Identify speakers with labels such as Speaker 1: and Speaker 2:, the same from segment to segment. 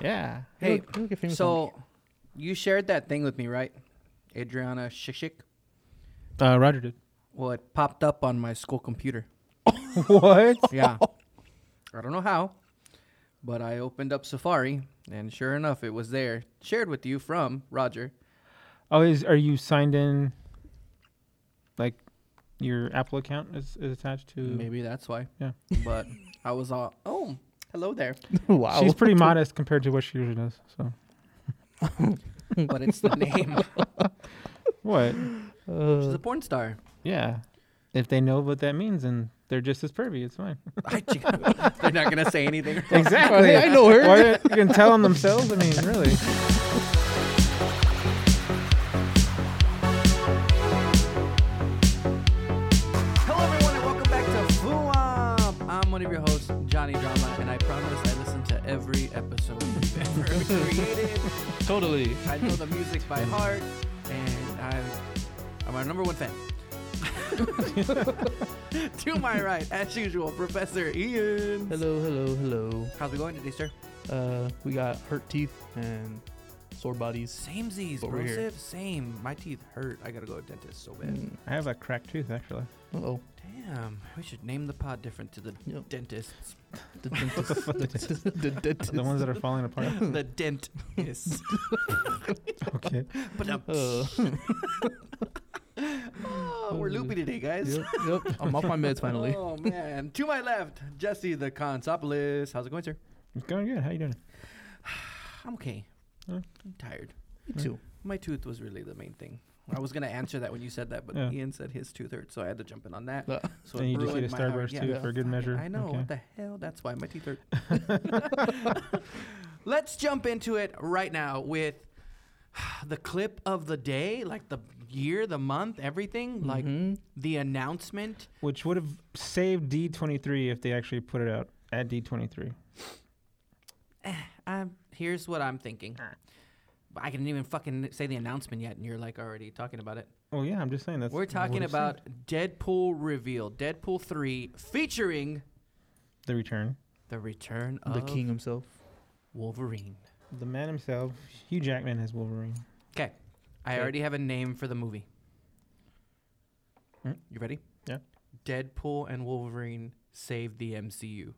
Speaker 1: Yeah.
Speaker 2: Hey,
Speaker 1: It'll- it'll get famous on-
Speaker 2: so you shared that thing with me, right? Adriana Shishik.
Speaker 1: uh, Roger did.
Speaker 2: Well, it popped up on my school computer.
Speaker 1: what?
Speaker 2: Yeah. I don't know how, but I opened up Safari, and sure enough, it was there, shared with you from Roger.
Speaker 1: Oh, is are you signed in? Like, your Apple account is, is attached to.
Speaker 2: Maybe that's why.
Speaker 1: Mm. Yeah.
Speaker 2: But I was all, oh, hello there.
Speaker 3: wow.
Speaker 1: She's pretty modest compared to what she usually does. So
Speaker 2: But it's the name.
Speaker 1: what?
Speaker 2: She's a porn star.
Speaker 1: Yeah. If they know what that means and they're just as pervy, it's fine.
Speaker 2: I- They're not gonna say anything.
Speaker 1: Exactly.
Speaker 3: Hey, I know her.
Speaker 1: Or you can tell them themselves. I mean, really.
Speaker 2: Hello, everyone, and welcome back to FUAM. I'm one of your hosts, Johnny Drama, and I promise I listen to every episode we've ever created.
Speaker 1: Totally.
Speaker 2: I know the music by heart, and I'm, I'm our number one fan. to my right, as usual, Professor Ian.
Speaker 3: Hello, hello, hello.
Speaker 2: How's it going today, sir?
Speaker 3: Uh, we got hurt teeth and sore bodies.
Speaker 2: Same Z's,
Speaker 3: Over
Speaker 2: bro.
Speaker 3: here.
Speaker 2: Sif, Same. My teeth hurt. I gotta go to the dentist so bad.
Speaker 3: Mm,
Speaker 1: I have a cracked tooth, actually.
Speaker 3: Uh-oh.
Speaker 2: Damn. We should name the pod different to the
Speaker 3: Yep.
Speaker 2: dentists.
Speaker 3: The dentist. the dentist.
Speaker 1: The ones that are falling apart.
Speaker 3: Hmm.
Speaker 2: the dentists.
Speaker 1: Okay.
Speaker 2: But um,
Speaker 3: Uh,
Speaker 2: oh, we're loopy today, guys.
Speaker 3: yep, yep. I'm off my meds finally.
Speaker 2: Oh man. to my left, Jesse the Consopolis. How's it going, sir?
Speaker 1: It's going good. How you doing?
Speaker 2: I'm okay.
Speaker 1: Huh?
Speaker 2: I'm tired.
Speaker 3: Me too.
Speaker 2: My tooth was really the main thing. I was gonna answer that when you said that, but
Speaker 1: Yeah.
Speaker 2: Ian said his tooth hurt, so I had to jump in on that.
Speaker 3: Uh,
Speaker 2: So
Speaker 1: and
Speaker 2: it
Speaker 1: you just ate a
Speaker 2: ruined my hour.
Speaker 1: Starburst
Speaker 2: Yeah.
Speaker 1: too,
Speaker 3: Yeah.
Speaker 1: for a good measure.
Speaker 2: I know.
Speaker 1: Okay.
Speaker 2: What the hell? That's why my teeth hurt. Let's jump into it right now with the clip of the day, like the year, the month, everything, like
Speaker 1: Mm-hmm.
Speaker 3: mhm.
Speaker 2: the announcement.
Speaker 1: Which would have saved D23 if they actually put it out at D23.
Speaker 2: Um, here's what I'm thinking. I didn't even fucking say the announcement yet, and you're like already talking about it.
Speaker 1: Well, Oh, yeah, I'm just saying that's.
Speaker 2: We're talking
Speaker 1: would've
Speaker 2: about
Speaker 1: saved
Speaker 2: Deadpool reveal, Deadpool 3, featuring
Speaker 1: the return.
Speaker 2: the return of
Speaker 3: the
Speaker 1: uh,
Speaker 3: king himself.
Speaker 2: Wolverine.
Speaker 1: The man himself, Hugh Jackman, as Wolverine.
Speaker 2: Okay, I
Speaker 1: Okay.
Speaker 2: already have a name for the movie.
Speaker 1: Hmm?
Speaker 2: You ready?
Speaker 1: Yeah.
Speaker 2: Deadpool and Wolverine save the MCU.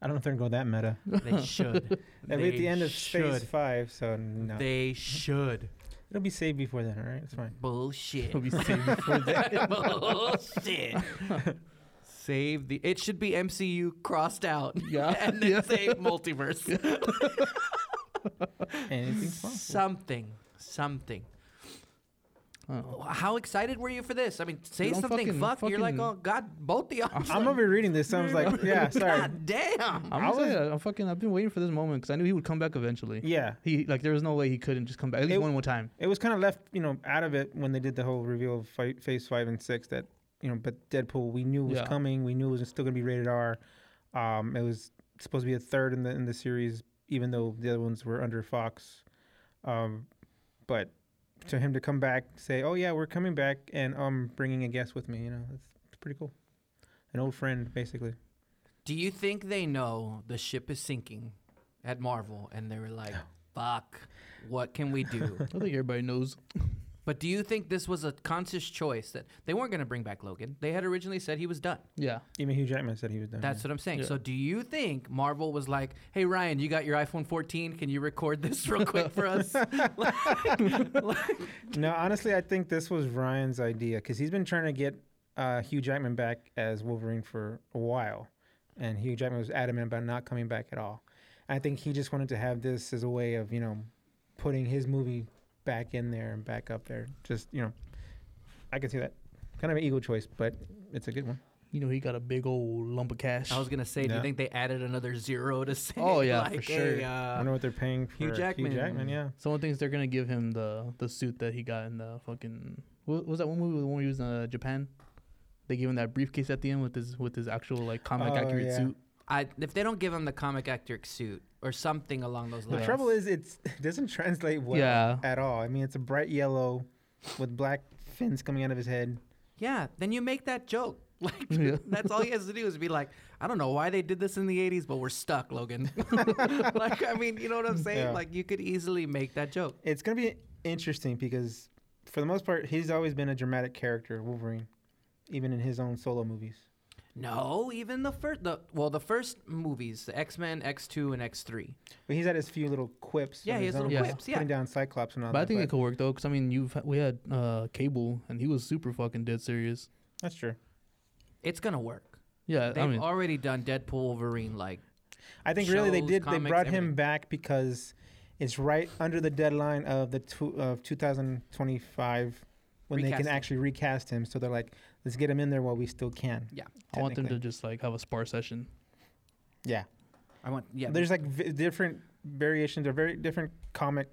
Speaker 1: I don't know if they're going to go that meta.
Speaker 2: They should.
Speaker 1: That'll
Speaker 2: they
Speaker 1: be at the end of
Speaker 2: should.
Speaker 1: phase five, so no.
Speaker 2: They should.
Speaker 1: It'll be saved before then, all right? It's fine.
Speaker 2: Bullshit.
Speaker 3: He'll be saved before that.
Speaker 2: Bullshit. Save the. It should be MCU crossed out.
Speaker 3: Yeah.
Speaker 2: and then say multiverse.
Speaker 1: Anything's possible.
Speaker 2: something. Something.
Speaker 3: Oh.
Speaker 2: How excited were you for this? I mean, say
Speaker 3: Dude, I'm
Speaker 2: something.
Speaker 3: fucking-
Speaker 2: fuck. You're like,
Speaker 3: fucking-
Speaker 2: oh god, both the arms.
Speaker 1: I'm over reading this, so I was like, yeah, sorry.
Speaker 2: God damn.
Speaker 3: I'm
Speaker 1: I was-
Speaker 3: excited. I'm fucking. I've been waiting for this moment because I knew he would come back eventually.
Speaker 1: Yeah.
Speaker 3: He like there was no way he couldn't just come back at least
Speaker 1: It-
Speaker 3: one more time.
Speaker 1: It was kind of left, you know, out of it when they did the whole reveal of fight, Phase Five and Six. That you know, but Deadpool, we knew was
Speaker 3: Yeah.
Speaker 1: coming. We knew it was still going to be rated R. Um, it was supposed to be a third in the in the series, even though the other ones were under Fox. Um, but to him to come back, say, "Oh yeah, we're coming back, and I'm bringing a guest with me," you know, it's, it's pretty cool. An old friend, basically.
Speaker 2: Do you think they know the ship is sinking at Marvel and they were like, fuck, what can we do?
Speaker 3: I think everybody knows.
Speaker 2: but do you think this was a conscious choice that they weren't going to bring back Logan? They had originally said he was done.
Speaker 3: Yeah.
Speaker 1: Even Hugh Jackman said he was done.
Speaker 2: That's what I'm saying.
Speaker 3: Yeah.
Speaker 2: So do you think Marvel was like, hey, Ryan, you got your iPhone 14. Can you record this real quick for us?
Speaker 1: No, honestly, I think this was Ryan's idea because he's been trying to get uh, Hugh Jackman back as Wolverine for a while, and Hugh Jackman was adamant about not coming back at all. I think he just wanted to have this as a way of you know putting his movie back in there and back up there. Just you know, I can see that kind of an ego choice, but it's a good one.
Speaker 3: You know he got a big old lump of cash.
Speaker 2: I was going to say, do you
Speaker 1: Yeah.
Speaker 2: think they added another zero to say?
Speaker 3: Oh, yeah,
Speaker 2: like,
Speaker 3: for
Speaker 2: "Hey,
Speaker 3: sure.
Speaker 1: I
Speaker 2: uh,
Speaker 1: wonder what they're paying for
Speaker 2: Hugh Jackman.
Speaker 1: Hugh Jackman, yeah.
Speaker 3: Someone thinks they're gonna give him the the suit that he got in the fucking. What was that one movie? The one where he was in uh, Japan. They gave him that briefcase at the end with his with his actual like comic
Speaker 1: Oh,
Speaker 3: accurate
Speaker 1: yeah.
Speaker 3: suit.
Speaker 2: I, if they don't give him the comic actor suit or something along those
Speaker 1: The
Speaker 2: lines.
Speaker 1: trouble is, it's, it doesn't translate well
Speaker 3: Yeah.
Speaker 1: at all. I mean, it's a bright yellow with black fins coming out of his head.
Speaker 2: Yeah, then you make that joke. Like
Speaker 3: Yeah.
Speaker 2: that's all he has to do is be like, I don't know why they did this in the '80s, but we're stuck, Logan. like I mean, you know what I'm saying?
Speaker 1: Yeah.
Speaker 2: Like you could easily make that joke.
Speaker 1: It's gonna be interesting because, for the most part, he's always been a dramatic character, Wolverine, even in his own solo movies.
Speaker 2: No, even the first, the well, the first movies, the X Men, X Two, and X Three.
Speaker 1: But he's had his few little quips. of
Speaker 2: Yeah, he
Speaker 1: his
Speaker 2: has
Speaker 1: own,
Speaker 2: little
Speaker 1: just
Speaker 2: quips, yeah.
Speaker 1: Putting down Cyclops and all
Speaker 3: But I
Speaker 1: that.
Speaker 3: think it
Speaker 1: but
Speaker 3: could work though, because I mean, you've we had uh, Cable, and he was super fucking dead serious.
Speaker 1: that's true.
Speaker 2: It's gonna work.
Speaker 3: Yeah,
Speaker 2: They've
Speaker 3: I mean,
Speaker 2: already done Deadpool, Wolverine. Like
Speaker 1: I think really they
Speaker 2: shows,
Speaker 1: did.
Speaker 2: comics,
Speaker 1: they brought
Speaker 2: everything.
Speaker 1: him back because it's right under the deadline of the two, of 2025 when they
Speaker 2: Recasting.
Speaker 1: can actually recast him. So they're like, let's get him in there while we still can.
Speaker 2: Yeah.
Speaker 3: I want them to
Speaker 1: technically.
Speaker 3: just like have a spar session.
Speaker 1: Yeah.
Speaker 2: I want, yeah,
Speaker 1: There's like v- different variations or very different comic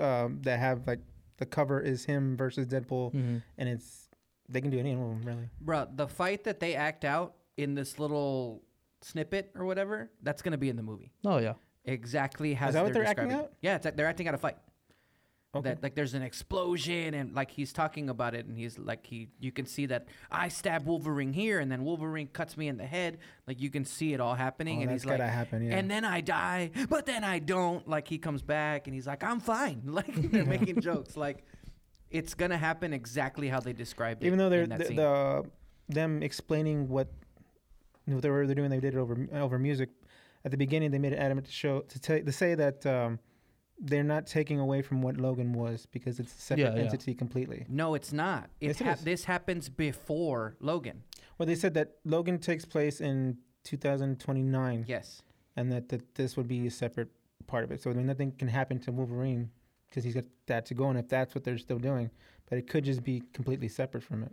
Speaker 1: um, that have like the cover is him versus Deadpool, and it's they can do any of them really.
Speaker 2: bruh, the fight that they act out in this little snippet or whatever, that's gonna be in the movie.
Speaker 3: Oh yeah,
Speaker 2: Exactly how
Speaker 1: Is that what they're acting
Speaker 2: describing it.
Speaker 1: out?
Speaker 2: Yeah, it's, like they're acting out a fight.
Speaker 1: Okay.
Speaker 2: That like there's an explosion and like he's talking about it and he's like he you can see that I stab Wolverine here and then Wolverine cuts me in the head like you can see it all happening
Speaker 1: Oh,
Speaker 2: and
Speaker 1: that's
Speaker 2: he's like
Speaker 1: gotta happen, yeah.
Speaker 2: and then I die but then I don't like he comes back and he's like I'm fine like they're making jokes like it's gonna happen exactly how they described it
Speaker 1: Even though they're
Speaker 2: in that
Speaker 1: the,
Speaker 2: scene.
Speaker 1: the them explaining what what they were they're doing, they did it over over music. At the beginning, they made it adamant to show to tell to say that um, they're not taking away from what Logan was because it's a separate
Speaker 3: Yeah, yeah.
Speaker 1: entity completely.
Speaker 2: no it's not it
Speaker 1: Yes, it
Speaker 2: hap-
Speaker 1: is.
Speaker 2: this happens before Logan
Speaker 1: Well, they said that Logan takes place in 2029,
Speaker 2: yes
Speaker 1: and that, that this would be a separate part of it. So I mean, nothing can happen to Wolverine because he's got that to go, and if that's what they're still doing, but it could just be completely separate from it.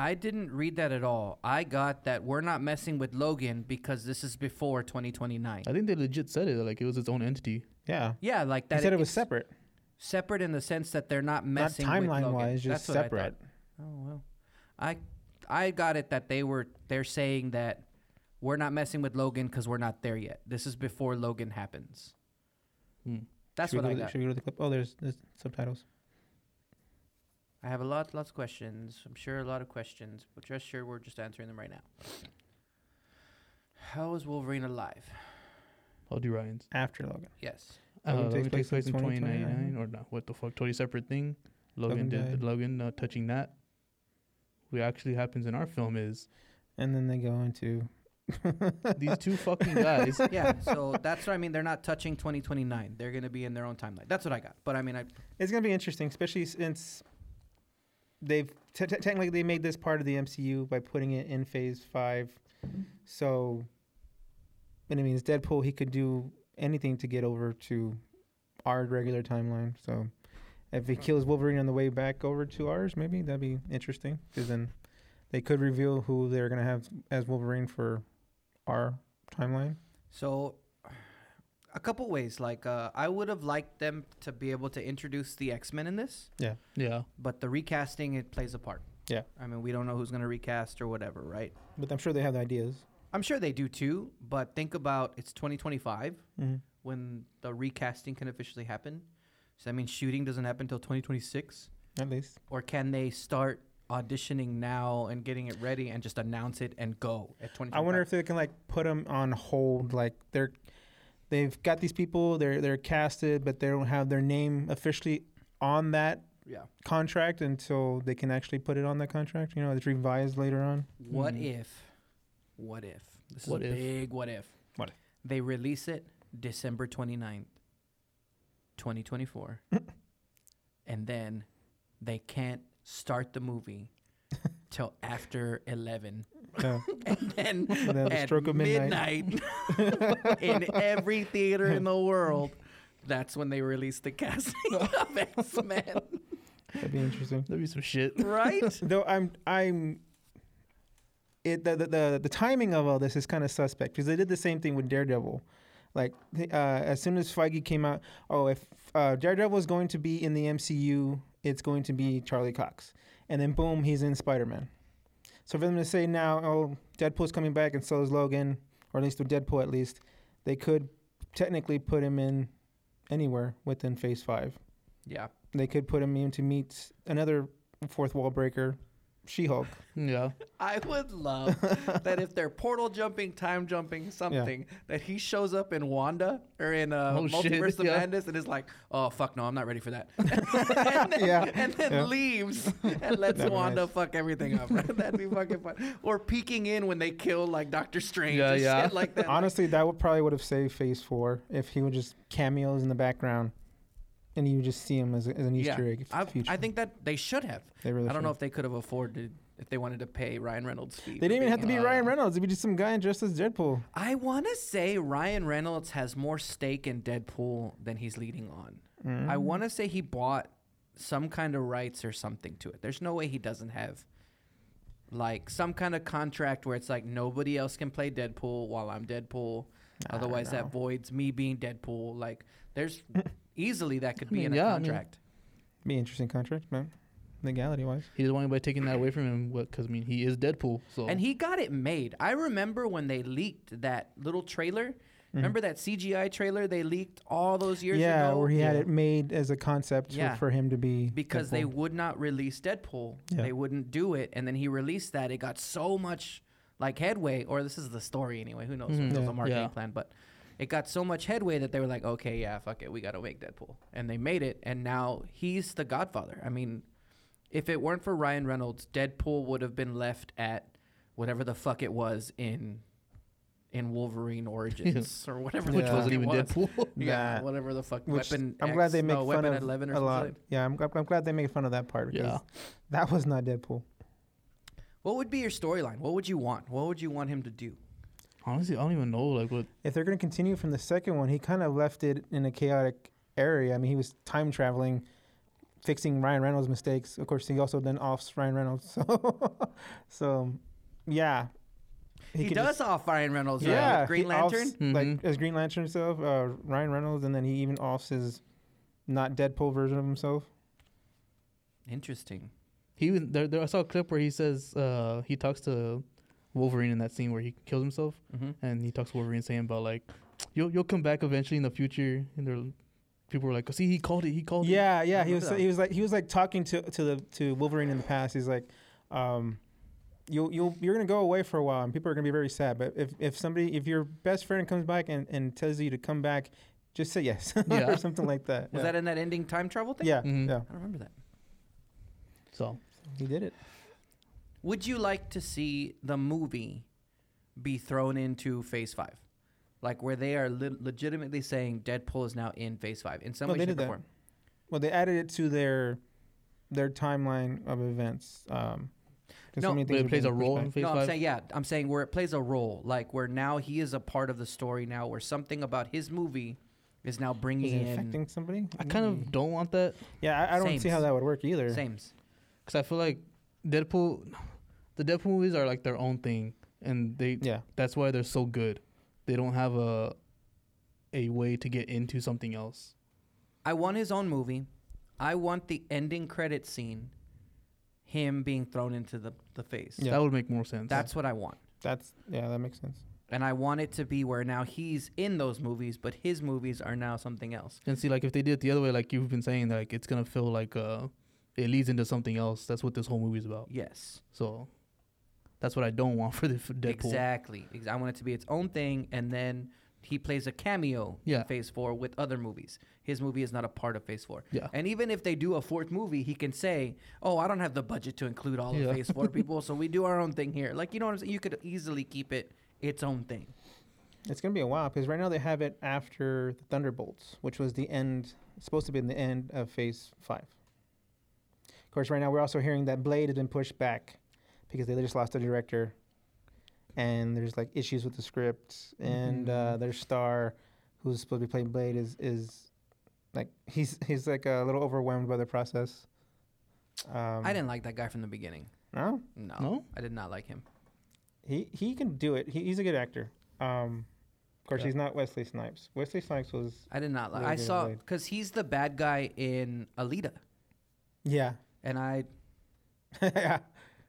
Speaker 2: I didn't read that at all. I got that we're not messing with Logan because this is before 2029.
Speaker 3: I think they legit said it like it was its own entity.
Speaker 1: Yeah,
Speaker 2: Yeah, like that.
Speaker 1: they said it was
Speaker 2: it's
Speaker 1: separate,
Speaker 2: Separate in the sense that they're not
Speaker 1: not
Speaker 2: messing with Logan.
Speaker 1: timeline wise, just
Speaker 2: That's what I thought.
Speaker 1: separate.
Speaker 2: Oh well, I I got it that they were they're saying that we're not messing with Logan because we're not there yet. This is before Logan happens.
Speaker 3: Hmm.
Speaker 2: That's
Speaker 1: Should
Speaker 2: what
Speaker 1: we go
Speaker 2: I
Speaker 1: to the-
Speaker 2: got.
Speaker 1: Should we go to the clip? Oh, there's, there's subtitles.
Speaker 2: I have a lot, lots of questions. I'm sure a lot of questions, but just sure we're just answering them right now. How is Wolverine alive?
Speaker 3: I'll do Ryan's.
Speaker 1: After Logan.
Speaker 2: Yes.
Speaker 3: Uh,
Speaker 1: Logan
Speaker 3: Logan
Speaker 1: Oh, takes
Speaker 3: takes,
Speaker 1: place
Speaker 3: place in
Speaker 1: in
Speaker 3: 2099
Speaker 1: 2099.
Speaker 3: or not? What the fuck? Totally separate thing. Logan
Speaker 1: Logan
Speaker 3: did
Speaker 1: died.
Speaker 3: Logan uh, touching that. What actually happens in our film is
Speaker 1: And then they go into.
Speaker 3: these two fucking guys.
Speaker 2: yeah, so that's what I mean. They're not touching 2029. They're going to be in their own timeline. That's what I got. But I mean, I
Speaker 1: It's going to be interesting, especially since they've te- te- technically they made this part of the MCU by putting it in phase five. So, and it means Deadpool, he could do anything to get over to our regular timeline. So, if he kills Wolverine on the way back over to ours, maybe that'd be interesting because then they could reveal who they're going to have as Wolverine for our timeline.
Speaker 2: so a couple ways. Like uh, I would have liked them to be able to introduce the X Men in this,
Speaker 3: yeah,
Speaker 2: but the recasting it plays a part.
Speaker 1: Yeah.
Speaker 2: I mean, we don't know who's going to recast or whatever, right?
Speaker 1: But I'm sure they have the ideas.
Speaker 2: I'm sure they do too. But think about it's 2025
Speaker 1: Mhm.
Speaker 2: Mm-hmm. when the recasting can officially happen. So that means shooting doesn't happen until 2026.
Speaker 1: At least.
Speaker 2: Or can they start auditioning now and getting it ready and just announce it and go at 2025?
Speaker 1: I wonder if they can like put them on hold. Like they're they've got these people, they're they're casted, but they don't have their name officially on that
Speaker 2: Yeah.
Speaker 1: contract until they can actually put it on that contract. You know, it's revised later on.
Speaker 2: What
Speaker 3: Mm.
Speaker 2: if? What if? This
Speaker 3: What
Speaker 2: is a
Speaker 3: if?
Speaker 2: big what if.
Speaker 1: What if?
Speaker 2: They release it December 29th, 2024. and then they can't start the movie till after 11.
Speaker 1: Yeah.
Speaker 2: And then
Speaker 1: the
Speaker 2: at
Speaker 1: stroke of midnight.
Speaker 2: midnight in every theater in the world, that's when they release the casting of X-Men.
Speaker 1: That'd be interesting.
Speaker 3: that'd be some shit.
Speaker 2: Right?
Speaker 1: Though I'm I'm it the the the, the timing of all this is kind of suspect because they did the same thing with Daredevil. Like th- uh, as soon as Feige came out, oh, if uh, Daredevil is going to be in the MCU, it's going to be Charlie Cox, and then boom, he's in Spider Man. So for them to say now, oh, Deadpool's coming back, and so is Logan, or at least with Deadpool, at least they could technically put him in anywhere within Phase Five
Speaker 2: Yeah.
Speaker 1: they could put him in to meet another fourth wall breaker She Hulk.
Speaker 3: Yeah.
Speaker 2: I would love that if they're portal jumping, time jumping, something, that he shows up in Wanda or in uh,
Speaker 3: Oh, shit,
Speaker 2: Multiverse of
Speaker 3: yeah.
Speaker 2: Madness and is like, oh, fuck, no, I'm not ready for that. and then,
Speaker 1: Yeah,
Speaker 2: and then
Speaker 1: yeah.
Speaker 2: leaves and lets
Speaker 1: That'd be
Speaker 2: Wanda
Speaker 1: nice.
Speaker 2: fuck everything up. That'd be fucking fun. Or peeking in when they kill like Doctor Strange
Speaker 3: Yeah,
Speaker 2: and
Speaker 3: yeah.
Speaker 2: shit like that.
Speaker 1: Honestly, that would probably would have saved Phase Four if he would just cameos in the background, and you would just see him as, a, as an
Speaker 2: yeah.
Speaker 1: Easter egg. for
Speaker 2: I,
Speaker 1: the future.
Speaker 2: I think that they should have.
Speaker 1: they really.
Speaker 2: I don't know
Speaker 1: should.
Speaker 2: if they could have afforded if they wanted to pay Ryan Reynolds' fee.
Speaker 1: they
Speaker 2: for
Speaker 1: didn't even
Speaker 2: being uh,
Speaker 1: have to be
Speaker 2: in it.
Speaker 1: Ryan Reynolds. It'd be just some guy dressed as Deadpool.
Speaker 2: I want to say Ryan Reynolds has more stake in Deadpool than he's leading on.
Speaker 1: Mm.
Speaker 2: I want to say he bought some kind of rights or something to it. There's no way he doesn't have like some kind of contract where it's like nobody else can play Deadpool while I'm Deadpool.
Speaker 1: I don't
Speaker 2: Otherwise,
Speaker 1: know.
Speaker 2: that voids me being Deadpool. Like, there's easily that could be
Speaker 3: mean,
Speaker 2: in a
Speaker 3: yeah, I mean-
Speaker 2: contract.
Speaker 1: Be an interesting contract, but legality wise,
Speaker 3: He doesn't want anybody taking that away from him because, I mean, he is Deadpool. So
Speaker 2: And he got it made. I remember when they leaked that little
Speaker 1: Mm.
Speaker 2: trailer. Remember that CGI trailer they leaked all those years
Speaker 1: yeah,
Speaker 2: ago?
Speaker 1: where he had
Speaker 3: Yeah.
Speaker 1: it made as a concept
Speaker 2: Yeah.
Speaker 1: for, for him to be
Speaker 2: because
Speaker 1: Deadpool.
Speaker 2: they would not release Deadpool.
Speaker 1: Yeah.
Speaker 2: They wouldn't do it, and then he released that. It got so much like headway, or this is the story anyway. Who knows?
Speaker 3: Mhm.
Speaker 2: It was
Speaker 1: Mm-hmm. Yeah.
Speaker 2: a marketing
Speaker 3: Yeah.
Speaker 2: plan, but it got so much headway that they were like, okay, yeah, fuck it, we got to make Deadpool, and they made it, and now he's the Godfather. I mean, if it weren't for Ryan Reynolds, Deadpool would have been left at whatever the fuck it was in in Wolverine Origins or whatever,
Speaker 3: which
Speaker 1: Yeah.
Speaker 2: the fuck
Speaker 3: wasn't
Speaker 2: it
Speaker 3: even
Speaker 2: was.
Speaker 3: Deadpool.
Speaker 2: Yeah,
Speaker 1: Nah.
Speaker 2: whatever the fuck.
Speaker 1: Which
Speaker 2: weapon.
Speaker 1: I'm glad
Speaker 2: X-
Speaker 1: they make
Speaker 2: no,
Speaker 1: fun
Speaker 2: Weapon
Speaker 1: of
Speaker 2: 11 or
Speaker 1: a
Speaker 2: something
Speaker 1: lot.
Speaker 2: like that.
Speaker 1: Yeah, I'm, gl- I'm glad they make fun of that part because
Speaker 3: Yeah.
Speaker 1: that was not Deadpool.
Speaker 2: What would be your storyline? What would you want? What would you want him to do?
Speaker 3: Honestly, I don't even know. Like, what?
Speaker 1: If they're going to continue from the second one, he kind of left it in a chaotic area. I mean, he was time traveling, fixing Ryan Reynolds' mistakes. Of course, he also then offs Ryan Reynolds. So, so yeah,
Speaker 2: He,
Speaker 1: could
Speaker 2: does
Speaker 1: just-
Speaker 2: off Ryan Reynolds, right?
Speaker 1: yeah,
Speaker 2: With uh, Green
Speaker 1: he offs,
Speaker 2: Lantern.
Speaker 1: like
Speaker 3: Mhm.
Speaker 1: as Green Lantern himself, uh, Ryan Reynolds, and then he even offs his not Deadpool version of himself.
Speaker 2: Interesting.
Speaker 3: He even, there, there, I saw a clip where he says uh, he talks to Wolverine in that scene where he kills himself.
Speaker 2: Mm-hmm.
Speaker 3: and he talks to Wolverine saying about like you'll you'll come back eventually in the future and there people were like see he called it he called it
Speaker 1: Yeah, yeah. He
Speaker 2: remember
Speaker 1: was
Speaker 2: that.
Speaker 1: he was like he was like talking to to the to Wolverine in the past. He's like, um, you you you're gonna go away for a while, and people are gonna be very sad. But if if somebody if your best friend comes back and and tells you to come back, just say yes
Speaker 3: Yeah.
Speaker 1: or something like that.
Speaker 2: Was
Speaker 1: yeah.
Speaker 2: that in that ending time travel thing?
Speaker 1: yeah,
Speaker 3: Mhm.
Speaker 1: yeah.
Speaker 2: I don't remember that.
Speaker 3: so
Speaker 1: He did it.
Speaker 2: Would you like to see the movie be thrown into Phase Five, like where they are le- legitimately saying Deadpool is now in Phase Five in some
Speaker 1: No,
Speaker 2: way,
Speaker 1: they
Speaker 2: shape,
Speaker 1: did
Speaker 2: or
Speaker 1: that.
Speaker 2: form?
Speaker 1: Well, they added it to their their timeline of events. Um, 'cause
Speaker 2: No,
Speaker 3: but
Speaker 1: things
Speaker 3: it
Speaker 1: were
Speaker 3: plays a
Speaker 1: being pushed
Speaker 3: role
Speaker 1: back.
Speaker 3: in phase
Speaker 2: no, I'm
Speaker 3: five
Speaker 2: saying yeah. I'm saying where it plays a role, like where now he is a part of the story now, where something about his movie is now
Speaker 1: Is
Speaker 2: bringing
Speaker 1: it
Speaker 2: in
Speaker 1: affecting somebody?
Speaker 3: I kind of
Speaker 2: Mm.
Speaker 1: Maybe.
Speaker 3: don't want that
Speaker 1: Yeah, I, I don't see
Speaker 2: Sames.
Speaker 1: how that would work either.
Speaker 2: sames.
Speaker 3: because I feel like Deadpool the Deadpool movies are like their own thing and they
Speaker 1: Yeah.
Speaker 3: that's why they're so good they don't have a a way to get into something else
Speaker 2: I want his own movie. I want the ending credit scene, him being thrown into the, the face.
Speaker 1: Yeah.
Speaker 3: that would make more sense
Speaker 2: That's what I want.
Speaker 1: That's yeah, that makes sense.
Speaker 2: And I want it to be where now he's in those movies, but his movies are now something else.
Speaker 3: and see like if they did it the other way like you've been saying like it's gonna feel like uh it leads into something else that's what this whole movie is about
Speaker 2: Yes.
Speaker 3: So that's what I don't want for the for Deadpool.
Speaker 2: Exactly. Ex- I want it to be its own thing, and then he plays a cameo
Speaker 3: Yeah.
Speaker 2: in Phase 4 with other movies. His movie is not a part of Phase 4.
Speaker 3: Yeah.
Speaker 2: And even if they do a fourth movie, he can say, "Oh, I don't have the budget to include all
Speaker 3: Yeah.
Speaker 2: of Phase 4 people, so we do our own thing here." Like, you know what I'm saying? You could easily keep it its own thing.
Speaker 1: It's gonna be a while because right now they have it after the Thunderbolts, which was the end, supposed to be the end of Phase Five. Of course, right now we're also hearing that Blade has been pushed back because they just lost their director, and there's like issues with the script, and uh,
Speaker 2: Mm-hmm.
Speaker 1: their star, who's supposed to be playing Blade, is is like he's he's like a little overwhelmed by the process. Um,
Speaker 2: I didn't like that guy from the beginning.
Speaker 1: No,
Speaker 2: No,
Speaker 3: No?
Speaker 2: I did not like him.
Speaker 1: he he can do it. He, he's a good actor. Um, of course,
Speaker 3: Yeah.
Speaker 1: he's not Wesley Snipes. Wesley Snipes was
Speaker 2: I did not like.
Speaker 1: Really
Speaker 2: I
Speaker 1: good
Speaker 2: saw
Speaker 1: Blade.
Speaker 2: because he's the bad guy in Alita,
Speaker 1: yeah.
Speaker 2: and I
Speaker 1: yeah. And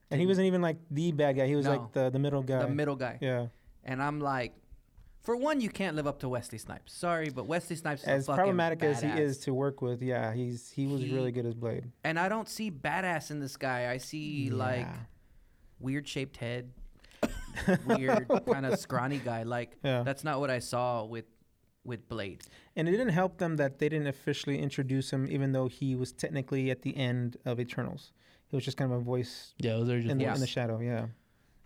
Speaker 1: he
Speaker 2: Didn't-
Speaker 1: wasn't even like the bad guy. He was
Speaker 2: No.
Speaker 1: like the, the middle guy.
Speaker 2: the middle guy,
Speaker 1: Yeah.
Speaker 2: and I'm like, For one, you can't live up to Wesley Snipes. Sorry, but Wesley Snipes is a
Speaker 1: As
Speaker 2: fucking
Speaker 1: problematic as he
Speaker 2: badass.
Speaker 1: is to work with, yeah, he's he was
Speaker 2: He-
Speaker 1: really good as Blade.
Speaker 2: and I don't see badass in this guy. I see like
Speaker 1: Yeah.
Speaker 2: weird shaped head, weird kind of scrawny guy. Like
Speaker 1: Yeah.
Speaker 2: that's not what I saw with with Blade.
Speaker 1: And it didn't help them that they didn't officially introduce him, even though he was technically at the end of Eternals. He was just kind of a voice
Speaker 3: Yeah, those are just
Speaker 1: in, the,
Speaker 2: Yeah.
Speaker 1: in the shadow. Yeah,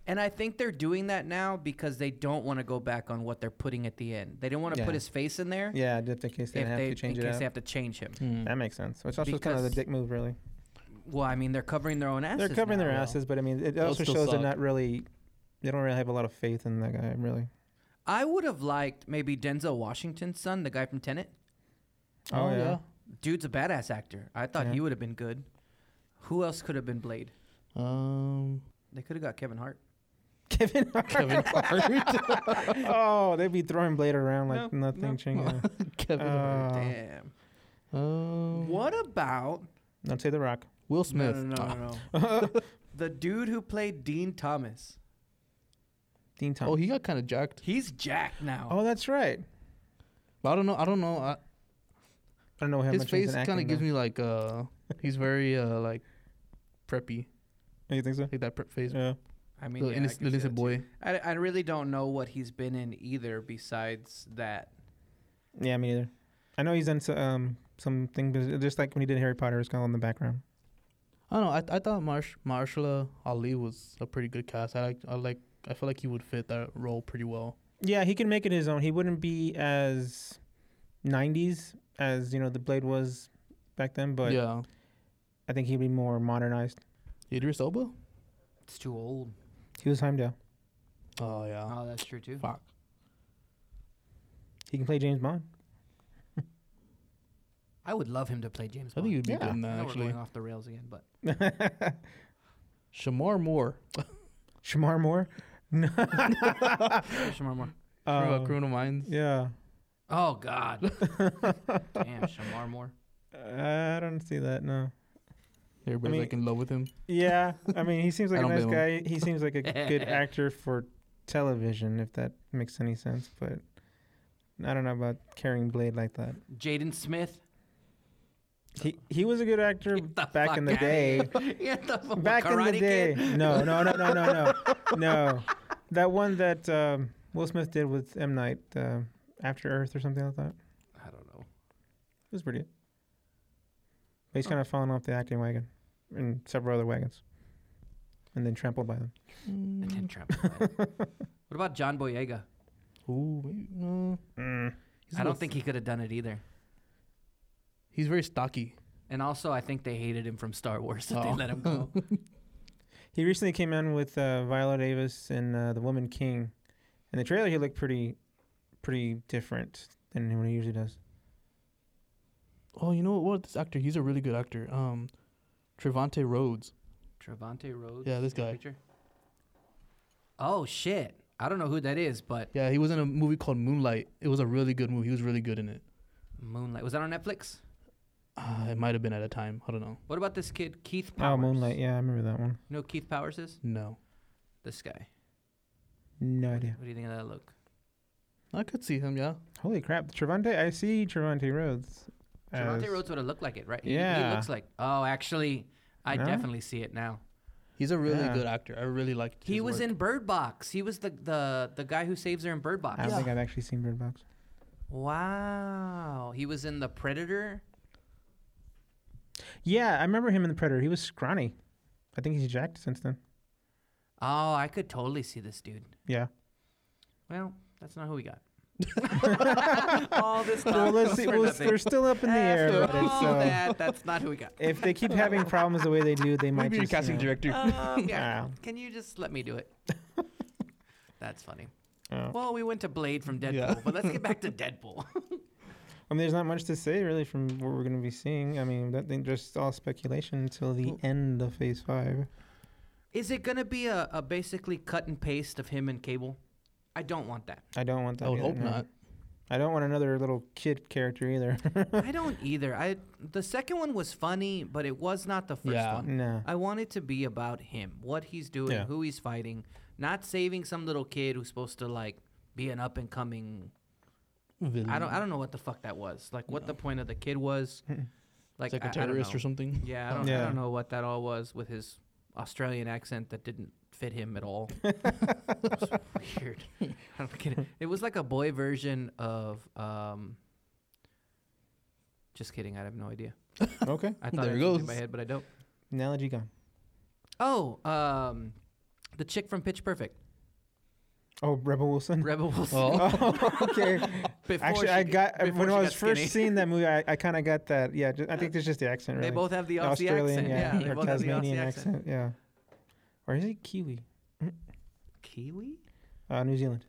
Speaker 2: And I think they're doing that now because they don't want to go back on what they're putting at the end. They didn't want to put
Speaker 1: Yeah.
Speaker 2: his face in there
Speaker 1: yeah. Just in case they
Speaker 2: if
Speaker 1: didn't
Speaker 2: they
Speaker 1: have to change
Speaker 2: in
Speaker 1: it
Speaker 2: case
Speaker 1: out.
Speaker 2: they have to change him.
Speaker 3: Hmm.
Speaker 1: that makes sense. Which also is kind of the
Speaker 2: Because
Speaker 1: dick move, really.
Speaker 2: Well, I mean, they're covering their own asses.
Speaker 1: They're covering
Speaker 2: now,
Speaker 1: their
Speaker 2: though.
Speaker 1: asses, but I mean, it
Speaker 3: Those
Speaker 1: also
Speaker 3: still
Speaker 1: shows they're
Speaker 3: suck.
Speaker 1: not really. They don't really have a lot of faith in that guy, really.
Speaker 2: I would have liked maybe Denzel Washington's son, the guy from Tenet.
Speaker 1: Oh, yeah.
Speaker 2: Dude's a badass actor. I thought
Speaker 1: Yeah.
Speaker 2: he would have been good. Who else could have been Blade?
Speaker 3: Um,
Speaker 2: They could have got Kevin Hart.
Speaker 1: Kevin Hart.
Speaker 3: Kevin Hart.
Speaker 1: oh, they'd be throwing Blade around like
Speaker 2: No,
Speaker 1: nothing.
Speaker 2: no.
Speaker 1: Chinga.
Speaker 3: Kevin Hart.
Speaker 1: Uh,
Speaker 2: Damn.
Speaker 3: Um,
Speaker 2: What about
Speaker 1: don't say The Rock.
Speaker 3: Will
Speaker 2: no,
Speaker 3: Smith.
Speaker 2: no, no,
Speaker 3: Ah,
Speaker 2: no, no.
Speaker 1: Oh.
Speaker 2: the dude who played Dean Thomas?
Speaker 1: Dean Thomas.
Speaker 3: Oh, he got kind of jacked.
Speaker 2: He's Jack now.
Speaker 1: Oh, that's right.
Speaker 3: But I don't know. I don't know. I,
Speaker 1: I don't know how
Speaker 3: his
Speaker 1: much he was
Speaker 3: face
Speaker 1: in
Speaker 3: kind of
Speaker 1: acting,
Speaker 3: gives
Speaker 1: though.
Speaker 3: me like uh, he's very uh like preppy,
Speaker 1: Oh, you think so?
Speaker 3: like that prep face.
Speaker 1: Yeah.
Speaker 2: I mean,
Speaker 3: The
Speaker 2: yeah, I
Speaker 3: innocent,
Speaker 2: can see that
Speaker 3: innocent
Speaker 2: too.
Speaker 3: boy.
Speaker 2: I, I really don't know what he's been in either besides that.
Speaker 1: Yeah, me neither. I know he's done so, um something, but just like when he did Harry Potter, it's kind of in the background.
Speaker 3: I don't know. I, I thought Marsh Marshall uh, Ali was a pretty good cast. I like I like I feel like he would fit that role pretty well.
Speaker 1: Yeah, he can make it his own. He wouldn't be as '90s as you know the Blade was back then, but
Speaker 3: yeah,
Speaker 1: I think he'd be more modernized.
Speaker 3: Idris Elba.
Speaker 2: It's too old.
Speaker 1: He was Heimdall.
Speaker 3: Oh yeah.
Speaker 2: Oh, that's true too.
Speaker 3: Fuck.
Speaker 1: He can play James Bond.
Speaker 2: I would love him to play James
Speaker 3: I
Speaker 2: Bond.
Speaker 3: think he'd be
Speaker 1: Yeah.
Speaker 3: good in
Speaker 2: I
Speaker 3: that
Speaker 2: know we're
Speaker 3: actually.
Speaker 2: going off the rails again, but
Speaker 3: Shamar Moore.
Speaker 1: Shamar Moore. No.
Speaker 2: Shamar Moore.
Speaker 3: Remember
Speaker 1: Uh,
Speaker 3: about Criminal Minds.
Speaker 1: yeah,
Speaker 2: Oh God. Damn, Shamar Moore.
Speaker 1: I don't see that. No.
Speaker 3: Everybody's
Speaker 1: mean-
Speaker 3: like in love with him.
Speaker 1: Yeah, I mean, he seems
Speaker 3: I
Speaker 1: like a
Speaker 3: don't
Speaker 1: nice
Speaker 3: blame
Speaker 1: guy. He seems like a good actor for television, if that makes any sense. But I don't know about carrying blade like that.
Speaker 2: Jaden Smith.
Speaker 1: He he was a good actor
Speaker 2: Get the
Speaker 1: back
Speaker 2: fuck
Speaker 1: in the
Speaker 2: outta
Speaker 1: day.
Speaker 2: here. Get the fuck-
Speaker 1: Back in the
Speaker 2: Oh, Karate
Speaker 1: day.
Speaker 2: Kid?
Speaker 1: No, no, no, no, no, no, no. That one that um, Will Smith did with M Night, uh, After Earth or something like that. It
Speaker 2: I don't know.
Speaker 1: was pretty. Good. But he's kind of fallen off the acting wagon, and several other wagons, and then trampled by them.
Speaker 2: I didn't trample on it. what about John Boyega?
Speaker 3: Ooh, maybe, uh, he's a
Speaker 2: I
Speaker 1: Mm.
Speaker 2: don't
Speaker 3: little-
Speaker 2: think he could have done it either.
Speaker 3: he's very stocky.
Speaker 2: And also, I think they hated him from Star Wars that
Speaker 3: Oh.
Speaker 2: they let him go.
Speaker 1: He recently came in with uh, Viola Davis in uh, The Woman King. In the trailer, he looked pretty, pretty different than what he usually does.
Speaker 3: Oh, you know what? What this actor? He's a really good actor. Um, Trevante Rhodes.
Speaker 2: Travante Rhodes.
Speaker 3: Yeah, this
Speaker 2: in the
Speaker 3: guy.
Speaker 2: picture? Oh shit! I don't know who that is, but
Speaker 3: Yeah, he was in a movie called Moonlight. It was a really good movie. He was really good in it.
Speaker 2: Moonlight was that on Netflix?
Speaker 3: Uh, it might have been at a time. I don't know.
Speaker 2: What about this kid Keith Powers?
Speaker 1: Oh, Moonlight. Yeah, I remember that one.
Speaker 2: You know who Keith Powers is
Speaker 3: No,
Speaker 2: this guy.
Speaker 1: No idea.
Speaker 2: What do you think of that look?
Speaker 3: I could see him. Yeah,
Speaker 1: Holy crap, Trevante! I see Trevante Rhodes.
Speaker 2: Travante
Speaker 1: as-
Speaker 2: Rhodes would have looked like it, right? He- he
Speaker 1: Yeah.
Speaker 2: looks like. Oh, actually, I
Speaker 1: No?
Speaker 2: definitely see it now.
Speaker 3: he's a really
Speaker 1: Yeah.
Speaker 3: good actor. I really liked.
Speaker 2: He
Speaker 3: his
Speaker 2: was
Speaker 3: work.
Speaker 2: in Bird Box. He was the the the guy who saves her in Bird Box.
Speaker 1: I don't
Speaker 3: Yeah.
Speaker 1: think I've actually seen Bird Box.
Speaker 2: Wow. He was in The Predator.
Speaker 1: Yeah, I remember him in The Predator. He was scrawny. I think he's jacked since then.
Speaker 2: Oh, I could totally see this dude.
Speaker 1: Yeah.
Speaker 2: Well, that's not who we got. All this talk
Speaker 1: Well, Uh, let's see.
Speaker 2: for
Speaker 1: Well,
Speaker 2: nothing.
Speaker 1: we're still up in the air um,
Speaker 2: After
Speaker 1: about it,
Speaker 2: all
Speaker 1: so
Speaker 2: that, that's not who we got.
Speaker 1: if they keep having problems the way they do, they might
Speaker 3: Maybe a
Speaker 1: just uh, you
Speaker 3: casting
Speaker 1: know-
Speaker 3: director.
Speaker 2: Um, yeah.
Speaker 1: Wow.
Speaker 2: Can you just let me do it? That's funny.
Speaker 1: Oh.
Speaker 2: Well, we went to Blade from Deadpool,
Speaker 3: Yeah.
Speaker 2: but let's get back to Deadpool.
Speaker 1: I mean, there's not much to say really from what we're going to be seeing. I mean, that thing just all speculation until the
Speaker 3: Well-
Speaker 1: end of Phase Five.
Speaker 2: Is it gonna be a, a basically cut and paste of him and Cable? I don't want that.
Speaker 1: I don't want that.
Speaker 3: I would
Speaker 1: either,
Speaker 3: hope
Speaker 1: no.
Speaker 3: not.
Speaker 1: I don't want another little kid character either.
Speaker 2: I don't either. I the second one was funny, but it was not the first
Speaker 3: Yeah.
Speaker 2: one.
Speaker 1: no.
Speaker 2: I want it to be about him, what he's doing,
Speaker 1: Yeah.
Speaker 2: who he's fighting, not saving some little kid who's supposed to like be an up and coming.
Speaker 3: Villain.
Speaker 2: I don't I don't know what the fuck that was. Like what the point of the kid was. Like,
Speaker 3: It's like
Speaker 2: I-
Speaker 3: a
Speaker 2: I don't
Speaker 3: terrorist
Speaker 2: know.
Speaker 3: or something.
Speaker 2: Yeah, I don't, I
Speaker 1: Yeah.
Speaker 2: don't know what that all was with his Australian accent that didn't fit him at all. It's weird. I don't get it. It was like a boy version of. Um, just kidding. I have no idea.
Speaker 1: okay.
Speaker 2: I thought
Speaker 3: There
Speaker 2: I
Speaker 3: it
Speaker 2: had something in
Speaker 3: goes.
Speaker 2: my head, but I don't.
Speaker 1: Analogy gone.
Speaker 2: Oh, um, the chick from Pitch Perfect,
Speaker 1: Oh, Rebel Wilson.
Speaker 2: Rebel Wilson.
Speaker 3: Oh.
Speaker 1: oh, okay.
Speaker 2: Before
Speaker 1: Actually,
Speaker 2: she-
Speaker 1: I got
Speaker 2: before
Speaker 1: when
Speaker 2: she
Speaker 1: I
Speaker 2: got
Speaker 1: was first
Speaker 2: skinny.
Speaker 1: seeing that movie, I, I kind of got that. Yeah, ju- I think there's just the accent. Really.
Speaker 2: They both have the Aussie accent. Yeah, they
Speaker 1: or
Speaker 2: both have the
Speaker 1: Tasmanian
Speaker 2: Aussie
Speaker 1: accent. Yeah, or is it Kiwi?
Speaker 2: Kiwi?
Speaker 1: Uh, New Zealand.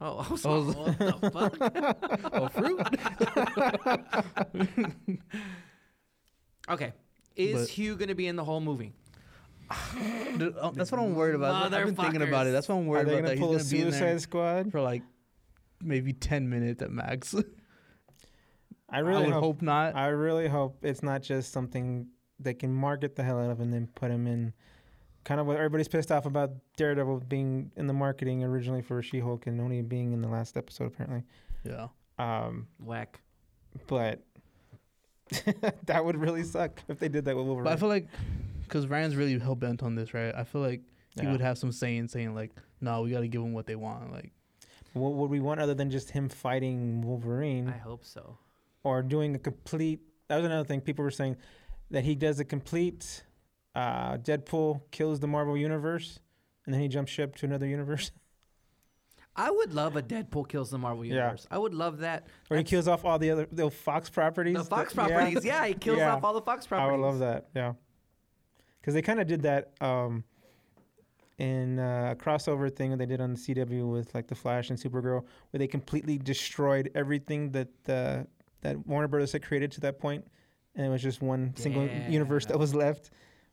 Speaker 2: Oh, I was like, what the fuck?
Speaker 3: oh, fruit.
Speaker 2: Okay, is
Speaker 3: But-
Speaker 2: Hugh gonna be in the whole movie?
Speaker 3: Dude, oh, that's what I'm worried about. I've been thinking about it.
Speaker 2: Motherfuckers.
Speaker 3: That's what I'm
Speaker 1: Are
Speaker 3: worried
Speaker 1: they
Speaker 3: about.
Speaker 1: gonna
Speaker 3: That he's
Speaker 1: pull
Speaker 3: gonna
Speaker 1: a
Speaker 3: be in there
Speaker 1: Suicide Squad?
Speaker 3: for like maybe 10 minutes at max.
Speaker 1: I
Speaker 3: I
Speaker 1: really
Speaker 3: would
Speaker 1: hope.
Speaker 3: hope not.
Speaker 1: I really hope it's not just something they can market the hell out of and then put him in. Kind of what everybody's pissed off about Daredevil being in the marketing originally for She-Hulk and only being in the last episode apparently.
Speaker 3: Yeah.
Speaker 1: Um,
Speaker 2: Whack.
Speaker 1: but that would really suck if they did that with Wolverine.
Speaker 3: But I feel like because Ryan's really hell bent on this, right? I feel like he
Speaker 1: Yeah.
Speaker 3: would have some saying saying like, "No, we got to give them what they want." Like,
Speaker 1: what would we want other than just him fighting Wolverine
Speaker 2: I hope so.
Speaker 1: or doing a complete? That was another thing people were saying that he does a complete uh, Deadpool kills the Marvel universe and then he jumps ship to another universe,
Speaker 2: I would love a Deadpool kills the Marvel
Speaker 1: Yeah.
Speaker 2: universe. I would love that.
Speaker 1: or he kills off all the other the Fox properties.
Speaker 2: The Fox
Speaker 1: that- yeah.
Speaker 2: properties, yeah, he kills
Speaker 1: Yeah.
Speaker 2: off all the Fox
Speaker 1: I
Speaker 2: properties.
Speaker 1: would love that. Yeah, because they kind of did that um, in uh, a crossover thing that they did on the CW with like the Flash and Supergirl, where they completely destroyed everything that uh, that Warner Brothers had created to that point, and it was just one single universe that
Speaker 2: Damn.
Speaker 1: was left.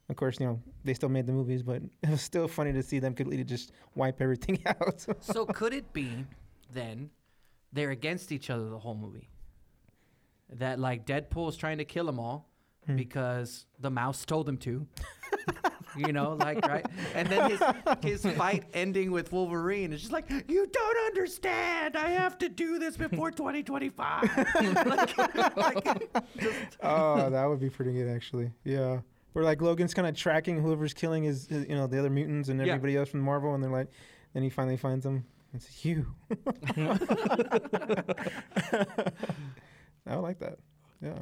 Speaker 1: Of course, you know they still made the movies, but it was still funny to see them completely just wipe everything out.
Speaker 2: so could it be then they're against each other the whole movie? That like Deadpool's trying to kill them all because the mouse told him to. you know, like right? And then his his fight ending with Wolverine is just like, You don't understand. I have to do this before twenty twenty five.
Speaker 1: oh, that would be pretty good actually. Yeah. Where like Logan's kind of tracking whoever's killing his, his- you know, the other mutants and
Speaker 2: Yeah.
Speaker 1: everybody else from Marvel, and they're like, then he finally finds them. It's you. I would like that. Yeah.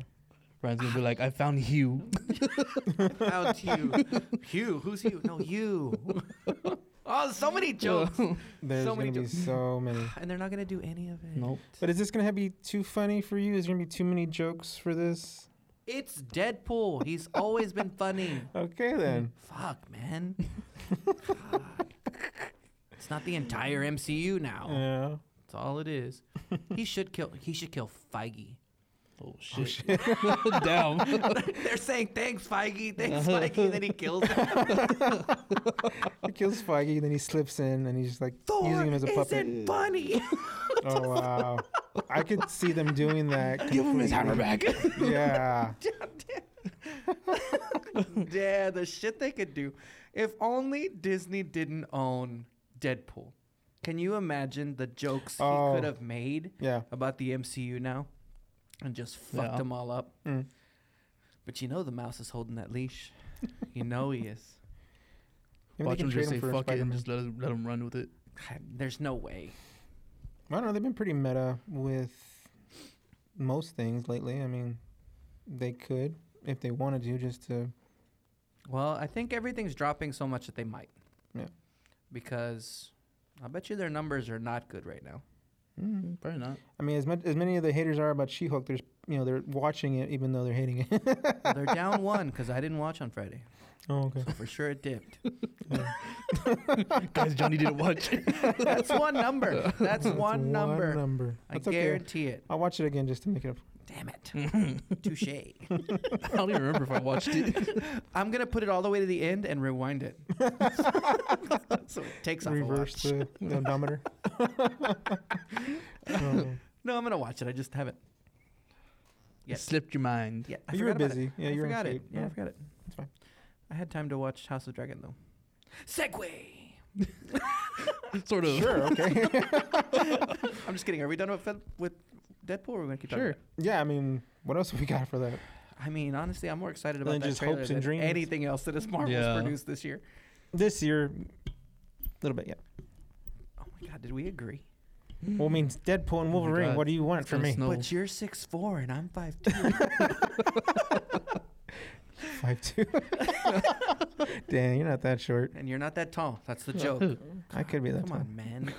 Speaker 3: Ryan's gonna be like, "I found Hugh."
Speaker 2: Out to you. Hugh, who's Hugh? No, you. oh, so many jokes.
Speaker 1: There's
Speaker 2: So many
Speaker 1: gonna be
Speaker 2: jokes.
Speaker 1: so many.
Speaker 2: And they're not gonna do any of it.
Speaker 3: nope.
Speaker 1: But is this gonna be too funny for you? Is there gonna be too many jokes for this?
Speaker 2: It's Deadpool. He's always been funny.
Speaker 1: Okay then.
Speaker 2: Fuck, man. Fuck. It's not the entire MCU
Speaker 3: Mm.
Speaker 2: now.
Speaker 1: Yeah.
Speaker 2: That's all it is. He should kill. He should kill Feige.
Speaker 3: Oh shit. Damn.
Speaker 2: They're saying thanks, Feige. Thanks, Feige. And then he kills him.
Speaker 1: He kills Feige, then he slips in, and he's just like using him as a puppet.
Speaker 2: isn't funny.
Speaker 1: Oh wow! I could see them doing that.
Speaker 3: Give him his hammer
Speaker 1: completely.
Speaker 3: back.
Speaker 1: Yeah.
Speaker 2: yeah, the shit they could do. If only Disney didn't own Deadpool. Can you imagine the jokes
Speaker 1: Oh.
Speaker 2: he could have made?
Speaker 1: Yeah.
Speaker 2: about the MCU now and just fucked
Speaker 3: Yeah.
Speaker 2: them all up.
Speaker 1: Mm.
Speaker 2: But you know the mouse is holding that leash. you know he is.
Speaker 1: Maybe
Speaker 3: Watch
Speaker 1: they can
Speaker 3: him
Speaker 1: trade
Speaker 3: just say
Speaker 1: for
Speaker 3: fuck it and
Speaker 1: Spider-Man.
Speaker 3: just let him, let him run with it.
Speaker 2: God, there's no way.
Speaker 1: I don't know. They've been pretty meta with most things lately. I mean, they could if they wanted to, just to.
Speaker 2: Well, I think everything's dropping so much that they might.
Speaker 1: Yeah.
Speaker 2: Because I bet you their numbers are not good right now.
Speaker 1: Mm.
Speaker 3: Probably not.
Speaker 1: I mean, as much as many of the haters are about She-Hulk, there's you know they're watching it even though they're hating it.
Speaker 2: They're down one because I didn't watch on Friday.
Speaker 1: oh, okay.
Speaker 2: So for sure it dipped.
Speaker 3: Guys, Johnny didn't watch.
Speaker 2: That's one number. That's one,
Speaker 1: One
Speaker 2: number.
Speaker 1: number.
Speaker 2: I
Speaker 1: That's okay.
Speaker 2: guarantee it.
Speaker 1: I'll watch it again just to make it up.
Speaker 2: Damn it. Touche.
Speaker 3: I don't even remember if I watched it.
Speaker 2: I'm going to put it all the way to the end and rewind it. so it takes off a lot.
Speaker 1: Reverse the, the odometer. Um,
Speaker 2: No, I'm gonna watch it. I just haven't. Yeah.
Speaker 3: It slipped your mind.
Speaker 2: Yeah, I
Speaker 1: you were
Speaker 2: forgot about
Speaker 1: busy.
Speaker 2: It.
Speaker 1: Yeah,
Speaker 2: I
Speaker 1: you were in
Speaker 2: forgot it.
Speaker 1: shape.
Speaker 2: Yeah, I
Speaker 1: Yeah.
Speaker 2: forgot it.
Speaker 1: It's fine.
Speaker 2: I had time to watch House of Dragon though. Segway.
Speaker 3: sort of.
Speaker 1: Sure, okay.
Speaker 2: I'm just kidding. Are we done with Fed- with Deadpool? Or are we gonna keep talking?
Speaker 3: Sure.
Speaker 2: about
Speaker 1: yeah, I mean, what else have we got for that?
Speaker 2: it? I mean, honestly, I'm more excited
Speaker 1: Then
Speaker 2: about that
Speaker 1: just
Speaker 2: trailer
Speaker 1: hopes
Speaker 2: than
Speaker 1: and dreams.
Speaker 2: anything else that is Marvel's
Speaker 3: Yeah.
Speaker 2: produced this year.
Speaker 1: This year, a little bit, yeah.
Speaker 2: Oh my God, did we agree?
Speaker 1: Well, I mean,
Speaker 2: Mm-hmm.
Speaker 1: it's Deadpool and
Speaker 3: Oh my
Speaker 1: Wolverine.
Speaker 3: God.
Speaker 1: what do you want
Speaker 3: It's
Speaker 1: from
Speaker 3: gonna
Speaker 1: me?
Speaker 3: snow. No.
Speaker 2: But you're six four and I'm five two.
Speaker 1: Five two. Dang, you're not that short.
Speaker 2: and you're not that tall. That's the joke.
Speaker 1: I could be that
Speaker 2: Come
Speaker 1: tall.
Speaker 2: on, man.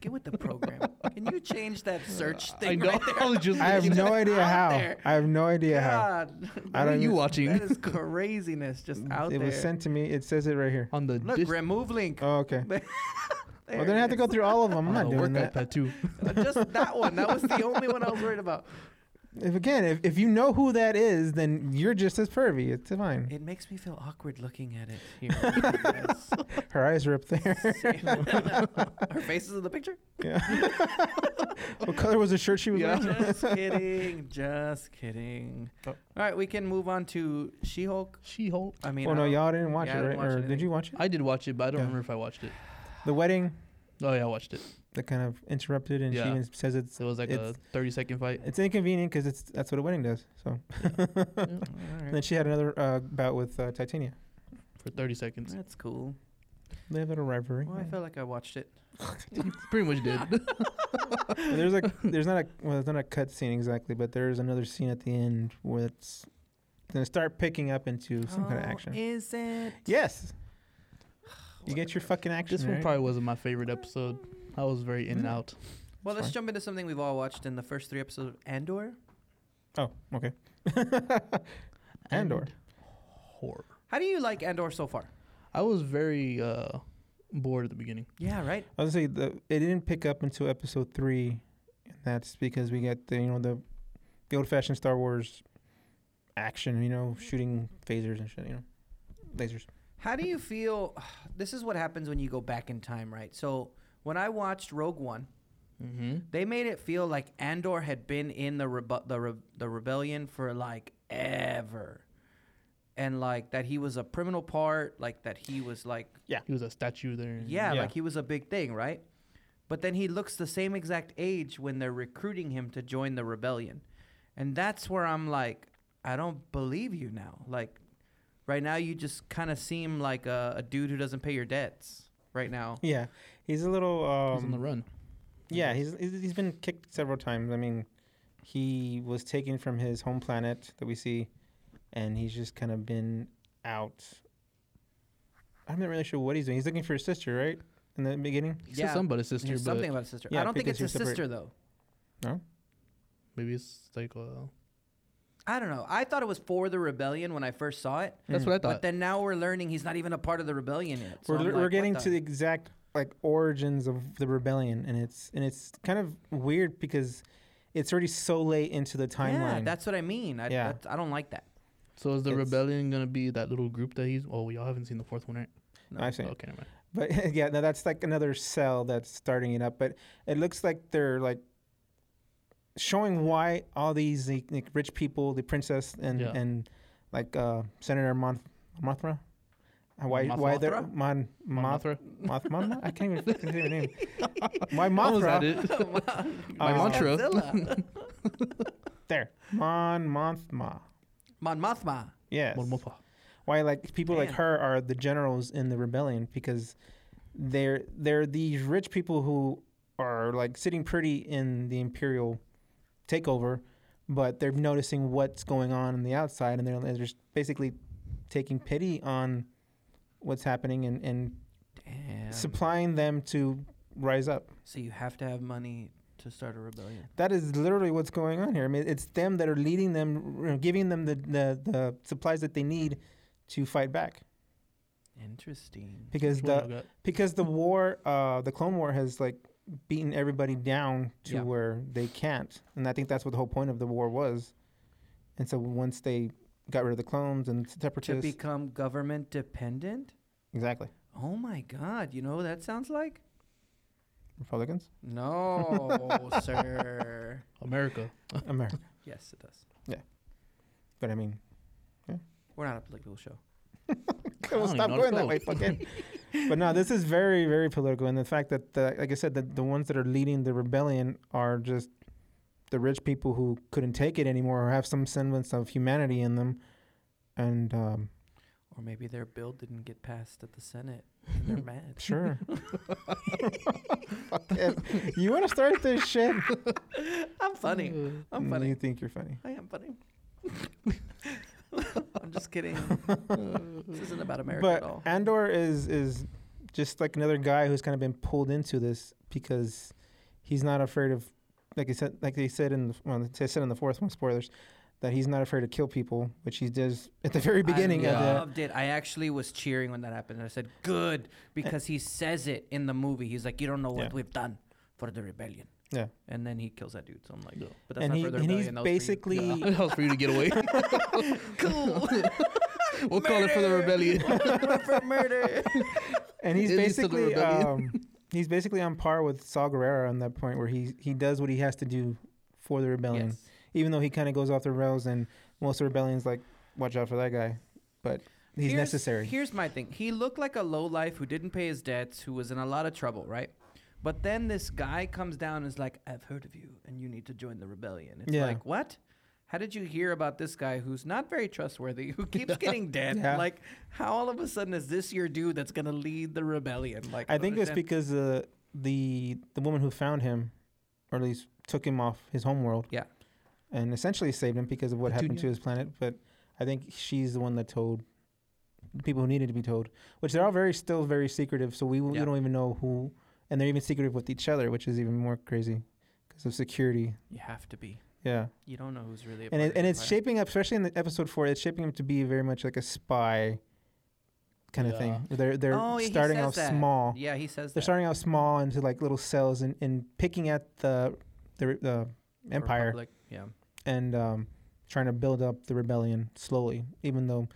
Speaker 2: Get with the program. Can you change that search
Speaker 3: I
Speaker 2: thing
Speaker 3: know.
Speaker 2: right there?
Speaker 3: I was just.
Speaker 1: I have no idea
Speaker 2: Out
Speaker 1: how.
Speaker 2: there.
Speaker 1: I have no idea how.
Speaker 2: God,
Speaker 1: I
Speaker 3: What are
Speaker 1: don't.
Speaker 3: you
Speaker 1: even-
Speaker 3: watching
Speaker 2: that is craziness just out
Speaker 1: it
Speaker 2: there.
Speaker 1: was sent to me. It says it right here.
Speaker 3: on the
Speaker 2: Look,
Speaker 3: dis-
Speaker 2: remove link.
Speaker 1: Oh, okay.
Speaker 2: There
Speaker 1: Well, then I
Speaker 2: it
Speaker 1: have to go
Speaker 2: is. Oh,
Speaker 1: through all of them. I'm
Speaker 3: on
Speaker 1: not
Speaker 3: the
Speaker 1: doing
Speaker 3: work
Speaker 1: that.
Speaker 3: iPad too.
Speaker 2: just that one. That was the only one I was worried about.
Speaker 1: If again, if, if you know who that is, then you're just as pervy. It's fine.
Speaker 2: It makes me feel awkward looking at it here.
Speaker 1: Her eyes are up there.
Speaker 2: Her face is in the picture.
Speaker 1: yeah. what color was the shirt she was
Speaker 3: Yeah.
Speaker 1: wearing?
Speaker 2: Just kidding. Just kidding.
Speaker 3: Oh.
Speaker 2: All right, we can move on to She-Hulk.
Speaker 3: She-Hulk.
Speaker 2: I mean,
Speaker 1: Oh
Speaker 2: I
Speaker 1: no,
Speaker 2: don't-
Speaker 1: y'all didn't watch
Speaker 2: Yeah, I
Speaker 1: it,
Speaker 2: didn't
Speaker 1: right?
Speaker 2: watch
Speaker 1: or
Speaker 2: anything.
Speaker 1: did you watch it?
Speaker 3: I did watch it, but I don't
Speaker 1: Yeah.
Speaker 3: remember if I watched it.
Speaker 1: The wedding
Speaker 3: Oh yeah, I watched it.
Speaker 1: that kind of interrupted, and she
Speaker 3: Yeah.
Speaker 1: even says it's
Speaker 3: So it was like a
Speaker 1: It's-
Speaker 3: thirty-second fight.
Speaker 1: it's inconvenient because it's that's what a wedding does. So
Speaker 2: All right.
Speaker 1: and then she had another uh, bout with uh, Titania.
Speaker 3: for 30 seconds.
Speaker 2: That's cool.
Speaker 1: They have a little rivalry.
Speaker 2: Well, Oh, I felt like I watched it.
Speaker 3: Pretty much did.
Speaker 1: But there's like there's not a well, there's not a cut scene exactly, but there's another scene at the end where it's gonna start picking up into some kind of
Speaker 2: Oh,
Speaker 1: action.
Speaker 2: Is it?
Speaker 1: Yes. You get your fucking action.
Speaker 3: this one
Speaker 1: right?
Speaker 3: probably wasn't my favorite episode. I was very
Speaker 1: Mm.
Speaker 3: in and out.
Speaker 2: Well, let's
Speaker 1: fine.
Speaker 2: jump into something we've all watched in the first three episodes of Andor.
Speaker 1: Oh, okay. Andor.
Speaker 3: horror.
Speaker 2: How do you like Andor so far?
Speaker 3: I was very uh, bored at the beginning.
Speaker 2: Yeah, right.
Speaker 1: I was gonna say the it didn't pick up until episode three, and that's because we got the you know the the old fashioned Star Wars action, you know, shooting phasers and shit, you know, lasers.
Speaker 2: How do you feel? This is what happens when you go back in time, right? So when I watched Rogue One,
Speaker 3: Mm-hmm.
Speaker 2: they made it feel like Andor had been in the rebe- the, re- the rebellion for like ever, and like that he was a criminal part, like that he was like
Speaker 3: He was a statue there.
Speaker 2: yeah,
Speaker 1: Yeah.
Speaker 2: like he was a big thing, right? But then he looks the same exact age when they're recruiting him to join the rebellion. And that's where I'm like, I don't believe you now. Like, right now, you just kind of seem like a, a dude who doesn't pay your debts right now.
Speaker 1: Yeah, he's a little.
Speaker 3: He
Speaker 1: Um,
Speaker 3: was on the run.
Speaker 1: Yeah, he's, he's he's been kicked several times. I mean, he was taken from his home planet that we see, and he's just kind of been out. I'm not really sure what he's doing. He's looking for his sister, right? In the beginning,
Speaker 3: He said something about his sister,
Speaker 2: There's
Speaker 3: but
Speaker 2: something about his sister. I
Speaker 1: Yeah,
Speaker 2: don't think it's
Speaker 1: because
Speaker 2: his
Speaker 1: you're separate.
Speaker 2: sister, though.
Speaker 3: maybe it's like uh,
Speaker 2: I don't know. I thought it was for the rebellion when I first saw it.
Speaker 1: Hmm.
Speaker 3: that's what I
Speaker 2: But
Speaker 3: thought.
Speaker 2: then now we're learning he's not even a part of the rebellion yet. So
Speaker 1: we're
Speaker 2: I'm
Speaker 1: we're
Speaker 2: like, what
Speaker 1: getting to the exact like origins of the rebellion, and it's and it's kind of weird because it's already so late into the
Speaker 2: Yeah,
Speaker 1: timeline.
Speaker 2: that's what I mean. I,
Speaker 1: Yeah.
Speaker 2: that's, I don't like that.
Speaker 3: so is the
Speaker 1: it's-
Speaker 3: rebellion gonna be that little group that he's? Oh, y'all haven't seen the fourth one, right? Oh,
Speaker 1: I've seen. it.
Speaker 3: Okay, never mind.
Speaker 1: But yeah, no, that's like another cell that's starting it up. But it looks like they're like showing why all these like, like, rich people, the princess and
Speaker 3: Yeah.
Speaker 1: and like uh, Senator Mon- Mothra, Uh, why why they're
Speaker 2: Mothra?
Speaker 1: Mon Moth
Speaker 3: Mothra.
Speaker 1: Moth Mothra? I can't even fucking say her name. Why
Speaker 3: I was
Speaker 1: Mothra?
Speaker 3: at it. My
Speaker 1: Uh,
Speaker 3: mantra.
Speaker 2: Godzilla.
Speaker 1: There, Mon Mothma.
Speaker 2: Mon Mothma.
Speaker 1: Yes.
Speaker 3: Mon Mothma.
Speaker 1: why like people like
Speaker 2: Man.
Speaker 1: her are the generals in the rebellion because they're they're these rich people who are like sitting pretty in the imperial takeover but they're noticing what's going on on the outside and they're, they're just basically taking pity on what's happening and, and
Speaker 2: Damn.
Speaker 1: supplying them to rise up
Speaker 2: so you have to have money to start a rebellion.
Speaker 1: that is literally what's going on here i mean it's them that are leading them you know, giving them the, the, the supplies that they need to fight back
Speaker 2: Interesting.
Speaker 1: because
Speaker 3: Which one
Speaker 1: the,
Speaker 3: y'all got?
Speaker 1: because the war, uh, the Clone War has like beaten everybody down to
Speaker 2: Yeah.
Speaker 1: where they can't, and I think that's what the whole point of the war was. And so once they got rid of the clones and
Speaker 2: To
Speaker 1: separatists,
Speaker 2: become government dependent?
Speaker 1: exactly
Speaker 2: Oh my God. You know what that sounds like?
Speaker 1: Republicans,
Speaker 2: No, sir.
Speaker 3: America.
Speaker 1: America.
Speaker 2: Yes, it does.
Speaker 1: But I mean,
Speaker 2: We're not a political show.
Speaker 1: come on,
Speaker 3: don't even
Speaker 1: stop
Speaker 3: know where to
Speaker 1: going that
Speaker 3: go.
Speaker 1: way, fucking. but no, this is very, very political, and the fact that, the, like I said, that the ones that are leading the rebellion are just the rich people who couldn't take it anymore, or have some semblance of humanity in them, and um,
Speaker 2: Or maybe their bill didn't get passed at the Senate. And they're mad.
Speaker 1: sure. Fuckhead. you want to start this shit?
Speaker 2: I'm funny. I'm
Speaker 1: You
Speaker 2: funny.
Speaker 1: think you're funny?
Speaker 2: I am funny. I'm just kidding.
Speaker 3: Uh,
Speaker 2: This isn't about America
Speaker 1: but
Speaker 2: at all.
Speaker 1: Andor is is just like another guy who's kind of been pulled into this because he's not afraid of like I said like they said in the well, they said in the fourth one spoilers that he's not afraid to kill people which he does at the very beginning
Speaker 2: I
Speaker 1: of that
Speaker 2: loved it. I actually was cheering when that happened. I said, "Good," because he says it in the movie. He's like, "You don't know what
Speaker 1: Yeah.
Speaker 2: we've done for the rebellion."
Speaker 1: Yeah.
Speaker 2: And then he kills that dude. So I'm like,
Speaker 3: Yeah.
Speaker 2: "But that's
Speaker 1: and
Speaker 2: not
Speaker 1: he
Speaker 2: for the
Speaker 1: and he's
Speaker 2: rebellion. that was for you."
Speaker 1: basically
Speaker 3: that was for you to get away.
Speaker 2: cool.
Speaker 3: we'll call it for the
Speaker 2: Murder.
Speaker 3: rebellion.
Speaker 2: for murder.
Speaker 1: and he's
Speaker 3: It leads to the
Speaker 1: basically
Speaker 3: rebellion.
Speaker 1: um, he's basically on par with Saul Guerrero on that point where he he does what he has to do for the rebellion
Speaker 2: Yes.
Speaker 1: even though he kind of goes off the rails and most of the rebellion's like watch out for that guy but he's
Speaker 2: Here's-
Speaker 1: necessary
Speaker 2: Here's my thing. He looked like a low life who didn't pay his debts, who was in a lot of trouble, right? But then this guy comes down and is like, I've heard of you and you need to join the rebellion. It's
Speaker 1: Yeah.
Speaker 2: like, what? How did you hear about this guy who's not very trustworthy, who keeps getting dead?
Speaker 1: Yeah.
Speaker 2: Like, how all of a sudden is this your dude that's gonna lead the rebellion? Like,
Speaker 1: I think it's
Speaker 2: understand-
Speaker 1: because uh, the the woman who found him, or at least took him off his homeworld.
Speaker 2: Yeah.
Speaker 1: And essentially saved him because of what happened
Speaker 3: Petunia.
Speaker 1: to his planet. But I think she's the one that told the people who needed to be told, which they're all very still very secretive. So we, we
Speaker 2: Yeah.
Speaker 1: don't even know who, and they're even secretive with each other, which is even more crazy because of security.
Speaker 2: you have to be.
Speaker 1: Yeah.
Speaker 2: You don't know who's really a
Speaker 1: And
Speaker 2: part
Speaker 1: it,
Speaker 2: of
Speaker 1: and
Speaker 2: the
Speaker 1: it's
Speaker 2: rebellion.
Speaker 1: shaping up, especially in the episode four, it's shaping him to be very much like a spy kind of
Speaker 3: Yeah.
Speaker 1: thing. They're they're
Speaker 2: Oh, he
Speaker 1: starting
Speaker 2: says
Speaker 1: off
Speaker 2: that.
Speaker 1: small.
Speaker 2: Yeah, he says
Speaker 1: They're
Speaker 2: that.
Speaker 1: starting out small into like little cells and, and picking at the the, the empire
Speaker 2: Republic, Yeah.
Speaker 1: and um, trying to build up the rebellion slowly, even though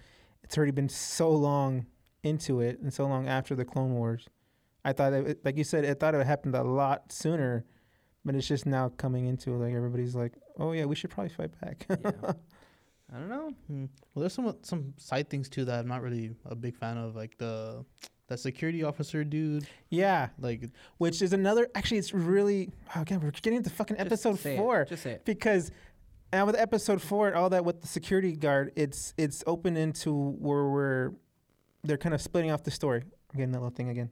Speaker 1: it's already been so long into it and so long after the Clone Wars. I thought, it- it, like you said, I thought it happened a lot sooner, but it's just now coming into like everybody's like, oh yeah, we should probably fight back.
Speaker 2: yeah. I don't know.
Speaker 3: Hmm. Well, there's some some side things too that I'm not really a big fan of, like the that security officer dude.
Speaker 1: yeah,
Speaker 3: Like,
Speaker 1: which is another. Actually, it's really oh god, we're getting into fucking
Speaker 2: Just
Speaker 1: episode
Speaker 2: say it.
Speaker 1: four.
Speaker 2: Just say it.
Speaker 1: because now with episode four and all that with the security guard, it's it's open into where we're they're kind of splitting off the story. I'm getting that little thing again,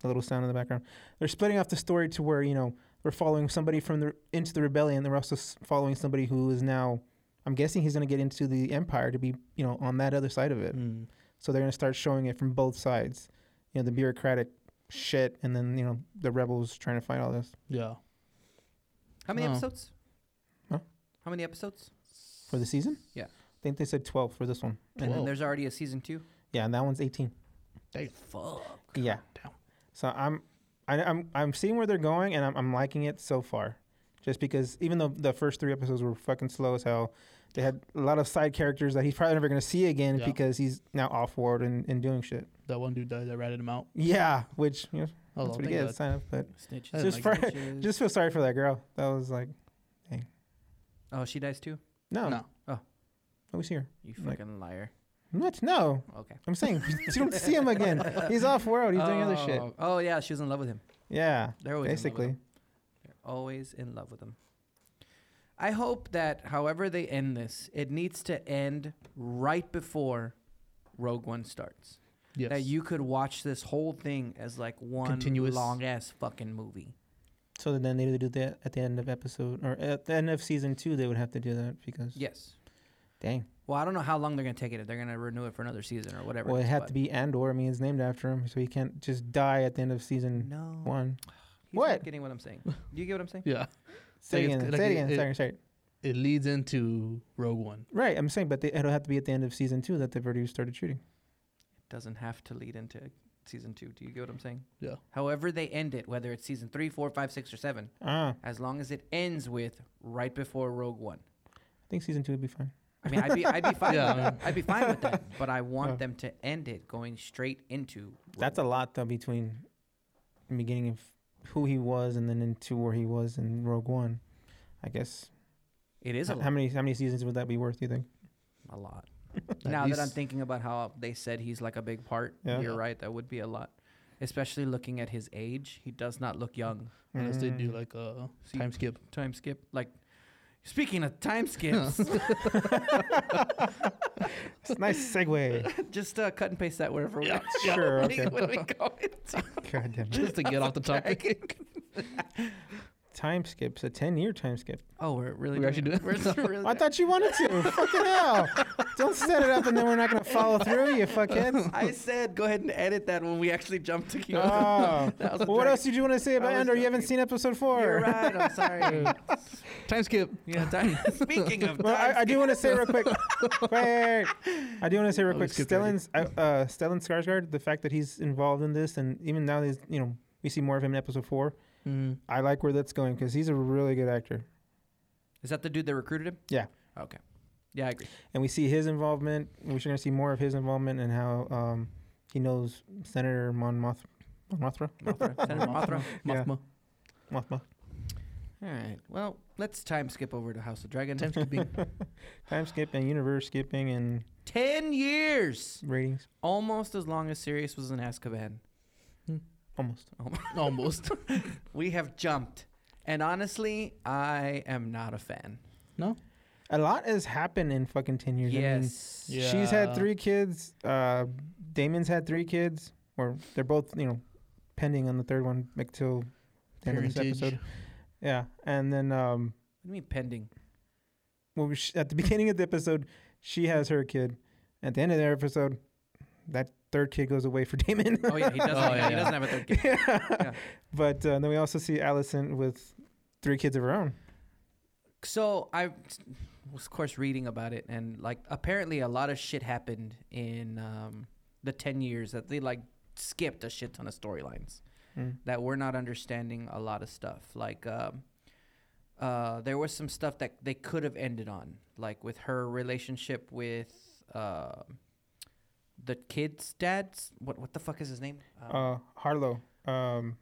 Speaker 1: the little sound in the background. They're splitting off the story to where you know we're following somebody from the into the rebellion. They're also s- following somebody who is now. I'm guessing he's going to get into the empire to be you know on that other side of it.
Speaker 3: hmm.
Speaker 1: So they're going to start showing it from both sides. You know the bureaucratic shit, and then you know the rebels trying to fight all this
Speaker 3: yeah,
Speaker 2: How many
Speaker 3: Oh.
Speaker 2: episodes?
Speaker 1: Huh?
Speaker 2: How many episodes?
Speaker 1: for the season.
Speaker 2: Yeah.
Speaker 1: I think they said 12 for this one.
Speaker 2: And then
Speaker 3: Whoa.
Speaker 2: there's already a season two.
Speaker 1: Yeah, and that one's 18.
Speaker 2: Fuck.
Speaker 1: Yeah.
Speaker 3: Damn.
Speaker 1: So I'm, I, I'm, I'm seeing where they're going, and I'm, I'm liking it so far. Just because even though the first three episodes were fucking slow as hell, they had a lot of side characters that he's probably never gonna see again
Speaker 3: Yeah.
Speaker 1: because he's now off world and, and doing shit.
Speaker 3: that one dude died. I ratted him out.
Speaker 1: Yeah, which you know,
Speaker 3: Oh,
Speaker 1: that's
Speaker 3: well,
Speaker 1: pretty
Speaker 3: thank
Speaker 1: good.
Speaker 3: God.
Speaker 1: Sign up, but
Speaker 2: Snitches.
Speaker 3: I didn't
Speaker 1: just for,
Speaker 3: like
Speaker 1: just feel sorry for that girl. That was like
Speaker 2: oh, she dies too.
Speaker 1: no, no,
Speaker 3: No.
Speaker 1: we see her.
Speaker 2: You
Speaker 1: Like-
Speaker 2: fucking liar.
Speaker 1: What? No,
Speaker 2: Okay.
Speaker 1: I'm saying you don't see him again. He's off world. He's doing other shit.
Speaker 2: Oh, Oh yeah, she was in love with him.
Speaker 1: Yeah,
Speaker 2: They're always In love with
Speaker 1: basically.
Speaker 2: him. They're always in love with him. I hope that however they end this, it needs to end right before Rogue One starts.
Speaker 3: Yes.
Speaker 2: That you could watch this whole thing as like one
Speaker 3: Continuous.
Speaker 2: long ass fucking movie.
Speaker 1: So then they would do that at the end of episode or at the end of season two. They would have to do that because
Speaker 2: Yes.
Speaker 1: dang.
Speaker 2: Well, I don't know how long they're gonna take it. If they're gonna renew it for another season or whatever.
Speaker 1: Well, it
Speaker 2: is,
Speaker 1: had
Speaker 2: but-
Speaker 1: to be Andor. I mean, it's named after him, so he can't just die at the end of season
Speaker 2: No.
Speaker 1: one.
Speaker 2: He's not
Speaker 1: What?
Speaker 2: Getting what I'm saying. Do you get what I'm saying?
Speaker 3: yeah,
Speaker 1: Say it
Speaker 3: Like, it's-
Speaker 1: again.
Speaker 3: like,
Speaker 1: say it
Speaker 3: it-
Speaker 1: again.
Speaker 3: it-
Speaker 1: sorry, sorry.
Speaker 3: it leads into Rogue One.
Speaker 1: Right, I'm saying, but they, it'll have to be at the end of season two that they've already started shooting.
Speaker 2: Doesn't have to lead into season two. Do you get what I'm saying?
Speaker 3: Yeah.
Speaker 2: However they end it, whether it's season three, four, five, six, or seven,
Speaker 1: Ah, I
Speaker 2: as long as it ends with right before Rogue One.
Speaker 1: think season two would be fine.
Speaker 2: I mean, I'd be, I'd be fine.
Speaker 3: Yeah,
Speaker 2: with
Speaker 3: I
Speaker 2: that. I'd be fine with that. But I want
Speaker 1: Yeah.
Speaker 2: them to end it going straight into.
Speaker 1: That's a lot though between the beginning of who he was and then into where he was in Rogue One. I guess.
Speaker 2: It is a
Speaker 1: H- how
Speaker 2: lot.
Speaker 1: many how many seasons would that be worth? Do you think?
Speaker 2: A lot.
Speaker 3: At
Speaker 2: now that I'm
Speaker 3: least-
Speaker 2: thinking about how they said he's like a big part,
Speaker 1: Yeah.
Speaker 2: you're
Speaker 3: Yeah.
Speaker 2: right. That would be a lot. especially looking at his age. He does not look young.
Speaker 3: Unless they do
Speaker 1: Mm.
Speaker 3: like a
Speaker 2: See-
Speaker 3: time skip.
Speaker 2: Time skip. Like, speaking of time skips,
Speaker 1: It's a nice segue.
Speaker 2: just uh, cut and paste that wherever we are.
Speaker 1: Sure.
Speaker 2: Like,
Speaker 1: Okay.
Speaker 2: what are we going to?
Speaker 1: God damn it.
Speaker 3: Just to get off the topic.
Speaker 1: Time skips. A ten year time skip. Oh,
Speaker 2: Oh, we're really
Speaker 3: We're actually
Speaker 2: doing
Speaker 3: doing
Speaker 2: it. We're really
Speaker 1: I thought you wanted to. Fucking hell. Don't set it up and then we're not gonna follow through, you fuckheads.
Speaker 2: I said go ahead and edit that when we actually jump to Q.
Speaker 1: Oh.
Speaker 2: That was a
Speaker 1: Well, what
Speaker 2: drag.
Speaker 1: else did you want to say about
Speaker 2: was
Speaker 1: Ender? You haven't
Speaker 2: joking.
Speaker 1: seen episode 4
Speaker 2: You're right. I'm sorry.
Speaker 3: time skip.
Speaker 2: yeah. Time, speaking of,
Speaker 1: Well,
Speaker 2: time
Speaker 1: I, I do want to say real quick. wait, I do want to say real
Speaker 3: Oh, we
Speaker 1: quick.
Speaker 3: skipped already.
Speaker 1: Stellan's uh, uh, Stellan Skarsgård. The fact that he's involved in this, and even now, he's you know we see more of him in episode four.
Speaker 2: Mm-hmm.
Speaker 3: Mm.
Speaker 1: I like where that's going because he's a really good actor,
Speaker 2: Is that the dude that recruited him?
Speaker 1: Yeah.
Speaker 2: Okay. Yeah, I agree.
Speaker 1: and we see his involvement. We're going to see more of his involvement and how um, he knows Senator Mon Moth, Mothra,
Speaker 2: Mothra. Senator Mothra.
Speaker 1: Yeah.
Speaker 3: Mothma.
Speaker 1: Mothma.
Speaker 2: All right. Well, let's time skip over to House of Dragon.
Speaker 3: Time skipping.
Speaker 1: Time skip and universe skipping and
Speaker 2: Ten years,
Speaker 1: ratings
Speaker 2: almost as long as Sirius was in Azkaban.
Speaker 1: almost.
Speaker 3: Almost.
Speaker 2: We have jumped, and honestly, I am not a fan.
Speaker 1: A lot has happened in fucking ten years. I mean,
Speaker 2: Yes.
Speaker 3: Yeah.
Speaker 1: She's had three kids. Uh, Damon's had three kids, or they're both, you know, pending on the third one like, till the end of this
Speaker 3: Parentage.
Speaker 1: episode. Yeah, and then um,
Speaker 2: What do you mean pending?
Speaker 1: well, we sh- at the beginning of the episode, she has her kid. At the end of the episode, that third kid goes away for Damon.
Speaker 2: Oh yeah, he doesn't.
Speaker 3: Oh, yeah,
Speaker 2: He
Speaker 3: yeah.
Speaker 2: doesn't have a third kid.
Speaker 1: But uh, then we also see Allison with three kids of her own.
Speaker 2: So I was, of course, reading about it, and like apparently a lot of shit happened in um, the ten years that they like skipped a shit ton of storylines
Speaker 1: Mm.
Speaker 2: that we're not understanding a lot of stuff. Like um, uh, there was some stuff that they could have ended on, like with her relationship with uh, the kid's dad's. What what the fuck is his name? Um,
Speaker 1: Uh, Harlow. Um,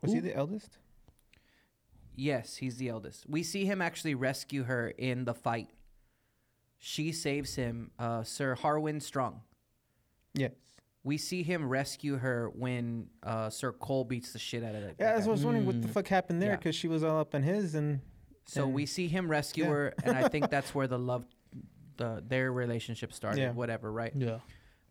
Speaker 1: was
Speaker 3: Who?
Speaker 1: he the eldest?
Speaker 2: Yes, he's the eldest. We see him actually rescue her in the fight. She saves him, uh, Sir Harwin Strong.
Speaker 1: Yes.
Speaker 2: We see him rescue her when uh, Sir Cole beats the shit out of that. that
Speaker 1: Yeah, that's
Speaker 2: guy.
Speaker 1: what I was wondering what the
Speaker 3: Mm.
Speaker 1: fuck happened there
Speaker 2: Yeah.
Speaker 1: because she was all up on his and
Speaker 2: So we see him rescue
Speaker 1: Yeah.
Speaker 2: her, and I think that's where the love, the their relationship started.
Speaker 1: Yeah.
Speaker 2: Whatever, right?
Speaker 3: Yeah.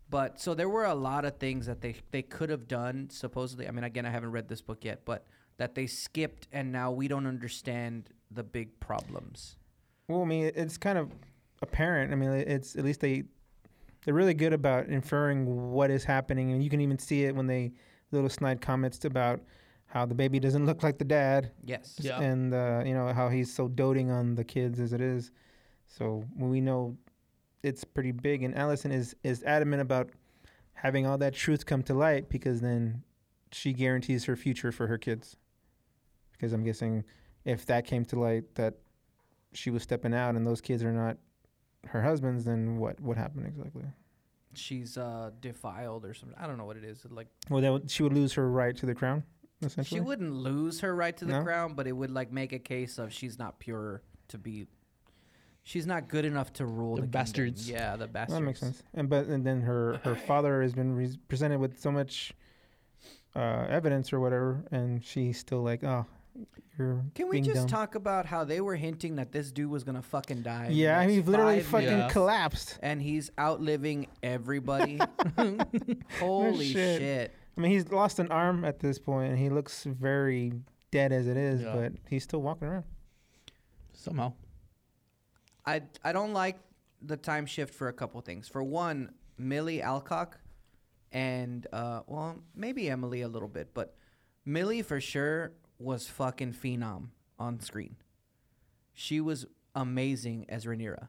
Speaker 2: But so there were a lot of things that they they could have done supposedly. I mean, again, I haven't read this book yet, but that they skipped, and now we don't understand the big problems.
Speaker 1: Well, I mean, it's kind of apparent. I mean, it's at least they they're really good about inferring what is happening, and you can even see it when they little snide comments about how the baby doesn't look like the dad,
Speaker 2: Yes.
Speaker 3: Yeah.
Speaker 1: and uh, you know how he's so doting on the kids as it is. So we know it's pretty big, and Allison is is adamant about having all that truth come to light because then she guarantees her future for her kids. Because I'm guessing if that came to light that she was stepping out and those kids are not her husband's, then what what happened exactly?
Speaker 2: she's uh defiled or something. I don't know what it is. Like
Speaker 1: Well, that would, she would lose her right to the crown, essentially.
Speaker 2: she wouldn't lose her right to the
Speaker 1: No?
Speaker 2: crown, but it would like make a case of she's not pure to be. She's not good enough to rule
Speaker 3: The
Speaker 2: the, kingdom.
Speaker 3: bastards.
Speaker 2: Yeah, the bastards.
Speaker 1: That makes sense. And but and then her her father has been re- presented with so much uh, evidence or whatever, and she's still like, oh, you're
Speaker 2: Can we
Speaker 1: being
Speaker 2: just
Speaker 1: dumb."
Speaker 2: talk about how they were hinting that this dude was gonna fucking die? in the
Speaker 1: Yeah,
Speaker 2: next
Speaker 1: he literally
Speaker 2: five
Speaker 1: fucking
Speaker 2: minutes,
Speaker 3: minutes.
Speaker 1: collapsed.
Speaker 2: and he's outliving everybody. Holy
Speaker 1: shit.
Speaker 2: shit.
Speaker 1: I mean, he's lost an arm at this point, and he looks very dead as it is,
Speaker 3: Yeah.
Speaker 1: but he's still walking around.
Speaker 3: Somehow.
Speaker 2: I I don't like the time shift for a couple things. For one, Millie Alcock and uh, well, maybe Emily a little bit, but Millie for sure was fucking phenom on screen. She was amazing as Rhaenyra.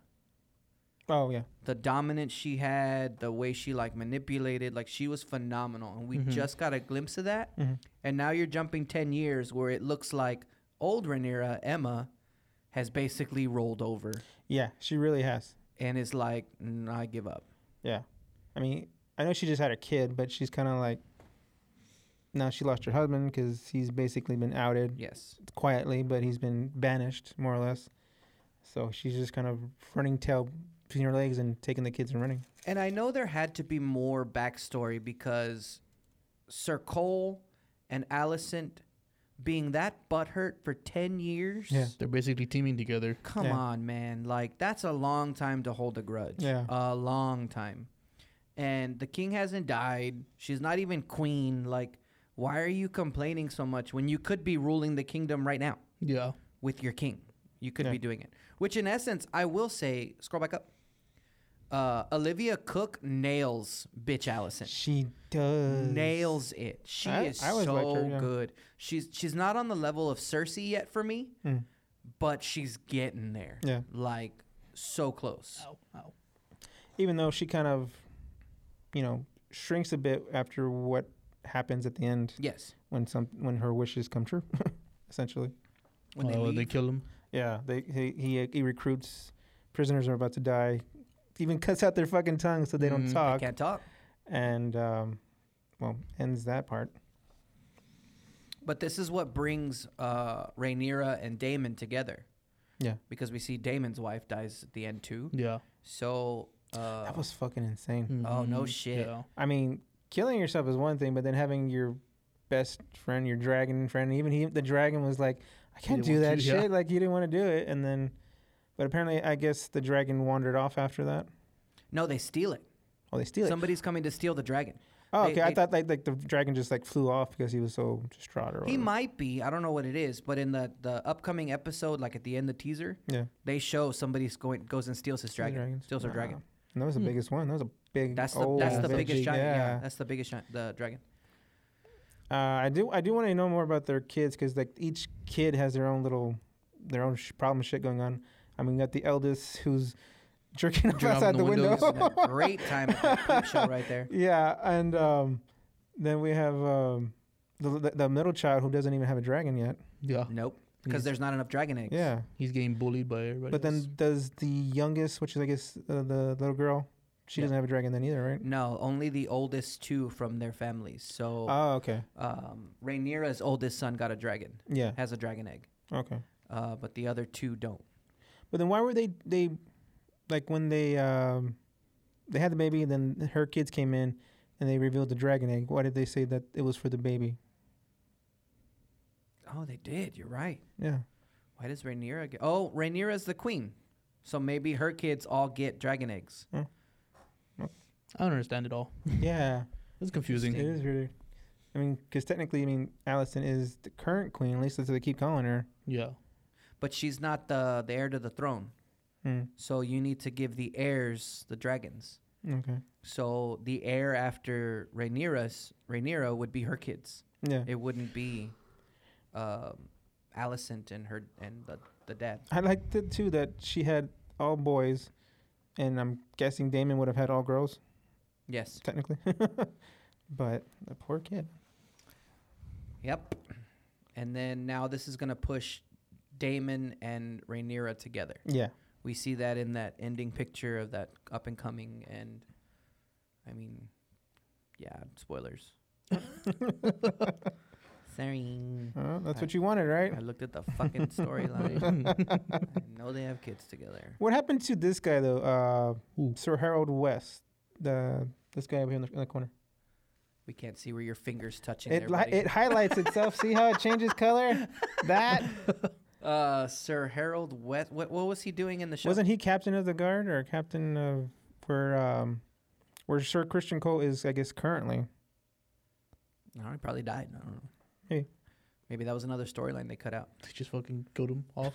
Speaker 1: Oh yeah,
Speaker 2: The dominance she had, the way she like manipulated, like she was phenomenal, and we
Speaker 3: Mhm.
Speaker 2: just got a glimpse of that.
Speaker 1: Mhm.
Speaker 2: And now you're jumping ten years where it looks like old Rhaenyra Emma has basically rolled over
Speaker 1: yeah, she really has.
Speaker 2: and is like, "Mm, I give up.
Speaker 1: Yeah. I mean, I know she just had a kid, but she's kind of like now she lost her husband because he's basically been outed
Speaker 2: Yes.
Speaker 1: quietly, but he's been banished more or less. So she's just kind of running tail between her legs and taking the kids and running.
Speaker 2: And I know there had to be more backstory because Sir Cole and Alicent being that butthurt for 10 years.
Speaker 1: Yeah.
Speaker 3: They're basically teaming together.
Speaker 2: Come
Speaker 1: Yeah.
Speaker 2: on, man. Like, that's a long time to hold a grudge.
Speaker 1: Yeah.
Speaker 2: A long time. And the king hasn't died. She's not even queen. Like, why are you complaining so much when you could be ruling the kingdom right now
Speaker 3: Yeah.
Speaker 2: with your king? You could
Speaker 1: Yeah.
Speaker 2: be doing it. Which, in essence, I will say, scroll back up. Uh, Olivia Cook nails bitch Allison
Speaker 1: She does.
Speaker 2: nails it. She
Speaker 1: I-
Speaker 2: is
Speaker 1: I always
Speaker 2: so
Speaker 1: liked her, yeah.
Speaker 2: good. She's she's not on the level of Cersei yet for me,
Speaker 1: Mm.
Speaker 2: but she's getting there.
Speaker 1: Yeah.
Speaker 2: Like so close.
Speaker 3: Ow, ow.
Speaker 1: Even though she kind of, you know, shrinks a bit after what happens at the end
Speaker 2: Yes.
Speaker 1: when some when her wishes come true, essentially.
Speaker 2: When they
Speaker 3: Oh,
Speaker 2: leave.
Speaker 3: kill him.
Speaker 1: Yeah, they he he, he recruits prisoners who are about to die, even cuts out their fucking tongues so they don't
Speaker 3: Mm.
Speaker 1: talk,
Speaker 2: Can't talk.
Speaker 1: and um, well, ends that part.
Speaker 2: But this is what brings uh Rhaenyra and Damon together.
Speaker 1: Yeah.
Speaker 2: Because we see Damon's wife dies at the end too.
Speaker 3: Yeah.
Speaker 2: So uh,
Speaker 1: That was fucking insane.
Speaker 2: Oh, no
Speaker 3: Mhm.
Speaker 2: shit.
Speaker 3: Yeah.
Speaker 1: I mean, killing yourself is one thing, but then having your best friend, your dragon friend, even he, the dragon was like, I can't
Speaker 3: didn't
Speaker 1: do
Speaker 3: want to,
Speaker 1: that
Speaker 3: yeah.
Speaker 1: shit. Like, you didn't want to do it. And then, but apparently, I guess the dragon wandered off after that.
Speaker 2: no, they steal it.
Speaker 1: Oh, they steal it.
Speaker 2: Somebody's coming to steal the dragon.
Speaker 1: Oh,
Speaker 2: they-
Speaker 1: okay. I
Speaker 2: they-
Speaker 1: thought like, like the dragon just like flew off because he was so distraught or
Speaker 2: He
Speaker 1: whatever.
Speaker 2: might be. I don't know what it is, but in the the upcoming episode, like at the end, the teaser,
Speaker 1: Yeah.
Speaker 2: they show somebody's going goes and steals his
Speaker 1: The
Speaker 2: dragon,
Speaker 1: dragons.
Speaker 2: steals her
Speaker 1: Wow.
Speaker 2: dragon. Hmm.
Speaker 1: And that was the biggest one. That was a big.
Speaker 2: That's the
Speaker 1: old
Speaker 2: that's the
Speaker 1: bitch.
Speaker 2: biggest giant. Yeah.
Speaker 1: Oh, Yeah.
Speaker 2: that's the biggest shi- the dragon.
Speaker 1: Uh, I do. I do want to know more about their kids because like each kid has their own little, their own sh- problem shit going on. I mean, you got the eldest who's jerking off
Speaker 3: Jerking off
Speaker 1: outside
Speaker 3: in
Speaker 1: the
Speaker 3: the
Speaker 1: window.
Speaker 3: windows,
Speaker 2: Yeah, great time at that peep show right there.
Speaker 1: yeah, and um, then we have um, the, the the middle child who doesn't even have a dragon yet.
Speaker 3: Yeah.
Speaker 2: Nope, because
Speaker 3: Yes.
Speaker 2: there's not enough dragon eggs.
Speaker 1: Yeah,
Speaker 3: He's getting bullied by everybody.
Speaker 1: but
Speaker 3: else.
Speaker 1: then does the youngest, which is I guess uh, the little girl, she
Speaker 2: Yeah.
Speaker 1: doesn't have a dragon then either, right?
Speaker 2: No, only the oldest two from their families. So,
Speaker 1: Oh, okay.
Speaker 2: um, Rhaenyra's oldest son got a dragon,
Speaker 1: Yeah.
Speaker 2: has a dragon egg,
Speaker 1: Okay.
Speaker 2: uh, but the other two don't.
Speaker 1: But then why were they they like when they um they had the baby and then her kids came in and they revealed the dragon egg, why did they say that it was for the baby?
Speaker 2: Oh, they did. You're right.
Speaker 1: Yeah.
Speaker 2: Why does Rhaenyra get? Oh, Rhaenyra's the queen, so maybe her kids all get dragon eggs.
Speaker 3: I don't understand it all.
Speaker 1: Yeah.
Speaker 3: It's
Speaker 1: it
Speaker 3: confusing.
Speaker 1: is really I mean, because technically, I mean, Allison is the current queen. At least that's what they keep calling her.
Speaker 3: Yeah.
Speaker 2: But she's not the the heir to the throne,
Speaker 1: Hmm.
Speaker 2: so you need to give the heirs the dragons.
Speaker 1: Okay.
Speaker 2: So the heir after Rhaenyra's Rhaenyra would be her kids.
Speaker 1: Yeah.
Speaker 2: It wouldn't be, um, Alicent and her and the the dad.
Speaker 1: I liked it too that she had all boys, and I'm guessing Damon would have had all girls
Speaker 2: Yes.
Speaker 1: technically. but the poor kid.
Speaker 2: Yep. And then now this is gonna push Damon and Rhaenyra together.
Speaker 1: Yeah.
Speaker 2: we see that in that ending picture of that up and coming and i mean yeah spoilers sorry
Speaker 1: Uh, that's what you wanted, right?
Speaker 2: i looked at the fucking storyline i know they have kids together
Speaker 1: What happened to this guy though? Uh,
Speaker 3: Who?
Speaker 1: Sir Harold West, the this guy over here in the, in the corner.
Speaker 2: we can't see where your fingers touching
Speaker 1: It
Speaker 2: there,
Speaker 1: li-
Speaker 2: buddy.
Speaker 1: it highlights itself. See how it changes color? That
Speaker 2: uh sir harold west what, what was he doing in the show
Speaker 1: wasn't he captain of the guard or captain of where um where Sir Christian Cole is, I guess currently.
Speaker 2: no, he probably died i don't know
Speaker 1: Hey.
Speaker 2: maybe that was another storyline they cut out
Speaker 3: They just fucking killed him off.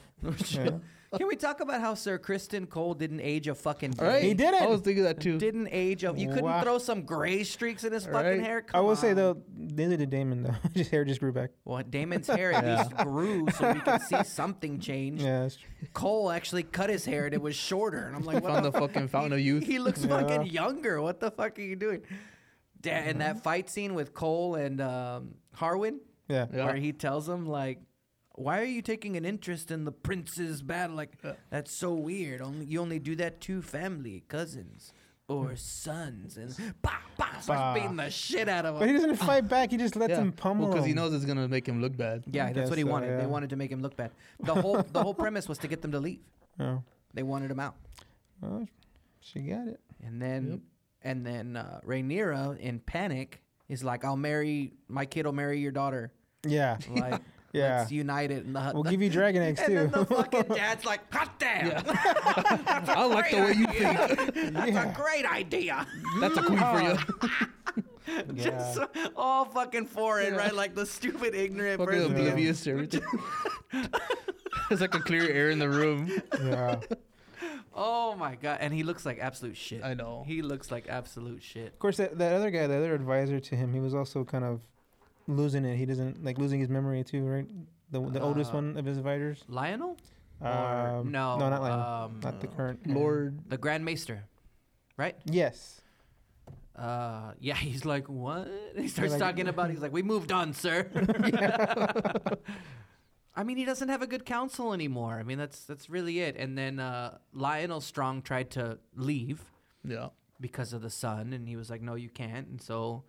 Speaker 1: Yeah.
Speaker 2: can we talk about how sir kristen cole didn't age a fucking day?
Speaker 1: He did
Speaker 3: I
Speaker 1: it.
Speaker 3: was thinking that too.
Speaker 2: didn't age up. You couldn't
Speaker 1: Wow.
Speaker 2: throw some gray streaks in his fucking
Speaker 3: Right.
Speaker 2: hair.
Speaker 1: I
Speaker 2: Come
Speaker 1: will say
Speaker 2: on.
Speaker 1: though, neither did Damon though. His hair just grew back.
Speaker 2: well, Damon's hair at
Speaker 3: Yeah.
Speaker 2: least grew, so we could see something change.
Speaker 1: Yeah, that's true.
Speaker 2: Cole actually cut his hair, and it was shorter. And I'm like, what
Speaker 3: Found the fucking fountain of youth.
Speaker 2: He looks
Speaker 1: Yeah.
Speaker 2: fucking younger. What the fuck are you doing? Da-
Speaker 1: Mm-hmm.
Speaker 2: And that fight scene with Cole and um, Harwin,
Speaker 1: yeah.
Speaker 3: Yeah.
Speaker 2: where he tells him like. Why are you taking an interest in the prince's battle? Like, that's so weird. Only you only do that to family, cousins,
Speaker 1: Mm.
Speaker 2: or sons, and bah, bah,
Speaker 1: Bah.
Speaker 2: starts beating the shit out of him.
Speaker 1: But he doesn't fight back. He just lets him pummel.
Speaker 3: because he
Speaker 1: him.
Speaker 3: knows it's gonna make him look bad.
Speaker 2: Yeah,
Speaker 1: I
Speaker 2: that's what he
Speaker 1: guess so,
Speaker 2: wanted. They
Speaker 1: yeah.
Speaker 2: wanted to make him look bad. The whole the whole premise was to get them to leave.
Speaker 1: Oh,
Speaker 2: They wanted him out.
Speaker 1: well, she got it.
Speaker 2: And then and then uh, Rhaenyra in panic He's like, I'll marry my kid. Will marry your daughter.
Speaker 1: Yeah.
Speaker 2: Like,
Speaker 1: Yeah.
Speaker 2: let's unite it. And the,
Speaker 1: We'll give you dragon eggs
Speaker 2: and
Speaker 1: too.
Speaker 2: then the fucking dad's like, hot damn!
Speaker 3: I like the way you think.
Speaker 2: That's
Speaker 1: Yeah.
Speaker 2: a great idea.
Speaker 3: That's a queen for you.
Speaker 2: Just all fucking foreign, right? Like the stupid, ignorant
Speaker 3: Fucking
Speaker 2: person.
Speaker 1: Yeah.
Speaker 3: oblivious to everything. There's like a clear air in the room.
Speaker 1: yeah.
Speaker 2: Oh my god! And he looks like absolute shit.
Speaker 3: I know.
Speaker 2: He looks like absolute shit.
Speaker 1: Of course, that, that other guy, the other advisor to him, he was also kind of losing it. He doesn't like losing his memory too, right? The the oldest
Speaker 2: Uh,
Speaker 1: one of his advisors.
Speaker 2: Lionel? Or-
Speaker 1: Um,
Speaker 2: no,
Speaker 1: no, not Lionel.
Speaker 2: um,
Speaker 1: not the current uh,
Speaker 3: Lord,
Speaker 2: The Grand Maester, right?
Speaker 1: Yes.
Speaker 2: Uh, yeah. He's like, what? He starts
Speaker 1: like-
Speaker 2: talking about. He's like, we moved on, sir. I mean, he doesn't have a good counsel anymore. I mean, that's that's really it. And then uh, Lionel Strong tried to leave.
Speaker 3: yeah,
Speaker 2: because of the sun and he was like no you can't and so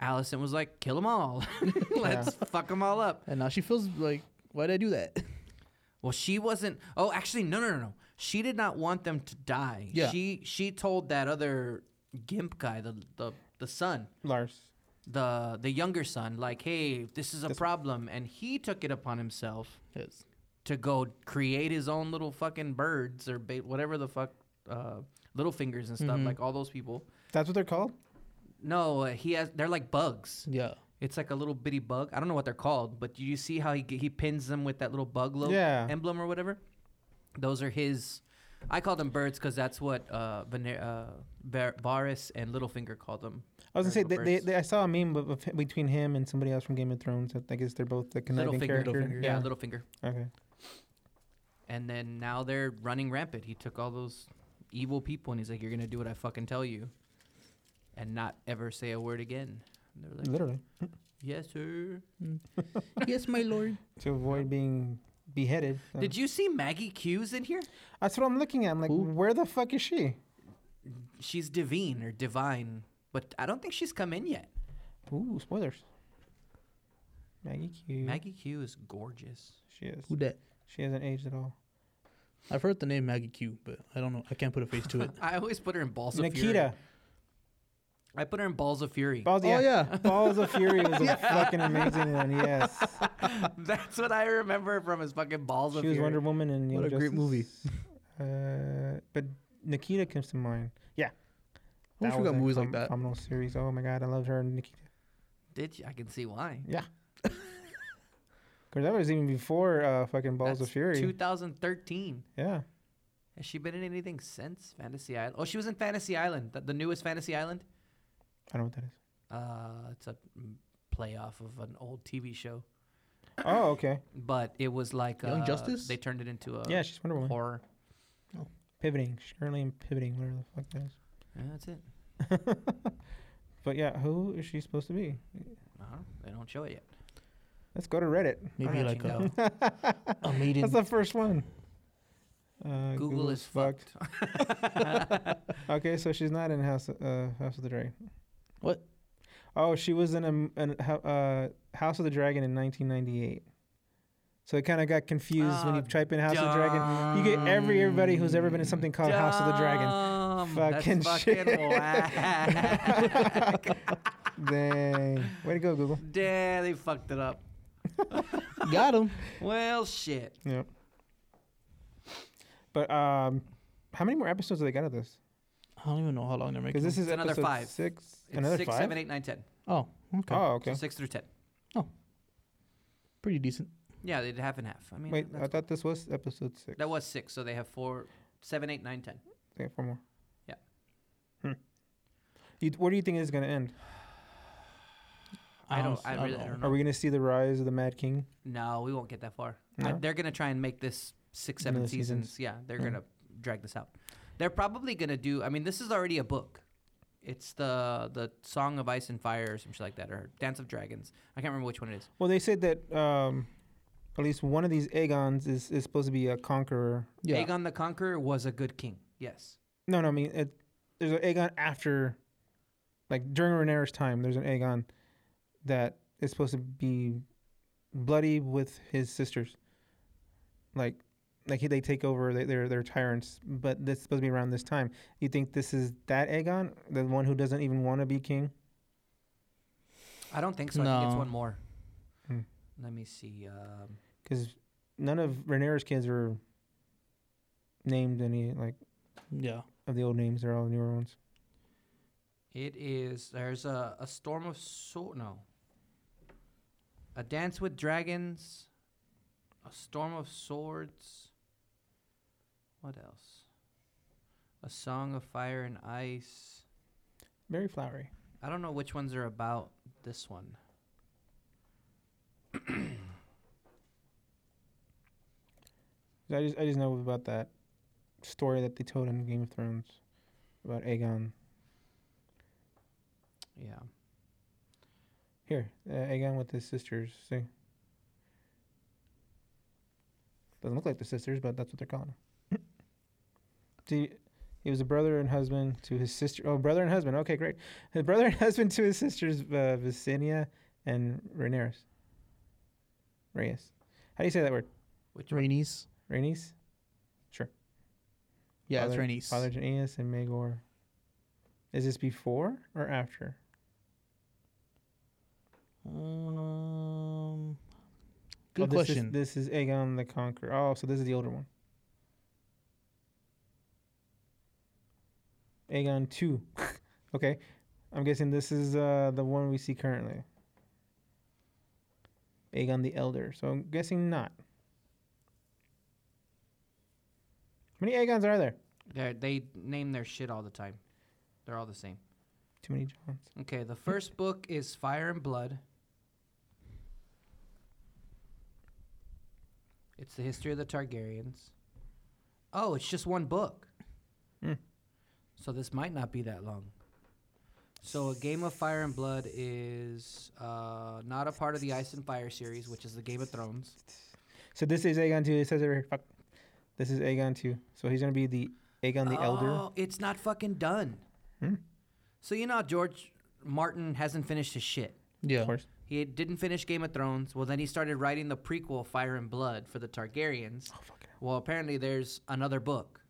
Speaker 2: allison was like kill them all let's fuck them all up
Speaker 3: and now she feels like, why did I do that?
Speaker 2: well she wasn't oh actually no no no no she did not want them to die
Speaker 3: Yeah.
Speaker 2: she she told that other gimp guy the the, the son
Speaker 1: Lars.
Speaker 2: the the younger son like hey this is a problem and he took it upon himself
Speaker 3: Yes.
Speaker 2: to go create his own little fucking birds or ba- whatever the fuck uh, little fingers and stuff
Speaker 1: Mm-hmm.
Speaker 2: like all those people
Speaker 1: That's what they're called.
Speaker 2: no uh, he has they're like bugs
Speaker 3: Yeah.
Speaker 2: It's like a little bitty bug. I don't know what they're called, but do you see how he g- he pins them with that little bug logo
Speaker 1: Yeah.
Speaker 2: emblem or whatever? Those are his. I call them birds because that's what uh, Vener- uh, Var- Varus and Littlefinger called them.
Speaker 1: I was gonna say
Speaker 2: Birds
Speaker 1: they,
Speaker 2: were
Speaker 1: they,
Speaker 2: birds.
Speaker 1: they, I saw a meme of, of, between him and somebody else from Game of Thrones. that I guess they're both the conniving
Speaker 2: Littlefinger,
Speaker 1: character.
Speaker 3: Littlefinger,
Speaker 2: yeah, Littlefinger.
Speaker 1: Okay.
Speaker 2: And then now they're running rampant. He took all those evil people and he's like, "You're gonna do what I fucking tell you, and not ever say a word again." And they're like,
Speaker 1: Literally
Speaker 2: "Yes, sir."
Speaker 3: yes, my lord.
Speaker 1: to avoid being beheaded. so.
Speaker 2: Did you see Maggie Q's in here?
Speaker 1: That's what I'm looking at. I'm like,
Speaker 3: Who?
Speaker 1: where the fuck is she?
Speaker 2: She's divine or divine, but I don't think she's come in yet.
Speaker 1: Mm-hmm. Ooh, spoilers. Maggie Q.
Speaker 2: Maggie Q is gorgeous.
Speaker 1: She is.
Speaker 3: Who that?
Speaker 1: She hasn't aged at all.
Speaker 3: I've heard the name Maggie Q, but I don't know. I can't put a face to it.
Speaker 2: I always put her in Balls of Fury.
Speaker 1: Nikita.
Speaker 2: I put her in Balls of Fury.
Speaker 1: Balls,
Speaker 3: Oh,
Speaker 1: yeah.
Speaker 3: yeah.
Speaker 1: Balls of Fury was a fucking amazing one. Yes.
Speaker 2: That's what I remember from his fucking Balls of
Speaker 1: she was
Speaker 2: Fury.
Speaker 1: Wonder Woman and Young
Speaker 3: What a great movie.
Speaker 1: movie. Uh, but Nikita comes to mind. Yeah.
Speaker 3: I wish
Speaker 1: That
Speaker 3: we
Speaker 1: was
Speaker 3: got
Speaker 1: a
Speaker 3: movies like
Speaker 1: phen-
Speaker 3: that.
Speaker 1: Phenomenal series. Oh my god, I loved her and Nikita.
Speaker 2: Did you? I can see why.
Speaker 1: Yeah. Cause that was even before uh, fucking Balls of
Speaker 2: That's
Speaker 1: Fury.
Speaker 2: 2013.
Speaker 1: yeah.
Speaker 2: Has she been in anything since Fantasy Island? Oh, she was in Fantasy Island, the, the newest Fantasy Island.
Speaker 1: I don't know what that is.
Speaker 2: Uh, it's a mm, playoff of an old TV show,
Speaker 1: Oh, okay.
Speaker 2: but it was like
Speaker 3: Young
Speaker 2: uh,
Speaker 3: Justice?
Speaker 2: They turned it into a
Speaker 3: Uh,
Speaker 1: Yeah, she's Wonder Woman.
Speaker 2: horror.
Speaker 1: Pivoting. She's currently in pivoting, whatever the fuck that is.
Speaker 2: Yeah, that's it.
Speaker 1: But yeah, who is she supposed to be?
Speaker 2: I don't know. Uh-huh. They don't show it yet.
Speaker 1: Let's go to Reddit.
Speaker 3: Maybe
Speaker 2: I'll
Speaker 3: like
Speaker 2: let you
Speaker 3: a, a maiden.
Speaker 1: That's the first one. Uh,
Speaker 2: Google, is fucked.
Speaker 1: Okay, so she's not in House uh, House of the Dragon.
Speaker 3: What?
Speaker 1: Oh, she was in a m- an, ho- uh, House of the Dragon in 1998. So it kind of got confused when you
Speaker 2: Ah,
Speaker 1: type in House of the Dragon. You get every everybody who's ever been in something called House of the Dragon.
Speaker 2: Dumb.
Speaker 1: Fucking
Speaker 2: That's
Speaker 1: shit.
Speaker 2: fucking whack.
Speaker 1: Dang, way to go, Google.
Speaker 2: Damn, they fucked it up.
Speaker 3: Got him.
Speaker 2: Well, shit.
Speaker 1: Yep. But um, how many more episodes do they got of this?
Speaker 3: I don't even know how long they're making.
Speaker 1: Because this
Speaker 3: them.
Speaker 1: is
Speaker 2: another
Speaker 1: episode
Speaker 2: five.
Speaker 1: Six.
Speaker 2: It's
Speaker 1: another
Speaker 2: six,
Speaker 1: five.
Speaker 2: seven, eight, nine, ten.
Speaker 3: Oh, okay.
Speaker 1: Oh,
Speaker 2: So
Speaker 1: okay.
Speaker 2: six through ten.
Speaker 3: Pretty decent.
Speaker 2: Yeah, they did half and half. I mean,
Speaker 1: Wait, I
Speaker 2: that's-
Speaker 1: thought this was episode six.
Speaker 2: that was six, so they have four, seven, eight, nine, ten.
Speaker 1: Okay, four more.
Speaker 2: Yeah.
Speaker 1: Hmm. You, where do you think it's gonna end?
Speaker 2: I don't-
Speaker 3: honestly-
Speaker 2: I really- I don't
Speaker 1: Are we gonna see the rise of the Mad King?
Speaker 2: No, we won't get that far. I-
Speaker 1: No?
Speaker 2: they're gonna try and make this six, seven
Speaker 1: Another
Speaker 2: seasons.
Speaker 1: seasons.
Speaker 2: Yeah, they're
Speaker 1: Mm.
Speaker 2: gonna drag this out. They're probably gonna do. I mean, this is already a book. It's the the Song of Ice and Fire or some shit like that, or Dance of Dragons. I can't remember which one it is.
Speaker 1: Well, they said that um, at least one of these Aegons is, is supposed to be a conqueror.
Speaker 3: Yeah.
Speaker 2: Aegon the Conqueror was a good king. Yes.
Speaker 1: No, no, I mean it, there's an Aegon after, like during Rhaenyra's time. There's an Aegon that is supposed to be bloody with his sisters. Like, like he, they take over. They, they're they're tyrants. But this is supposed to be around this time. You think this is that Aegon, the one who doesn't even want to be king?
Speaker 2: I don't think so. I think it's
Speaker 3: No.
Speaker 2: one more.
Speaker 1: Hmm.
Speaker 2: Let me see. Um,
Speaker 1: because none of Rhaenyra's kids were named any like
Speaker 3: Yeah.
Speaker 1: of the old names. They're all newer ones.
Speaker 2: it is. There's a, a storm of sword. No. A dance with dragons. A storm of swords. What else? A song of fire and ice.
Speaker 1: Very flowery.
Speaker 2: I don't know which ones are about this one.
Speaker 1: I just I just know about that story that they told in Game of Thrones about Aegon.
Speaker 2: Yeah.
Speaker 1: Here, uh, Aegon with his sisters. See, doesn't look like the sisters, but that's what they're calling him. See, he was a brother and husband to his sister. Oh, brother and husband. Okay, great. His brother and husband to his sisters, uh, Visenya and Rhaenyra. Reyes. How do you say that word?
Speaker 2: Which one?
Speaker 3: Rainies.
Speaker 1: Rhaenys.
Speaker 3: Yeah, it's
Speaker 1: Father-
Speaker 3: Rainies.
Speaker 1: Father Aeneas and Magor. Is this before or after?
Speaker 3: Um,
Speaker 1: Oh,
Speaker 3: good
Speaker 1: this
Speaker 3: question.
Speaker 1: Is, this is Aegon the Conqueror. Oh, so this is the older one. Aegon 2. okay. I'm guessing this is uh, the one we see currently. Aegon the Elder. So I'm guessing not. How many Aegons are there?
Speaker 2: They're, they name their shit all the time. They're all the same.
Speaker 1: Too many Johns.
Speaker 2: Okay, the first book is Fire and Blood. It's the history of the Targaryens. Oh, it's just one book.
Speaker 1: Hmm.
Speaker 2: So this might not be that long. So a Game of Fire and Blood is uh, not a part of the Ice and Fire series, which is the Game of Thrones.
Speaker 1: So this is Aegon 2. It says it right here. Fuck. This is Aegon 2. So he's going to be the Aegon the Elder.
Speaker 2: Oh, it's not fucking done.
Speaker 1: Hmm.
Speaker 2: So you know how George Martin hasn't finished his shit.
Speaker 1: Of
Speaker 3: yeah.
Speaker 1: course.
Speaker 2: He didn't finish Game of Thrones. Well, then he started writing the prequel Fire and Blood for the Targaryens.
Speaker 1: Oh, fucking hell.
Speaker 2: Well, apparently there's another book.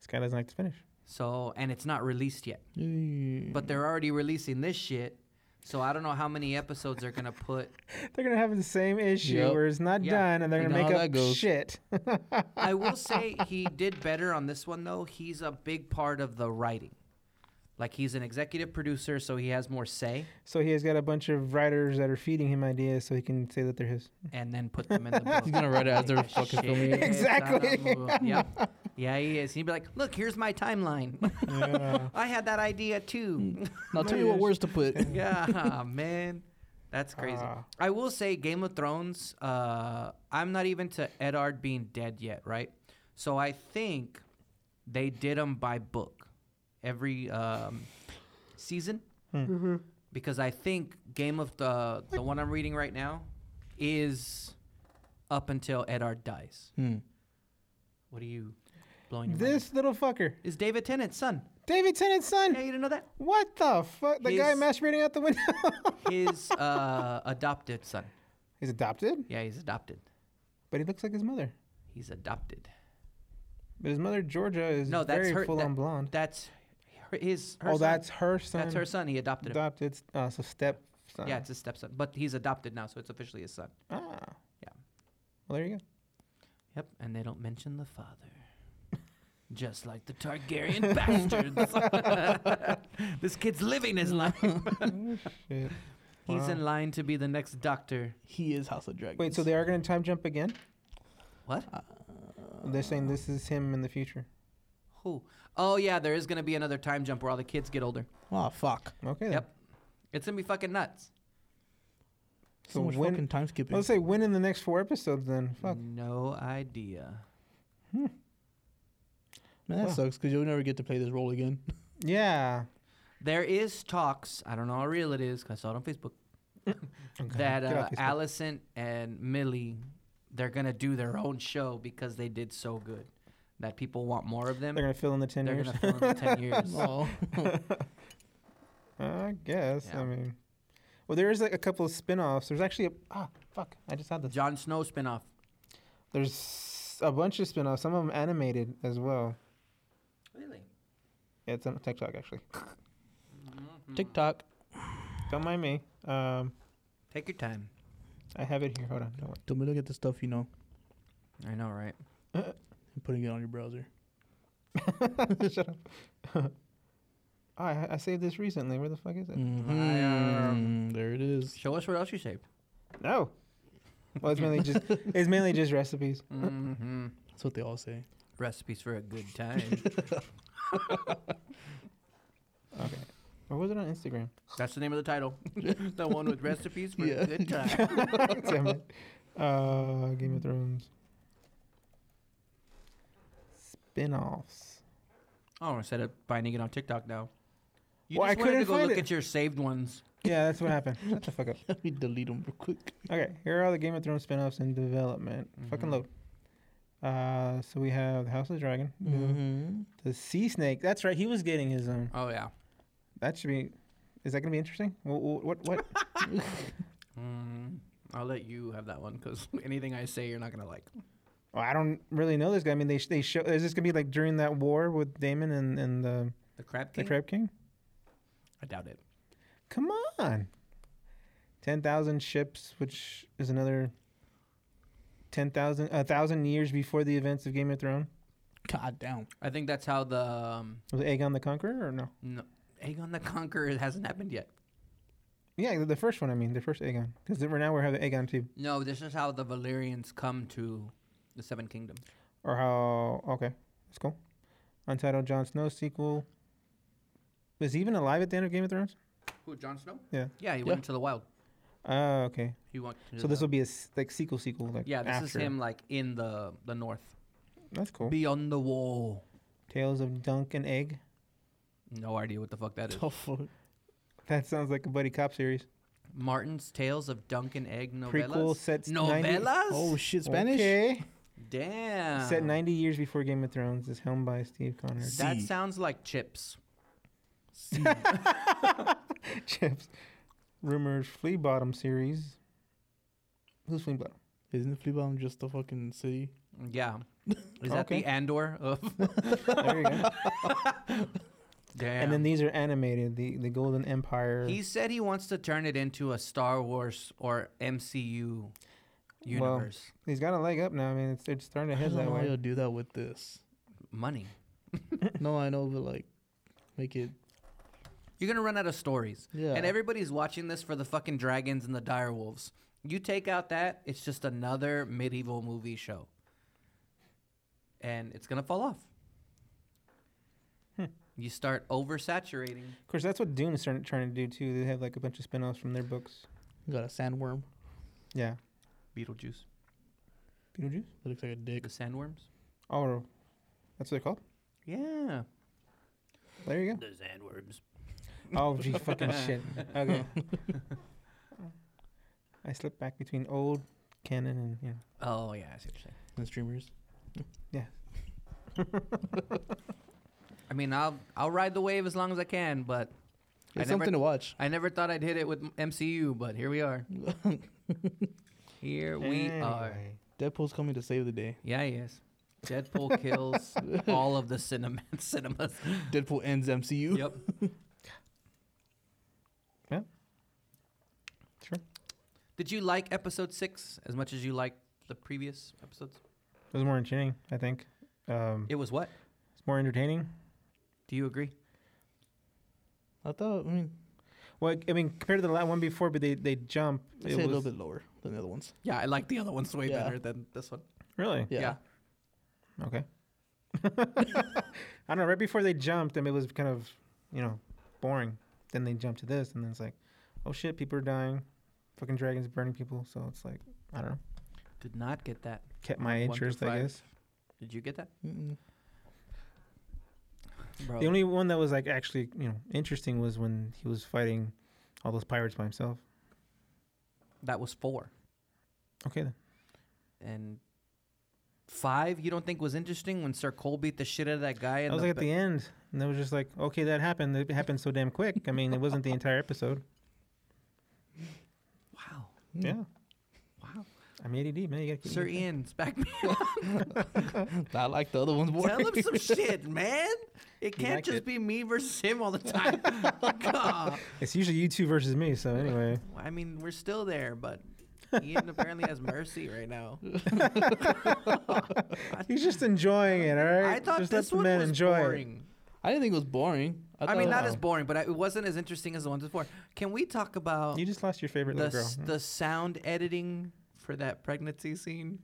Speaker 1: This guy doesn't like to finish.
Speaker 2: So, and it's not released yet.
Speaker 3: Yeah.
Speaker 2: But they're already releasing this shit. So I don't know how many episodes they're going to put.
Speaker 1: They're gonna have the same issue
Speaker 3: Yep.
Speaker 1: where it's not
Speaker 2: Yeah.
Speaker 1: done, and they're
Speaker 3: You
Speaker 1: gonna
Speaker 3: know
Speaker 1: make
Speaker 3: how
Speaker 1: up
Speaker 3: that goes.
Speaker 1: shit.
Speaker 2: I will say he did better on this one though. He's a big part of the writing. Like he's an executive producer, so he has more say
Speaker 1: so he has got a bunch of writers that are feeding him ideas, so he can say that they're his.
Speaker 2: and then put them in the book.
Speaker 3: He's gonna write it as they're fucking filming it.
Speaker 1: Exactly.
Speaker 2: Yeah. Yeah, he is. He'd be like, "Look, here's my timeline. I had that idea too."
Speaker 3: Now tell me what words to put.
Speaker 2: yeah, Mm. man, that's crazy.
Speaker 1: Ah.
Speaker 2: I will say, Game of Thrones. Uh, I'm not even to Eddard being dead yet, right? So I think they did them by book, every um, season,
Speaker 1: Hmm.
Speaker 2: Mm-hmm. because I think Game of the the one I'm reading right now is up until Eddard dies.
Speaker 3: Hmm.
Speaker 2: What are you blowing your mind?
Speaker 1: This little fucker,
Speaker 2: Is David Tennant's son?
Speaker 1: David Tennant's son.
Speaker 2: Yeah, you didn't know that.
Speaker 1: What the fuck? The guy
Speaker 2: His-
Speaker 1: masturbating out the window.
Speaker 2: His uh, adopted son.
Speaker 1: he's adopted,
Speaker 2: Yeah, he's adopted.
Speaker 1: but he looks like his mother.
Speaker 2: He's adopted.
Speaker 1: But his mother Georgia is
Speaker 2: No, that's
Speaker 1: very
Speaker 2: her.
Speaker 1: full
Speaker 2: that-
Speaker 1: on blonde.
Speaker 2: That's her, his. Her
Speaker 1: oh,
Speaker 2: son.
Speaker 1: that's her son.
Speaker 2: that's her son. He adopted him.
Speaker 1: Adopted. Uh, so step son.
Speaker 2: Yeah, it's his stepson, but he's adopted now, so it's officially his son.
Speaker 1: Ah.
Speaker 2: Yeah.
Speaker 1: Well, there you go.
Speaker 2: Yep, and they don't mention the father. Just like the Targaryen bastards. this kid's living his life.
Speaker 1: Oh, Shit.
Speaker 2: He's
Speaker 1: Wow.
Speaker 2: in line to be the next doctor.
Speaker 3: He is House of Dragons. Uh,
Speaker 1: Wait, so they are gonna time jump again?
Speaker 2: What?
Speaker 1: They're saying this is him in the future.
Speaker 2: Who? Oh yeah, there is gonna be another time jump where all the kids get older.
Speaker 3: Oh fuck.
Speaker 1: Okay. then.
Speaker 2: Yep. It's gonna be fucking nuts.
Speaker 1: So
Speaker 3: So much
Speaker 1: when-
Speaker 3: fucking time skipping.
Speaker 1: Let's say win in the next four episodes then. Fuck.
Speaker 2: No idea.
Speaker 3: Man, that
Speaker 1: Wow.
Speaker 3: sucks because you'll never get to play this role again.
Speaker 1: Yeah.
Speaker 2: There is talks. I don't know how real it is 'cause I saw it on Facebook. that
Speaker 1: Get
Speaker 2: uh,
Speaker 1: off Facebook.
Speaker 2: Allison and Millie, they're gonna do their own show because they did so good that people want more of them.
Speaker 1: They're gonna fill in the 10
Speaker 2: They're
Speaker 1: years.
Speaker 2: gonna fill in the ten years.
Speaker 3: oh.
Speaker 1: I guess.
Speaker 2: Yeah.
Speaker 1: I mean, well, there is like a couple of spin-offs. There's actually a ah fuck. I just had this.
Speaker 2: Jon Snow spinoff.
Speaker 1: There's a bunch of spin-offs. Some of them animated as well.
Speaker 2: Really?
Speaker 1: Yeah, it's on TikTok actually.
Speaker 3: Mm-hmm. TikTok. Mm.
Speaker 1: Don't mind me. Um,
Speaker 2: Take your time.
Speaker 1: I have it here. Hold on. Don't worry.
Speaker 3: Don't be look at the stuff you know
Speaker 2: I know, right?
Speaker 3: and putting it on your browser.
Speaker 1: Shut up. Oh, I, I saved this recently. Where the fuck
Speaker 2: Mm.
Speaker 1: is it?
Speaker 3: Mhm. Mm-hmm. There it is.
Speaker 2: Show us what else you saved.
Speaker 1: No. Well, it's mainly just it's mainly just recipes.
Speaker 2: Mm-hmm.
Speaker 3: That's what they all say.
Speaker 2: Recipes for a good time.
Speaker 1: Okay. Or was it on Instagram?
Speaker 2: That's the name of the title. the one with recipes for
Speaker 3: Yeah.
Speaker 2: a good time.
Speaker 1: Damn it. Uh, Game of Thrones. Spin-offs.
Speaker 2: Oh, instead of finding it on TikTok now. You
Speaker 1: Well,
Speaker 2: just wanted
Speaker 1: I
Speaker 2: to
Speaker 1: couldn't
Speaker 2: go
Speaker 1: find
Speaker 2: look
Speaker 1: it.
Speaker 2: at your saved ones.
Speaker 1: Yeah, that's what happened. Shut the fuck up.
Speaker 3: Let me delete them real quick.
Speaker 1: Okay, here are all the Game of Thrones spin-offs in development. Fucking
Speaker 2: Mhm.
Speaker 1: load. Uh, so we have the House of the Dragon,
Speaker 3: Mm-hmm.
Speaker 1: the Sea Snake. That's right. He was getting his own.
Speaker 2: Oh yeah.
Speaker 1: That should be. Is that gonna be interesting? What? What? what?
Speaker 2: Mm, I'll let you have that one because anything I say you're not gonna like.
Speaker 1: Well, I don't really know this guy. I mean, they sh- they show. Is this gonna be like during that war with Damon and and the
Speaker 2: The crab
Speaker 1: the
Speaker 2: king?
Speaker 1: Crab King?
Speaker 2: I doubt it.
Speaker 1: Come on. Ten thousand ships, which is another ten thousand a thousand years before the events of Game of Thrones.
Speaker 3: God damn.
Speaker 2: I think that's how the um,
Speaker 1: Was it Aegon the Conqueror or no?
Speaker 2: no, Aegon the Conqueror hasn't happened yet.
Speaker 1: Yeah, the- the first one. I mean, the first Aegon, because we're now we're having Aegon two,
Speaker 2: No, this is how the Valyrians come to the Seven Kingdoms.
Speaker 1: or how? Okay, let's go. Untitled Jon Snow sequel. Was he even alive at the end of Game of Thrones?
Speaker 2: Who, Jon Snow?
Speaker 1: Yeah.
Speaker 2: Yeah, he
Speaker 3: Yeah.
Speaker 2: went into the wild.
Speaker 1: Oh, okay.
Speaker 2: He went. To
Speaker 1: So this
Speaker 2: the-
Speaker 1: will be a s- like sequel, sequel. Like
Speaker 2: Yeah, this is
Speaker 1: after.
Speaker 2: him like in the the north,
Speaker 1: That's cool.
Speaker 2: beyond the wall.
Speaker 1: Tales of Dunk and Egg.
Speaker 2: No idea what the fuck that is.
Speaker 3: Tough. fuck.
Speaker 1: That sounds like a buddy cop series.
Speaker 2: Martin's Tales of Duncan Egg novellas.
Speaker 1: Prequel sets 90
Speaker 2: novellas?
Speaker 3: Oh shit, Spanish?
Speaker 1: Okay.
Speaker 2: damn.
Speaker 1: Set 90 years before Game of Thrones is helmed by Steve Connor.
Speaker 2: That
Speaker 3: Z.
Speaker 2: sounds like chips.
Speaker 1: Chips. Rumored Flea Bottom series. Who's Flea Bottom?
Speaker 3: Isn't Fleabag just a fucking city?
Speaker 2: Yeah. Is that
Speaker 1: Okay.
Speaker 2: the Andor of?
Speaker 1: There you go.
Speaker 2: Damn.
Speaker 1: And then these are animated. The the Golden Empire.
Speaker 2: he said he wants to turn it into a Star Wars or MCU universe.
Speaker 1: He's got a leg up now. I mean, it's, it's starting to
Speaker 3: I
Speaker 1: head
Speaker 3: don't
Speaker 1: that
Speaker 3: know why
Speaker 1: way.
Speaker 3: you'll do that with this.
Speaker 2: Money.
Speaker 3: no, I know, but like, make it.
Speaker 2: You're gonna run out of stories.
Speaker 3: Yeah.
Speaker 2: And everybody's watching this for the fucking dragons and the direwolves. You take out that, it's just another medieval movie show. And it's gonna fall off. You start oversaturating.
Speaker 1: Of course, that's what Dune is starting, trying to do too. They have like a bunch of spin offs from their books.
Speaker 3: got a sandworm
Speaker 1: Yeah.
Speaker 2: Beetlejuice.
Speaker 1: Beetlejuice?
Speaker 3: that looks like a dick.
Speaker 2: The sandworms?
Speaker 1: Oh, that's what they're called?
Speaker 2: Yeah.
Speaker 1: There you
Speaker 2: The
Speaker 1: go.
Speaker 2: sandworms.
Speaker 1: Oh, gee, fucking shit. Okay. I slipped back between old canon and, you know.
Speaker 2: Oh yeah, I see what you're saying.
Speaker 3: And streamers.
Speaker 2: I mean I'll I'll ride the wave as long as I can, but I
Speaker 3: It's
Speaker 2: never-
Speaker 3: something to watch.
Speaker 2: I never thought I'd hit it with m- MCU, but here we are. Here we are.
Speaker 1: Anyway.
Speaker 3: Deadpool's coming to save the day.
Speaker 2: Yeah, he is. Deadpool kills all of the cinema cinemas.
Speaker 3: Deadpool ends MCU.
Speaker 2: Yep.
Speaker 1: Yeah. Sure.
Speaker 2: Did you like episode six as much as you liked the previous episodes?
Speaker 1: It was more entertaining, I think. Um,
Speaker 2: It was what?
Speaker 1: it's more entertaining.
Speaker 2: Do you agree?
Speaker 3: I thought. I mean,
Speaker 1: Well, I mean, compared to the la- one before, but they, they jump.
Speaker 3: I'd say a
Speaker 1: it
Speaker 3: little
Speaker 1: was-
Speaker 3: bit lower than the other ones.
Speaker 2: Yeah, I like the other ones way
Speaker 3: Yeah.
Speaker 2: better than this one.
Speaker 1: Really?
Speaker 3: Yeah.
Speaker 2: Yeah.
Speaker 1: Okay. I don't know. Right before they jumped, I mean, it was kind of, you know, boring. Then they jumped to this, and then it's like, oh shit, people are dying. Fucking dragons burning people. So it's like, I don't know.
Speaker 2: Did not get that.
Speaker 1: Kept my
Speaker 2: One through
Speaker 1: interest, I
Speaker 2: five.
Speaker 1: guess.
Speaker 2: Did you get that?
Speaker 3: Mm-mm.
Speaker 2: Bro.
Speaker 1: The only one that was like actually, you know, interesting was when he was fighting all those pirates by himself.
Speaker 2: that was four.
Speaker 1: Okay then.
Speaker 2: And five, you don't think was interesting when Sir Cole beat the shit out of that guy?
Speaker 1: I
Speaker 2: And
Speaker 1: was
Speaker 2: the
Speaker 1: like at the end, and it was just like, okay, that happened. It happened so damn quick. I mean, it wasn't the entire episode.
Speaker 2: Wow.
Speaker 1: Yeah.
Speaker 2: Wow.
Speaker 1: I I'm ADD, man. You gotta keep
Speaker 2: Mm. Sir E
Speaker 1: me in
Speaker 2: Ian's back me.
Speaker 3: Not like the other ones. More.
Speaker 2: Tell him some shit, man. It
Speaker 1: He
Speaker 2: can't
Speaker 1: liked
Speaker 2: just
Speaker 1: it.
Speaker 2: be me versus him all the time. God.
Speaker 1: shape. It's usually you two versus me. So anyway,
Speaker 2: I mean, we're still there, but Ian apparently has mercy right now.
Speaker 1: he's just enjoying it. All right.
Speaker 2: I thought
Speaker 1: just
Speaker 2: this
Speaker 1: let the
Speaker 2: one
Speaker 1: man
Speaker 2: was
Speaker 1: enjoy It.
Speaker 2: boring.
Speaker 3: I didn't think it was boring.
Speaker 2: I, mean,
Speaker 3: thought-
Speaker 2: not as boring, but I, it wasn't as interesting as the ones before. Can we talk about
Speaker 1: You just lost your favorite
Speaker 2: the,
Speaker 1: little girl.
Speaker 2: s- the sound editing for that pregnancy scene?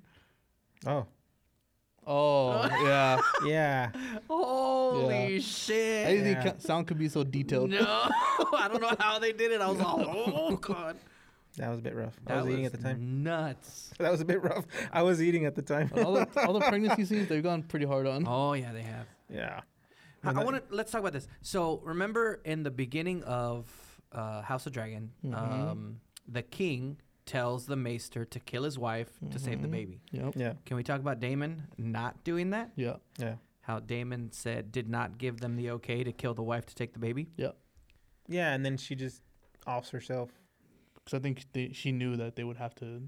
Speaker 1: oh
Speaker 3: Oh yeah.
Speaker 1: yeah.
Speaker 2: Holy
Speaker 3: I didn't
Speaker 2: shit!
Speaker 1: Yeah.
Speaker 3: think ca- sound could be so detailed.
Speaker 2: No, I don't know how they did it. I was all, oh god,
Speaker 1: That was a bit rough. I
Speaker 2: that
Speaker 1: was, eating at the time.
Speaker 2: Nuts.
Speaker 1: That was a bit rough. I was eating at the time.
Speaker 3: all, the, all the pregnancy scenes they've gone pretty hard
Speaker 1: Uh-huh.
Speaker 3: on.
Speaker 2: Oh yeah, they have.
Speaker 1: yeah.
Speaker 2: I,
Speaker 1: And that-
Speaker 2: want to let's talk about this. So remember in the beginning of uh, House of Dragon,
Speaker 1: Mm-hmm.
Speaker 2: um, the king tells the maester to kill his wife to save
Speaker 1: Mm-hmm.
Speaker 2: the baby.
Speaker 3: Yep.
Speaker 1: Yeah.
Speaker 2: Can we talk about Damon not doing that?
Speaker 3: Yeah.
Speaker 1: Yeah.
Speaker 2: How Damon said did not give them the okay to kill the wife to take the baby.
Speaker 3: Yeah.
Speaker 1: Yeah. And then she just offs herself.
Speaker 3: Because I think they, she knew that they would have to
Speaker 1: You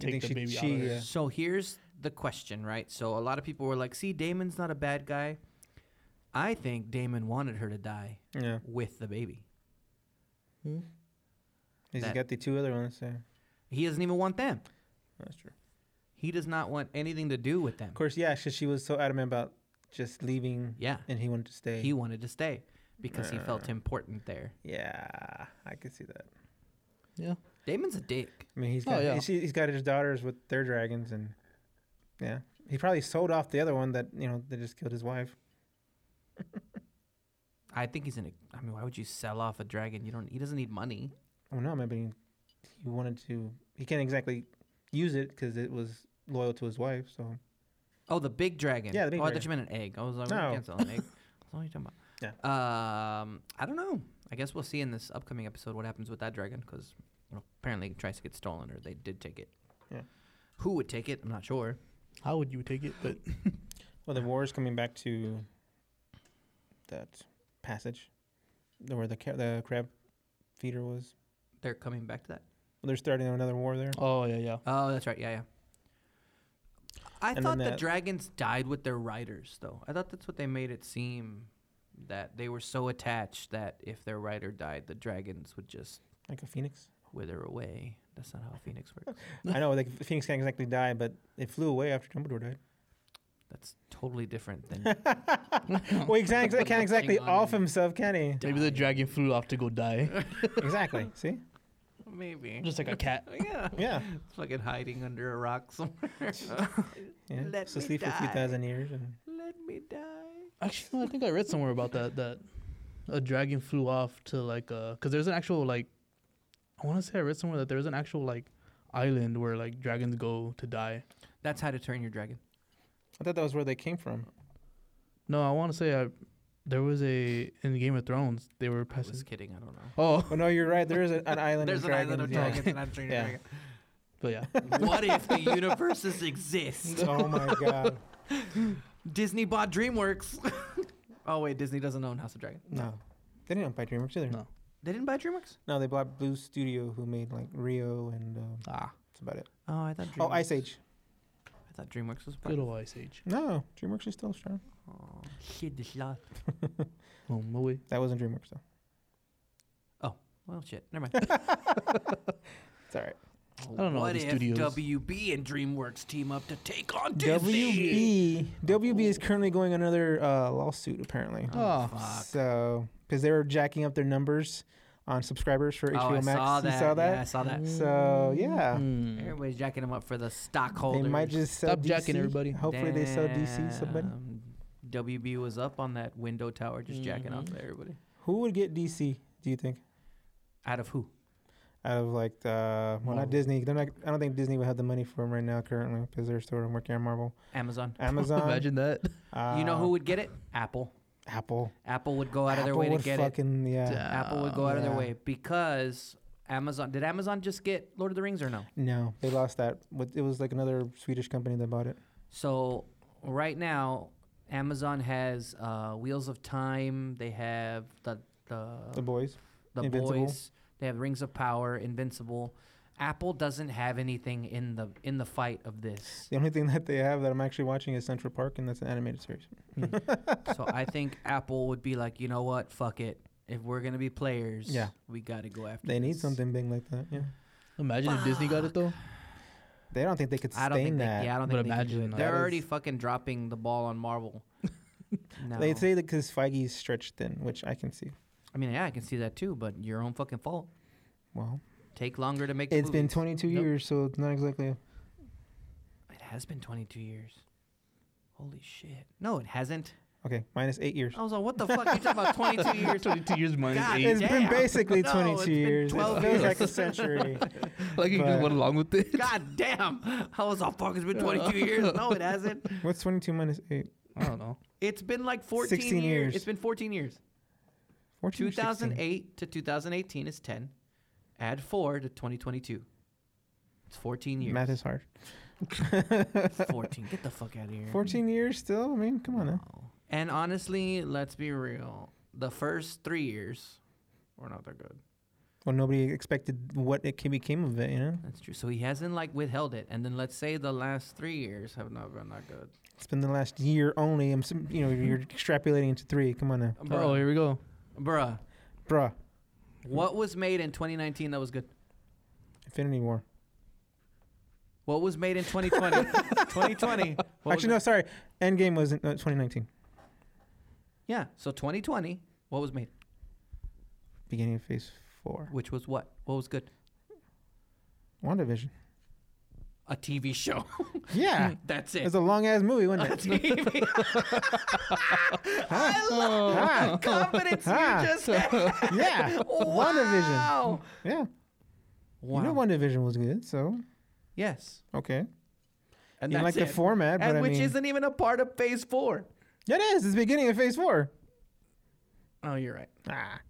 Speaker 3: take
Speaker 1: think
Speaker 3: the
Speaker 1: she-
Speaker 3: baby out.
Speaker 1: she,
Speaker 3: Of
Speaker 1: uh,
Speaker 3: there.
Speaker 2: So here's the question, right? So a lot of people were like, "See, Damon's not a bad guy." I think Damon wanted her to die
Speaker 1: Yeah.
Speaker 2: with the baby.
Speaker 3: Hmm?
Speaker 1: He's
Speaker 2: That-
Speaker 1: got the two other ones. Yeah.
Speaker 2: He doesn't even want them.
Speaker 1: That's true.
Speaker 2: He does not want anything to do with them.
Speaker 1: Of course, yeah, 'cause she was so adamant about just leaving,
Speaker 2: Yeah.
Speaker 1: and he wanted to stay.
Speaker 2: he wanted to stay because he felt important there.
Speaker 1: yeah, I could see that.
Speaker 3: Yeah.
Speaker 2: Damon's a dick.
Speaker 1: I mean, he's
Speaker 3: Oh,
Speaker 1: got
Speaker 3: yeah.
Speaker 1: he's, he's got his daughters with their dragons, and yeah, he probably sold off the other one that you know that just killed his wife.
Speaker 2: I think he's in a. I mean, why would you sell off a dragon? You don't. He doesn't need money.
Speaker 1: Oh no, maybe he wanted to. He can't exactly use it because it was loyal to his wife. So
Speaker 2: Oh, the big dragon.
Speaker 1: Yeah, the big
Speaker 2: oh, I thought you meant an egg. I was like, no.
Speaker 1: No.
Speaker 2: can't sell an egg. What are you talking about? Yeah. Um, I don't know. I guess we'll see in this upcoming episode what happens with that dragon because you know, apparently it tries to get stolen or they did take it.
Speaker 1: Yeah.
Speaker 2: Who would take it? I'm not sure.
Speaker 3: How would you take it? But
Speaker 1: well, the war is coming back to that passage where the ca- the crab feeder was.
Speaker 2: They're coming back to that.
Speaker 1: Well, they're starting another war there.
Speaker 3: oh yeah, yeah.
Speaker 2: Oh, that's right. Yeah, yeah. I
Speaker 1: And
Speaker 2: thought the
Speaker 1: then that-
Speaker 2: dragons died with their riders, though. I thought that's what they made it seem that they were so attached that if their rider died, the dragons would just
Speaker 1: Like a phoenix.
Speaker 2: wither away. That's not how a phoenix works.
Speaker 1: I know, like Phoenix can't exactly die, but it flew away after Dumbledore died.
Speaker 2: That's totally different than
Speaker 1: Well, exactly, can't exactly
Speaker 2: Hang on.
Speaker 1: off himself, can he?
Speaker 3: Maybe the dragon flew off to go die,
Speaker 1: Exactly. See?
Speaker 2: maybe.
Speaker 3: just like a cat.
Speaker 2: yeah,
Speaker 1: Yeah.
Speaker 2: fucking hiding under a rock somewhere.
Speaker 1: yeah.
Speaker 2: Let
Speaker 1: so
Speaker 2: me
Speaker 1: sleep for a few
Speaker 2: die.
Speaker 1: thousand years. And
Speaker 2: Let me die.
Speaker 3: Actually, no, I think I read somewhere about that that a dragon flew off to like uh because there's an actual like I want to say I read somewhere that there's an actual like island where like dragons go to die.
Speaker 2: That's how to turn your dragon.
Speaker 1: I thought that was where they came from.
Speaker 3: No, I want to say I there was a in Game of Thrones they were
Speaker 2: I was
Speaker 3: passing.
Speaker 2: kidding. I don't know.
Speaker 3: Oh,
Speaker 1: Oh, no, you're right. There is a, an island
Speaker 2: There's an
Speaker 1: of dragons.
Speaker 2: island of
Speaker 1: yeah.
Speaker 2: dragons, and I'm turning
Speaker 1: Yeah.
Speaker 2: dragon.
Speaker 3: but yeah,
Speaker 2: What if the universes exist?
Speaker 1: oh, my God.
Speaker 2: Disney bought DreamWorks. oh wait, Disney doesn't own House of Dragon.
Speaker 1: No. They didn't buy DreamWorks either.
Speaker 3: No.
Speaker 1: No,
Speaker 2: They didn't buy DreamWorks.
Speaker 1: they bought Blue Studio, who made like Rio and um,
Speaker 3: ah,
Speaker 1: that's about it.
Speaker 2: Oh, I thought. DreamWorks,
Speaker 1: Oh, Ice Age.
Speaker 2: I thought DreamWorks was.
Speaker 3: good old Ice Age.
Speaker 1: No, DreamWorks is still strong.
Speaker 2: Oh, shit, this lot.
Speaker 3: Oh my way.
Speaker 1: That wasn't DreamWorks, though.
Speaker 2: Well, shit. Never mind.
Speaker 1: It's all right.
Speaker 3: I don't know
Speaker 2: What
Speaker 3: these
Speaker 2: if
Speaker 3: studios.
Speaker 2: WB and DreamWorks team up to take on Disney?
Speaker 1: WB WB is currently going another uh, lawsuit apparently.
Speaker 3: Oh,
Speaker 2: fuck.
Speaker 1: So because they were jacking up their numbers on subscribers for
Speaker 2: Oh,
Speaker 1: HBO
Speaker 2: I
Speaker 1: Max.
Speaker 2: saw that.
Speaker 1: You saw
Speaker 2: Yeah, I
Speaker 1: that?
Speaker 2: saw that.
Speaker 1: So yeah.
Speaker 3: Hmm.
Speaker 2: Everybody's jacking them up for the
Speaker 1: They
Speaker 2: stockholders.
Speaker 1: might just sell
Speaker 3: Stop
Speaker 1: DC.
Speaker 3: jacking everybody.
Speaker 1: Hopefully they sell DC somebody.
Speaker 2: Damn. WB was up on that window tower, just jacking off
Speaker 1: Mm-hmm.
Speaker 2: to everybody.
Speaker 1: Who would get DC? Do you think?
Speaker 2: Out of who?
Speaker 1: Out of like the well,
Speaker 3: Marvel.
Speaker 1: not Disney. They're not, I don't think Disney would have the money for them right now currently because they're still working on Marvel,
Speaker 2: Amazon.
Speaker 1: Amazon.
Speaker 3: Imagine that.
Speaker 1: uh,
Speaker 2: you know who would get it? Apple.
Speaker 1: Apple.
Speaker 2: Apple would go out of their
Speaker 1: Apple
Speaker 2: way to
Speaker 1: would Uh,
Speaker 2: get it.
Speaker 1: fucking, Yeah.
Speaker 2: Apple would go out of their
Speaker 1: Yeah.
Speaker 2: way because Amazon. Did Amazon just get Lord of the Rings or no?
Speaker 1: No, they lost that. What- It was like another Swedish company that bought it.
Speaker 2: So right now, Amazon has uh, Wheels of Time. They have the the
Speaker 1: The boys.
Speaker 2: the
Speaker 1: Invincible.
Speaker 2: boys. They have Rings of Power, Invincible, Apple doesn't have anything in the in the fight of this.
Speaker 1: The only thing that they have that I'm actually watching is Central Park, and that's an animated series.
Speaker 2: so I think Apple would be like, you know what, fuck it. If we're gonna be players,
Speaker 1: Yeah.
Speaker 2: we gotta go after.
Speaker 1: They need
Speaker 2: this."
Speaker 1: something big like that. Yeah,
Speaker 3: Imagine if Disney got it though.
Speaker 1: they don't think they could sustain
Speaker 2: I don't think they,
Speaker 1: that.
Speaker 2: yeah, I don't
Speaker 3: But
Speaker 2: think they can do
Speaker 3: imagine,
Speaker 2: it.
Speaker 3: like-
Speaker 2: They're
Speaker 1: That
Speaker 2: already
Speaker 1: is-
Speaker 2: fucking dropping the ball on Marvel. no.
Speaker 1: They say that because Feige's stretched thin, which I can see.
Speaker 2: I mean, yeah, I can see that too, but your own fucking fault.
Speaker 1: Well,
Speaker 2: Take longer to make. the
Speaker 1: it's been
Speaker 2: movies.
Speaker 1: 22
Speaker 3: Nope.
Speaker 1: years, so it's not exactly. a-
Speaker 2: It has been 22 years. Holy shit! No, it hasn't.
Speaker 1: Okay, minus eight years.
Speaker 2: I was like, what the fuck? You talking about 22 years?
Speaker 3: Twenty-two years minus
Speaker 2: God
Speaker 1: It's
Speaker 3: eight.
Speaker 1: been
Speaker 2: damn.
Speaker 1: basically
Speaker 2: No,
Speaker 1: 22
Speaker 2: it's been
Speaker 1: years.
Speaker 2: 12
Speaker 1: it feels
Speaker 2: years.
Speaker 1: like a century.
Speaker 3: Like you
Speaker 1: but-
Speaker 3: just went along with it.
Speaker 2: God damn! I was all fuck. It's been 22 years. No, it hasn't.
Speaker 1: What's 22 minus 8?
Speaker 3: I don't know.
Speaker 2: It's been like 14
Speaker 1: 16
Speaker 2: years.
Speaker 1: years.
Speaker 2: It's been 14 years.
Speaker 1: 14 or 16?
Speaker 2: 2008 to 2018 is 10. Add four to 2022. It's 14 years.
Speaker 1: Math is hard.
Speaker 2: 14. Get the fuck out of here.
Speaker 1: 14 years still? I mean, come on now.
Speaker 2: No. And honestly, let's be real. The first three years were not that good.
Speaker 1: Well, nobody expected what it ca- became of it, you know?
Speaker 2: That's true. So he hasn't like withheld it. And then let's say the last three years have not been that good.
Speaker 1: It's been the last year only. I'm, sim- you know, you're extrapolating into three. Come on now.
Speaker 2: Bruh.
Speaker 3: Oh, here we go.
Speaker 2: Bruh.
Speaker 1: Bruh,
Speaker 2: What was made in 2019 that was good?
Speaker 1: Infinity War.
Speaker 2: What was made in 2020? 2020. what was
Speaker 1: Actually, no, sorry. Endgame was in no, 2019,
Speaker 2: Yeah. So 2020, what was made?
Speaker 1: beginning of phase four.
Speaker 2: Which was what? What was good?
Speaker 1: WandaVision.
Speaker 2: A TV show.
Speaker 1: Yeah.
Speaker 2: That's
Speaker 1: It
Speaker 2: it.
Speaker 1: was Hmm. a long ass movie,
Speaker 2: A
Speaker 1: wasn't it?
Speaker 2: TV. I
Speaker 1: Oh.
Speaker 2: love the confidence you
Speaker 1: Huh.
Speaker 2: just had.
Speaker 1: Yeah. WandaVision.
Speaker 2: Wow.
Speaker 1: Yeah.
Speaker 2: Wow.
Speaker 1: You know WandaVision was good, so
Speaker 2: Yes.
Speaker 1: okay.
Speaker 2: And
Speaker 1: you
Speaker 2: that's
Speaker 1: like
Speaker 2: it.
Speaker 1: the format, but
Speaker 2: and
Speaker 1: I
Speaker 2: which
Speaker 1: mean,
Speaker 2: isn't even a part of Phase Four.
Speaker 1: Yeah, it is. It's the beginning of phase four.
Speaker 2: Oh, you're right.
Speaker 1: Ah.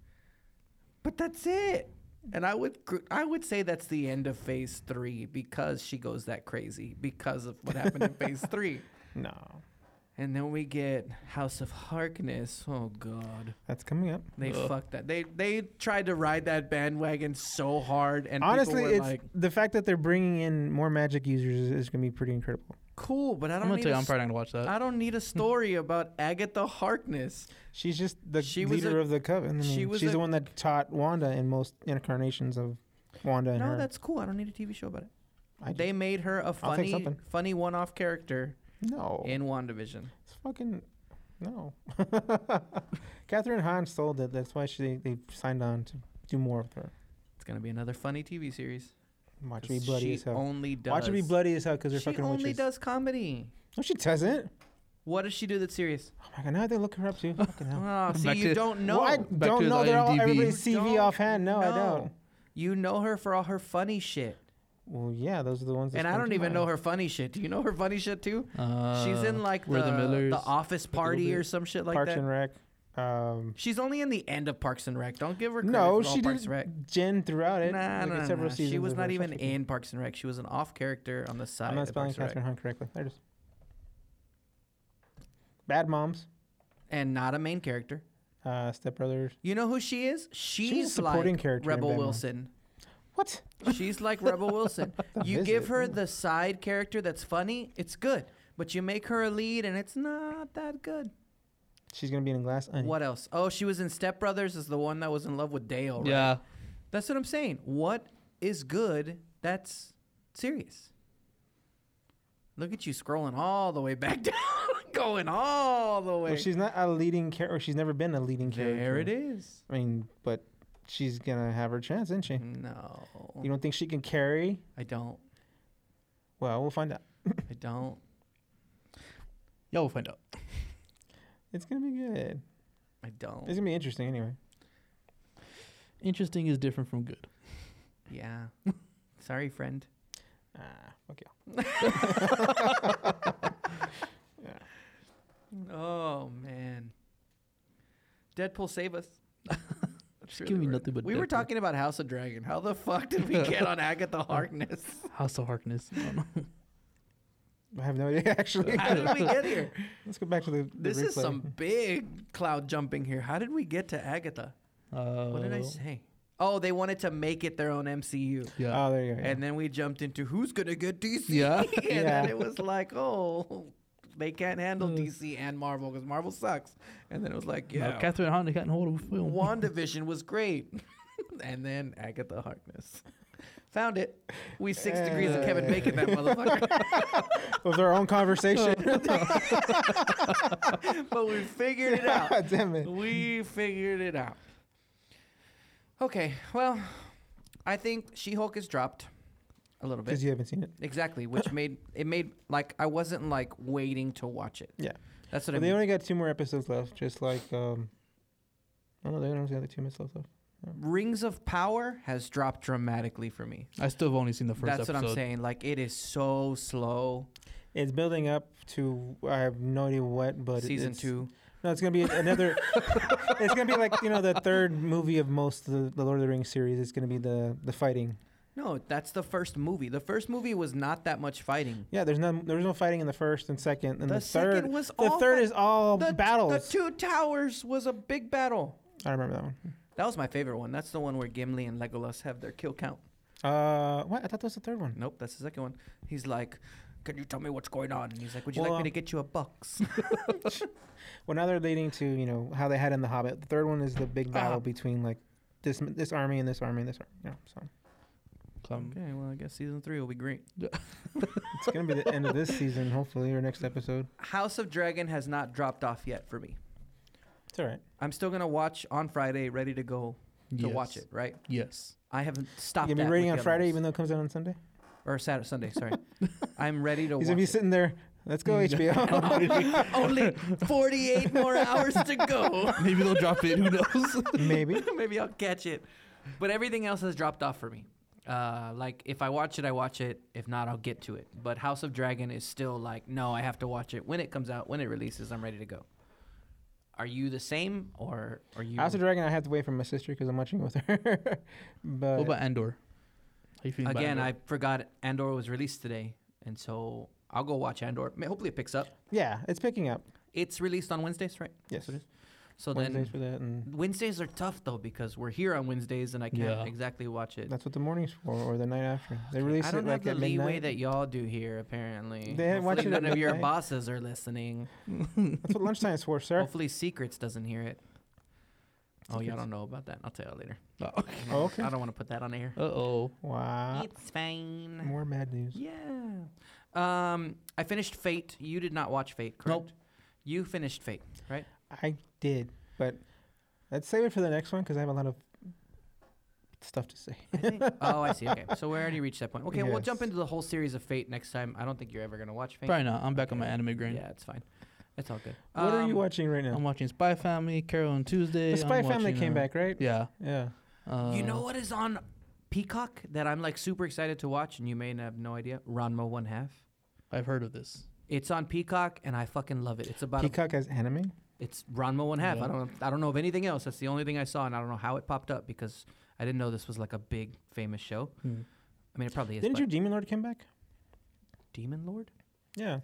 Speaker 2: But that's it. And I would gr- I would say that's the end of Phase Three because she goes that crazy because of what happened in Phase Three.
Speaker 1: No.
Speaker 2: And then we get House of Harkness. Oh God,
Speaker 1: That's coming up.
Speaker 2: they fucked that. They they tried to ride that bandwagon so hard, and
Speaker 1: Honestly,
Speaker 2: people were
Speaker 1: it's
Speaker 2: like,
Speaker 1: the fact that they're bringing in more magic users is, is going to be pretty incredible.
Speaker 2: "Cool," but I
Speaker 3: I'm
Speaker 2: don't
Speaker 3: gonna
Speaker 2: need.
Speaker 3: tell
Speaker 2: a
Speaker 3: you, I'm
Speaker 2: s-
Speaker 3: probably not gonna watch that.
Speaker 2: I don't need a story about Agatha Harkness.
Speaker 1: She's just the
Speaker 2: She was
Speaker 1: leader
Speaker 2: a-
Speaker 1: of the coven. I
Speaker 2: she
Speaker 1: mean,
Speaker 2: was
Speaker 1: she's
Speaker 2: a-
Speaker 1: the one that taught Wanda in most incarnations of Wanda and
Speaker 2: no,
Speaker 1: her.
Speaker 2: that's cool. I don't need a TV show about it.
Speaker 1: I
Speaker 2: They made her a funny,
Speaker 1: something. Oh.
Speaker 2: funny one-off character
Speaker 1: no.
Speaker 2: in WandaVision.
Speaker 1: It's fucking no. Catherine Hahn sold it. That's why she they signed on to do more with her.
Speaker 2: It's gonna be another funny TV series.
Speaker 1: Watch her
Speaker 2: 'cause
Speaker 1: be bloody
Speaker 2: she
Speaker 1: as hell.
Speaker 2: only does.
Speaker 1: Watch her be bloody as hell because they're
Speaker 2: She
Speaker 1: fucking
Speaker 2: only
Speaker 1: witches.
Speaker 2: does comedy.
Speaker 1: No, she doesn't.
Speaker 2: What does she do that's serious?
Speaker 1: Oh my god, now I have to look her up too. fucking hell.
Speaker 2: Oh, see,
Speaker 3: Back
Speaker 2: you
Speaker 3: to-
Speaker 2: don't know.
Speaker 1: Well, I
Speaker 3: Back
Speaker 1: don't
Speaker 3: to
Speaker 1: know
Speaker 3: the
Speaker 1: their all,
Speaker 3: IMDb.
Speaker 1: everybody's CV
Speaker 2: Don't
Speaker 1: offhand. No, I
Speaker 2: know.
Speaker 1: don't.
Speaker 2: You know her for all her funny shit.
Speaker 1: Well, yeah, those are the ones. that
Speaker 2: and I
Speaker 1: spring
Speaker 2: don't
Speaker 1: to
Speaker 2: even know
Speaker 1: mind.
Speaker 2: her funny shit. Do you know her funny shit too?
Speaker 3: Uh,
Speaker 2: She's in like
Speaker 3: We're
Speaker 2: the,
Speaker 3: the Millers,
Speaker 2: the office
Speaker 3: little
Speaker 2: party
Speaker 3: bit.
Speaker 2: or some shit like
Speaker 1: Parks
Speaker 2: that.
Speaker 1: and Rec. Um,
Speaker 2: She's only in the end of Parks and Rec. Don't give her credit
Speaker 1: no,
Speaker 2: for all
Speaker 1: she
Speaker 2: Parks and
Speaker 1: did
Speaker 2: Rec.
Speaker 1: Jen throughout it.
Speaker 2: Nah,
Speaker 1: like, in
Speaker 2: nah, nah,
Speaker 1: several
Speaker 2: nah.
Speaker 1: Seasons
Speaker 2: She was
Speaker 1: of
Speaker 2: not
Speaker 1: her.
Speaker 2: even
Speaker 1: Fuck it.
Speaker 2: in Parks and Rec. She was an off character on the side.
Speaker 1: I'm not
Speaker 2: of
Speaker 1: spelling
Speaker 2: Parks and Rec.
Speaker 1: Catherine Hahn correctly. There it is. Bad moms,
Speaker 2: And not a main character.
Speaker 1: uh, stepbrothers.
Speaker 2: You know who she is? She's,
Speaker 1: supporting
Speaker 2: like
Speaker 1: character in
Speaker 2: Rebel
Speaker 1: Batman.
Speaker 2: Wilson.
Speaker 1: What?
Speaker 2: She's like Rebel Wilson. You
Speaker 1: is
Speaker 2: give
Speaker 1: it?
Speaker 2: her the side character that's funny, it's good. But you make her a lead and it's not that good.
Speaker 1: She's gonna be in Glass Onion.
Speaker 2: What else? Oh, she was in Step Brothers as the one that was in love with Dale. Right?
Speaker 3: Yeah.
Speaker 2: That's what I'm saying. What is good that's serious? Look at you scrolling all the way back down, going all the way.
Speaker 1: Well, she's not a leading character. She's never been a leading character.
Speaker 2: there it is.
Speaker 1: I mean, but she's gonna have her chance, isn't
Speaker 2: Mm-hmm.
Speaker 1: she?
Speaker 2: No,
Speaker 1: You don't think she can carry?
Speaker 2: I don't.
Speaker 1: Well, we'll find out.
Speaker 2: I don't.
Speaker 3: Yeah, we'll find out.
Speaker 1: It's gonna be good.
Speaker 2: I don't.
Speaker 1: It's gonna be interesting anyway.
Speaker 3: Interesting is different from good.
Speaker 2: yeah. Sorry, friend.
Speaker 1: Ah, fuck yeah.
Speaker 2: Oh man. Deadpool save us. That's
Speaker 3: give me
Speaker 2: where-
Speaker 3: nothing but
Speaker 2: We were
Speaker 3: Deadpool.
Speaker 2: talking about House of Dragon. How the fuck did we get on Agatha Harkness?
Speaker 3: House of Harkness. I don't know.
Speaker 1: I have no idea actually.
Speaker 2: How did we get here?
Speaker 1: Let's go back to the. the
Speaker 2: This is
Speaker 1: replay.
Speaker 2: some big cloud jumping here. How did we get to Agatha? What did I
Speaker 3: Uh,
Speaker 2: say? Oh, they wanted to make it their own MCU.
Speaker 3: Yeah.
Speaker 1: Oh, there you go.
Speaker 2: And then we jumped into who's gonna get DC.
Speaker 3: Yeah.
Speaker 2: and
Speaker 1: Yeah.
Speaker 2: then it was like, oh, they can't handle DC and Marvel because Marvel sucks. And then it was like,
Speaker 3: No,
Speaker 2: yeah,
Speaker 3: Catherine Hahn can't hold a film.
Speaker 2: WandaVision was great. and then Agatha Harkness. Found it. We six degrees
Speaker 1: uh,
Speaker 2: of Kevin Bacon that motherfucker.
Speaker 1: it was our own conversation.
Speaker 2: but we figured it out.
Speaker 1: Damn it.
Speaker 2: We figured it out. Okay, well, I think She Hulk is dropped a little bit.
Speaker 1: Because you haven't seen it.
Speaker 2: Exactly, which made it made like I wasn't like waiting to watch it.
Speaker 1: Yeah.
Speaker 2: That's what
Speaker 1: But
Speaker 2: I
Speaker 1: they
Speaker 2: mean.
Speaker 1: only got two more episodes left, just like um I don't know, they only got like two minutes left.
Speaker 2: Rings of Power has dropped dramatically for me.
Speaker 3: I still have only seen the first
Speaker 2: That's
Speaker 3: episode.
Speaker 2: what I'm saying. Like it is so slow.
Speaker 1: It's building up to I have no idea what, but it-
Speaker 2: season
Speaker 1: it's-
Speaker 2: two.
Speaker 1: No, it's gonna be another. it's gonna be like you know the third movie of most of the, the Lord of the Rings series. It's gonna be the the fighting.
Speaker 2: No, that's the first movie. The first movie was not that much fighting.
Speaker 1: Yeah, there's no there was no fighting in the first and second and the,
Speaker 2: The
Speaker 1: third.
Speaker 2: second was
Speaker 1: the
Speaker 2: all
Speaker 1: third
Speaker 2: fi-
Speaker 1: is all
Speaker 2: The, the
Speaker 1: battles.
Speaker 2: two towers was a big battle.
Speaker 1: I remember that one.
Speaker 2: That was my favorite one. That's the one where Gimli and Legolas have their kill count.
Speaker 1: Uh, what I thought that was the third one.
Speaker 2: Nope, that's the second one. He's like, "Can you tell me what's going on?" And he's like, "Would you
Speaker 1: Well,
Speaker 2: like
Speaker 1: um,
Speaker 2: me to get you a box?"
Speaker 1: Well, now they're leading to you know how they had in the Hobbit. The third one is the big battle
Speaker 2: Ah.
Speaker 1: between like this this army and this army and this army. Yeah, so
Speaker 3: Um,
Speaker 2: okay, well, I guess season three will be great.
Speaker 1: it's gonna be the end of this season, hopefully, or next episode.
Speaker 2: House of Dragon has not dropped off yet for me.
Speaker 1: It's all right.
Speaker 2: I'm still gonna watch on Friday, ready to go to watch
Speaker 3: yes.
Speaker 2: it. Right?
Speaker 3: Yes.
Speaker 2: I haven't
Speaker 1: You
Speaker 2: stopped.
Speaker 1: gonna
Speaker 2: that
Speaker 1: be rating
Speaker 2: with
Speaker 1: on
Speaker 2: the
Speaker 1: Friday,
Speaker 2: others.
Speaker 1: even though it comes out on Sunday.
Speaker 2: or Saturday, Sunday. Sorry, I'm ready to watch.
Speaker 1: He's gonna be
Speaker 2: it. Mm.
Speaker 1: sitting there. Let's go HBO.
Speaker 2: Only 48 more hours to go.
Speaker 3: Maybe they'll drop it. Who knows?
Speaker 1: Maybe.
Speaker 2: Maybe I'll catch it. But everything else has dropped off for me. Uh, like if I watch it, I watch it. If not, I'll get to it. But House of Dragon is still like, no, I have to watch it when it comes out, when it releases. I'm ready to go. Are you the same, or are you?
Speaker 1: House of Dragon, I have to wait for my sister because I'm watching it with her. but
Speaker 3: what about Andor? How you feeling
Speaker 2: Again,
Speaker 3: about
Speaker 2: I
Speaker 3: Andor?
Speaker 2: forgot Andor was released today, and so I'll go watch Andor. May- Hopefully, it picks up.
Speaker 1: yeah, it's picking up.
Speaker 2: It's released on Wednesdays, right?
Speaker 1: Yes, it is.
Speaker 2: So
Speaker 1: Wednesdays
Speaker 2: then
Speaker 1: for that, and
Speaker 2: Wednesdays are tough though because we're here on Wednesdays and I can't
Speaker 3: Yeah.
Speaker 2: exactly watch it.
Speaker 1: that's what the morning's for, or the night after. They release
Speaker 2: I don't
Speaker 1: it like
Speaker 2: have
Speaker 1: at
Speaker 2: the leeway
Speaker 1: midnight.
Speaker 2: that y'all do here. Apparently,
Speaker 1: They watch
Speaker 2: Hopefully
Speaker 1: it at
Speaker 2: none of your
Speaker 1: midnight.
Speaker 2: bosses are listening.
Speaker 1: That's what lunchtime is for, sir.
Speaker 2: Hopefully, Secrets doesn't hear it. Oh, y'all
Speaker 1: Secrets.
Speaker 2: don't know about that. I'll tell y'all later.
Speaker 1: Oh, okay.
Speaker 2: I don't want to put that on air.
Speaker 3: Uh oh.
Speaker 1: Wow.
Speaker 2: it's fine.
Speaker 1: More bad news.
Speaker 2: Yeah. Um, I finished Fate. You did not watch Fate, correct?
Speaker 3: Nope.
Speaker 2: You finished Fate, right?
Speaker 1: I did, but let's save it for the next one because I have a lot of stuff to say.
Speaker 2: I think. oh, I see. Okay, so we already reached that point. Okay, we'll jump
Speaker 1: Yes.
Speaker 2: into the whole series of Fate next time. I don't think you're ever gonna watch Fate.
Speaker 3: Probably not. I'm back on my anime grind.
Speaker 2: Yeah, it's fine. It's all good.
Speaker 1: What are you
Speaker 2: Um,
Speaker 1: watching right now?
Speaker 3: I'm watching Spy Family, Carol on Tuesday.
Speaker 1: the
Speaker 3: I'm
Speaker 1: Spy Family
Speaker 3: watching,
Speaker 1: came
Speaker 3: uh,
Speaker 1: back, right?
Speaker 3: Yeah.
Speaker 1: Yeah.
Speaker 3: Uh,
Speaker 2: You know what is on Peacock that I'm like super excited to watch, and you may have no idea. Ranma One Half.
Speaker 3: I've heard of this.
Speaker 2: It's on Peacock, and I fucking love it. It's about a-
Speaker 1: Peacock as anime.
Speaker 2: it's Ranma One Half.
Speaker 3: Yeah.
Speaker 2: I don't I don't know of anything else. That's the only thing I saw, and I don't know how it popped up because I didn't know this was like a big famous show.
Speaker 3: Hmm.
Speaker 2: I mean, it probably is.
Speaker 1: Didn't
Speaker 2: but
Speaker 1: your Demon Lord come back?
Speaker 2: Demon Lord?
Speaker 1: Yeah.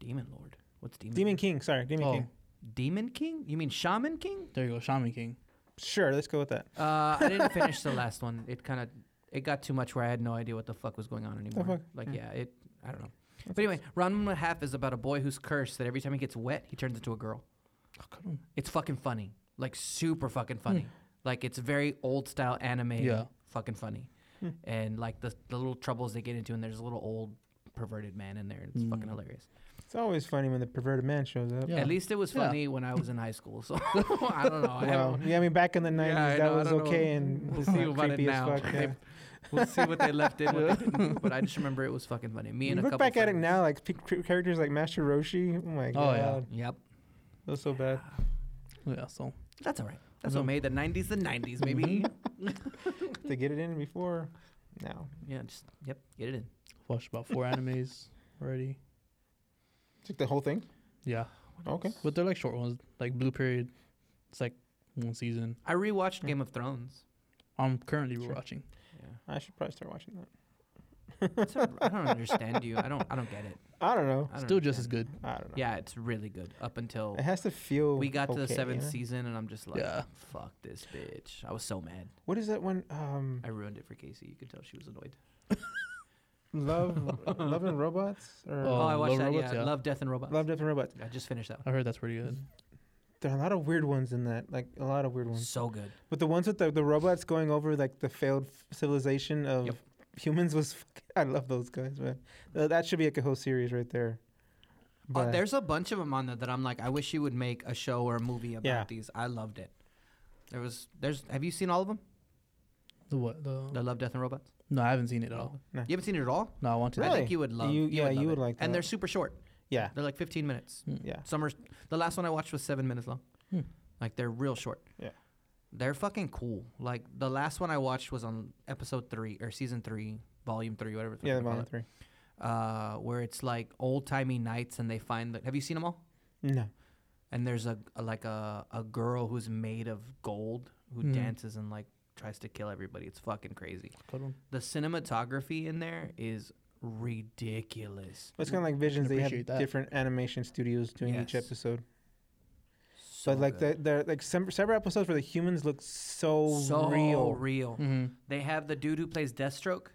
Speaker 2: Demon Lord. What's Demon?
Speaker 1: Demon
Speaker 2: Lord?
Speaker 1: King. Sorry, Demon
Speaker 3: Oh.
Speaker 1: King.
Speaker 2: Demon King? You mean Shaman King?
Speaker 3: There you go, Shaman King.
Speaker 1: Sure, let's go with that.
Speaker 2: Uh, I didn't finish the last one. It kind of it got too much where I had no idea what the fuck was going on anymore.
Speaker 1: fuck?
Speaker 2: Like
Speaker 1: Mm.
Speaker 2: yeah, it I don't know. but anyway, Ron and a half is about a boy who's cursed that every time he gets wet, he turns into a girl.
Speaker 3: Oh, come on.
Speaker 2: It's fucking funny. Like super fucking funny. Like it's very old style anime.
Speaker 3: Hmm. Yeah. Hmm.
Speaker 2: Fucking funny. And like the, the little troubles they get into, and there's a little old perverted man in there, and it's fucking hilarious.
Speaker 1: It's always funny when the perverted man shows up.
Speaker 3: Mm. Yeah.
Speaker 2: At least it was
Speaker 3: Yeah.
Speaker 2: funny when I was in high school. So I don't know. Oh, I
Speaker 1: Wow.
Speaker 2: haven't-
Speaker 1: Yeah, I mean, back in the 90s,
Speaker 2: I
Speaker 1: that
Speaker 2: know, I
Speaker 1: was
Speaker 2: don't know.
Speaker 1: okay and
Speaker 2: We'll
Speaker 1: it's
Speaker 2: see
Speaker 1: not
Speaker 2: about it
Speaker 1: creepy
Speaker 2: now.
Speaker 1: as fuck.
Speaker 2: They-
Speaker 1: yeah.
Speaker 2: We'll see what they left in, what they didn't do. But I just remember it was fucking funny. Me and a
Speaker 1: You look
Speaker 2: couple
Speaker 1: back at it
Speaker 2: friends.
Speaker 1: now, like pe- cr- characters like Master Roshi. Oh my god.
Speaker 3: yeah.
Speaker 2: Yep.
Speaker 1: That was so bad.
Speaker 3: Yeah, so
Speaker 2: That's all right. That's what made the 90s the 90s, baby.
Speaker 1: Mm-hmm. to get it in before now.
Speaker 2: yeah, just, yep, get it in.
Speaker 3: watched about four animes already.
Speaker 1: Took the whole thing.
Speaker 3: Yeah.
Speaker 1: Okay.
Speaker 3: But they're like short ones, like Blue Period. It's like one season.
Speaker 2: I rewatched Game of Thrones.
Speaker 3: I'm currently
Speaker 1: Sure.
Speaker 3: watching.
Speaker 2: Yeah.
Speaker 1: I should probably start watching that.
Speaker 2: It's a, I don't understand you. I don't. I don't get it.
Speaker 1: I don't know.
Speaker 2: I don't
Speaker 3: Still just as
Speaker 2: understand.
Speaker 3: good.
Speaker 1: I don't know.
Speaker 2: Yeah, it's really good up until
Speaker 1: It has to feel.
Speaker 2: we got to the
Speaker 1: okay,
Speaker 2: seventh
Speaker 1: you know?
Speaker 2: season, and I'm just like,
Speaker 3: Yeah.
Speaker 2: fuck this bitch. I was so mad.
Speaker 1: What is that one? Um,
Speaker 2: I ruined it for Casey. You could tell she was annoyed.
Speaker 1: love, love and robots, or
Speaker 2: Oh,
Speaker 3: Oh,
Speaker 2: I watched
Speaker 3: Love,
Speaker 2: that.
Speaker 3: Robots,
Speaker 2: yeah,
Speaker 3: yeah.
Speaker 2: Love, Death, and Robots.
Speaker 1: love, death and robots.
Speaker 2: I just finished that.
Speaker 3: I heard that's pretty good.
Speaker 2: Mm-hmm.
Speaker 1: There are a lot of weird ones in that. Like a lot of weird
Speaker 2: One.
Speaker 1: ones.
Speaker 2: So good.
Speaker 1: But the ones with the, the robots going over like the failed f- civilization of
Speaker 2: Yep.
Speaker 1: humans was. Fucking, I love those guys, man. Th- That should be like a whole series right there.
Speaker 2: Uh,
Speaker 1: But
Speaker 2: there's a bunch of them on there that I'm like, I wish you would make a show or a movie about
Speaker 1: Yeah.
Speaker 2: these. I loved it. There was, there's. Have you seen all of them?
Speaker 3: The what? The,
Speaker 2: The Love, Death, and Robots.
Speaker 3: no, I haven't seen it at all.
Speaker 1: No.
Speaker 2: You haven't seen it at all.
Speaker 3: No, I want to.
Speaker 2: I
Speaker 1: Really?
Speaker 2: think you would love.
Speaker 1: You- yeah,
Speaker 2: would love
Speaker 1: you would
Speaker 2: it.
Speaker 1: like
Speaker 2: And
Speaker 1: that.
Speaker 2: they're super short.
Speaker 1: yeah,
Speaker 2: They're like 15 minutes.
Speaker 3: Mm.
Speaker 1: yeah.
Speaker 2: Some are. The last one I watched was seven minutes long.
Speaker 3: Hmm.
Speaker 2: Like they're real short.
Speaker 1: Yeah.
Speaker 2: They're fucking cool. Like the last one I watched was on episode three or season three, volume three, whatever. the fuck
Speaker 1: Yeah,
Speaker 2: they
Speaker 1: the
Speaker 2: call
Speaker 1: volume
Speaker 2: it,
Speaker 1: three.
Speaker 2: Uh, where it's like old timey knights, and they find. The, have you seen them all?
Speaker 1: No.
Speaker 2: and there's a, a- like a, a girl who's made of gold who
Speaker 3: Mm.
Speaker 2: dances and like tries to kill everybody. It's fucking crazy.
Speaker 3: Good one.
Speaker 2: The cinematography in there is ridiculous.
Speaker 1: It's kind of like Visions. They have
Speaker 3: appreciate that.
Speaker 1: different animation studios doing each
Speaker 2: Yes.
Speaker 1: episode.
Speaker 2: So
Speaker 1: But like
Speaker 2: good.
Speaker 1: the, the like some, several episodes where the humans look so,
Speaker 2: so real.
Speaker 1: real.
Speaker 2: real.
Speaker 3: Mm-hmm.
Speaker 2: They have the dude who plays Deathstroke.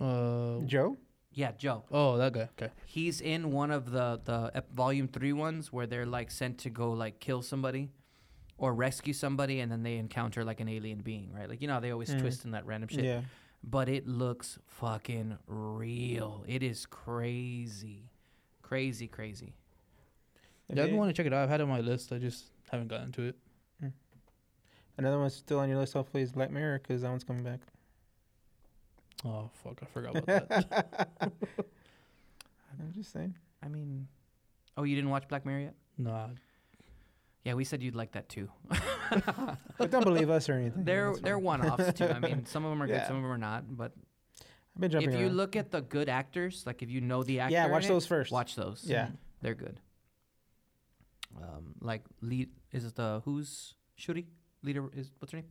Speaker 3: Uh,
Speaker 1: Joe,
Speaker 2: Yeah, Joe.
Speaker 3: oh, that guy. Okay.
Speaker 2: He's in one of the the ep- volume three ones where they're like sent to go like kill somebody or rescue somebody, and then they encounter like an alien being, right? Like you know how they always
Speaker 1: Mm.
Speaker 2: twist in that random shit.
Speaker 1: yeah,
Speaker 2: but it looks fucking real. It is crazy, crazy, crazy.
Speaker 3: Yeah, I've
Speaker 1: Maybe
Speaker 3: been wanting to check it out. I've had it on my list. I just haven't gotten to it.
Speaker 1: Another one still on your list, hopefully, is Black Mirror because that one's coming back.
Speaker 3: Oh fuck, I forgot about that.
Speaker 1: I'm just saying.
Speaker 2: I mean, oh, you didn't watch Black Mirror yet?
Speaker 3: nah.
Speaker 2: Yeah, we said you'd like that too.
Speaker 1: But don't believe us or anything.
Speaker 2: they're
Speaker 1: That's
Speaker 2: they're
Speaker 1: fine.
Speaker 2: one-offs too. I mean, some of them are good,
Speaker 1: Yeah.
Speaker 2: some of them are not. But
Speaker 1: I've been jumping
Speaker 2: if you
Speaker 1: around.
Speaker 2: look at the good actors, like if you know the actor,
Speaker 1: yeah,
Speaker 2: in
Speaker 1: watch
Speaker 2: it,
Speaker 1: those first.
Speaker 2: Watch those.
Speaker 1: Yeah.
Speaker 2: they're good. Um, like lead is it the who's Shuri leader is what's her name?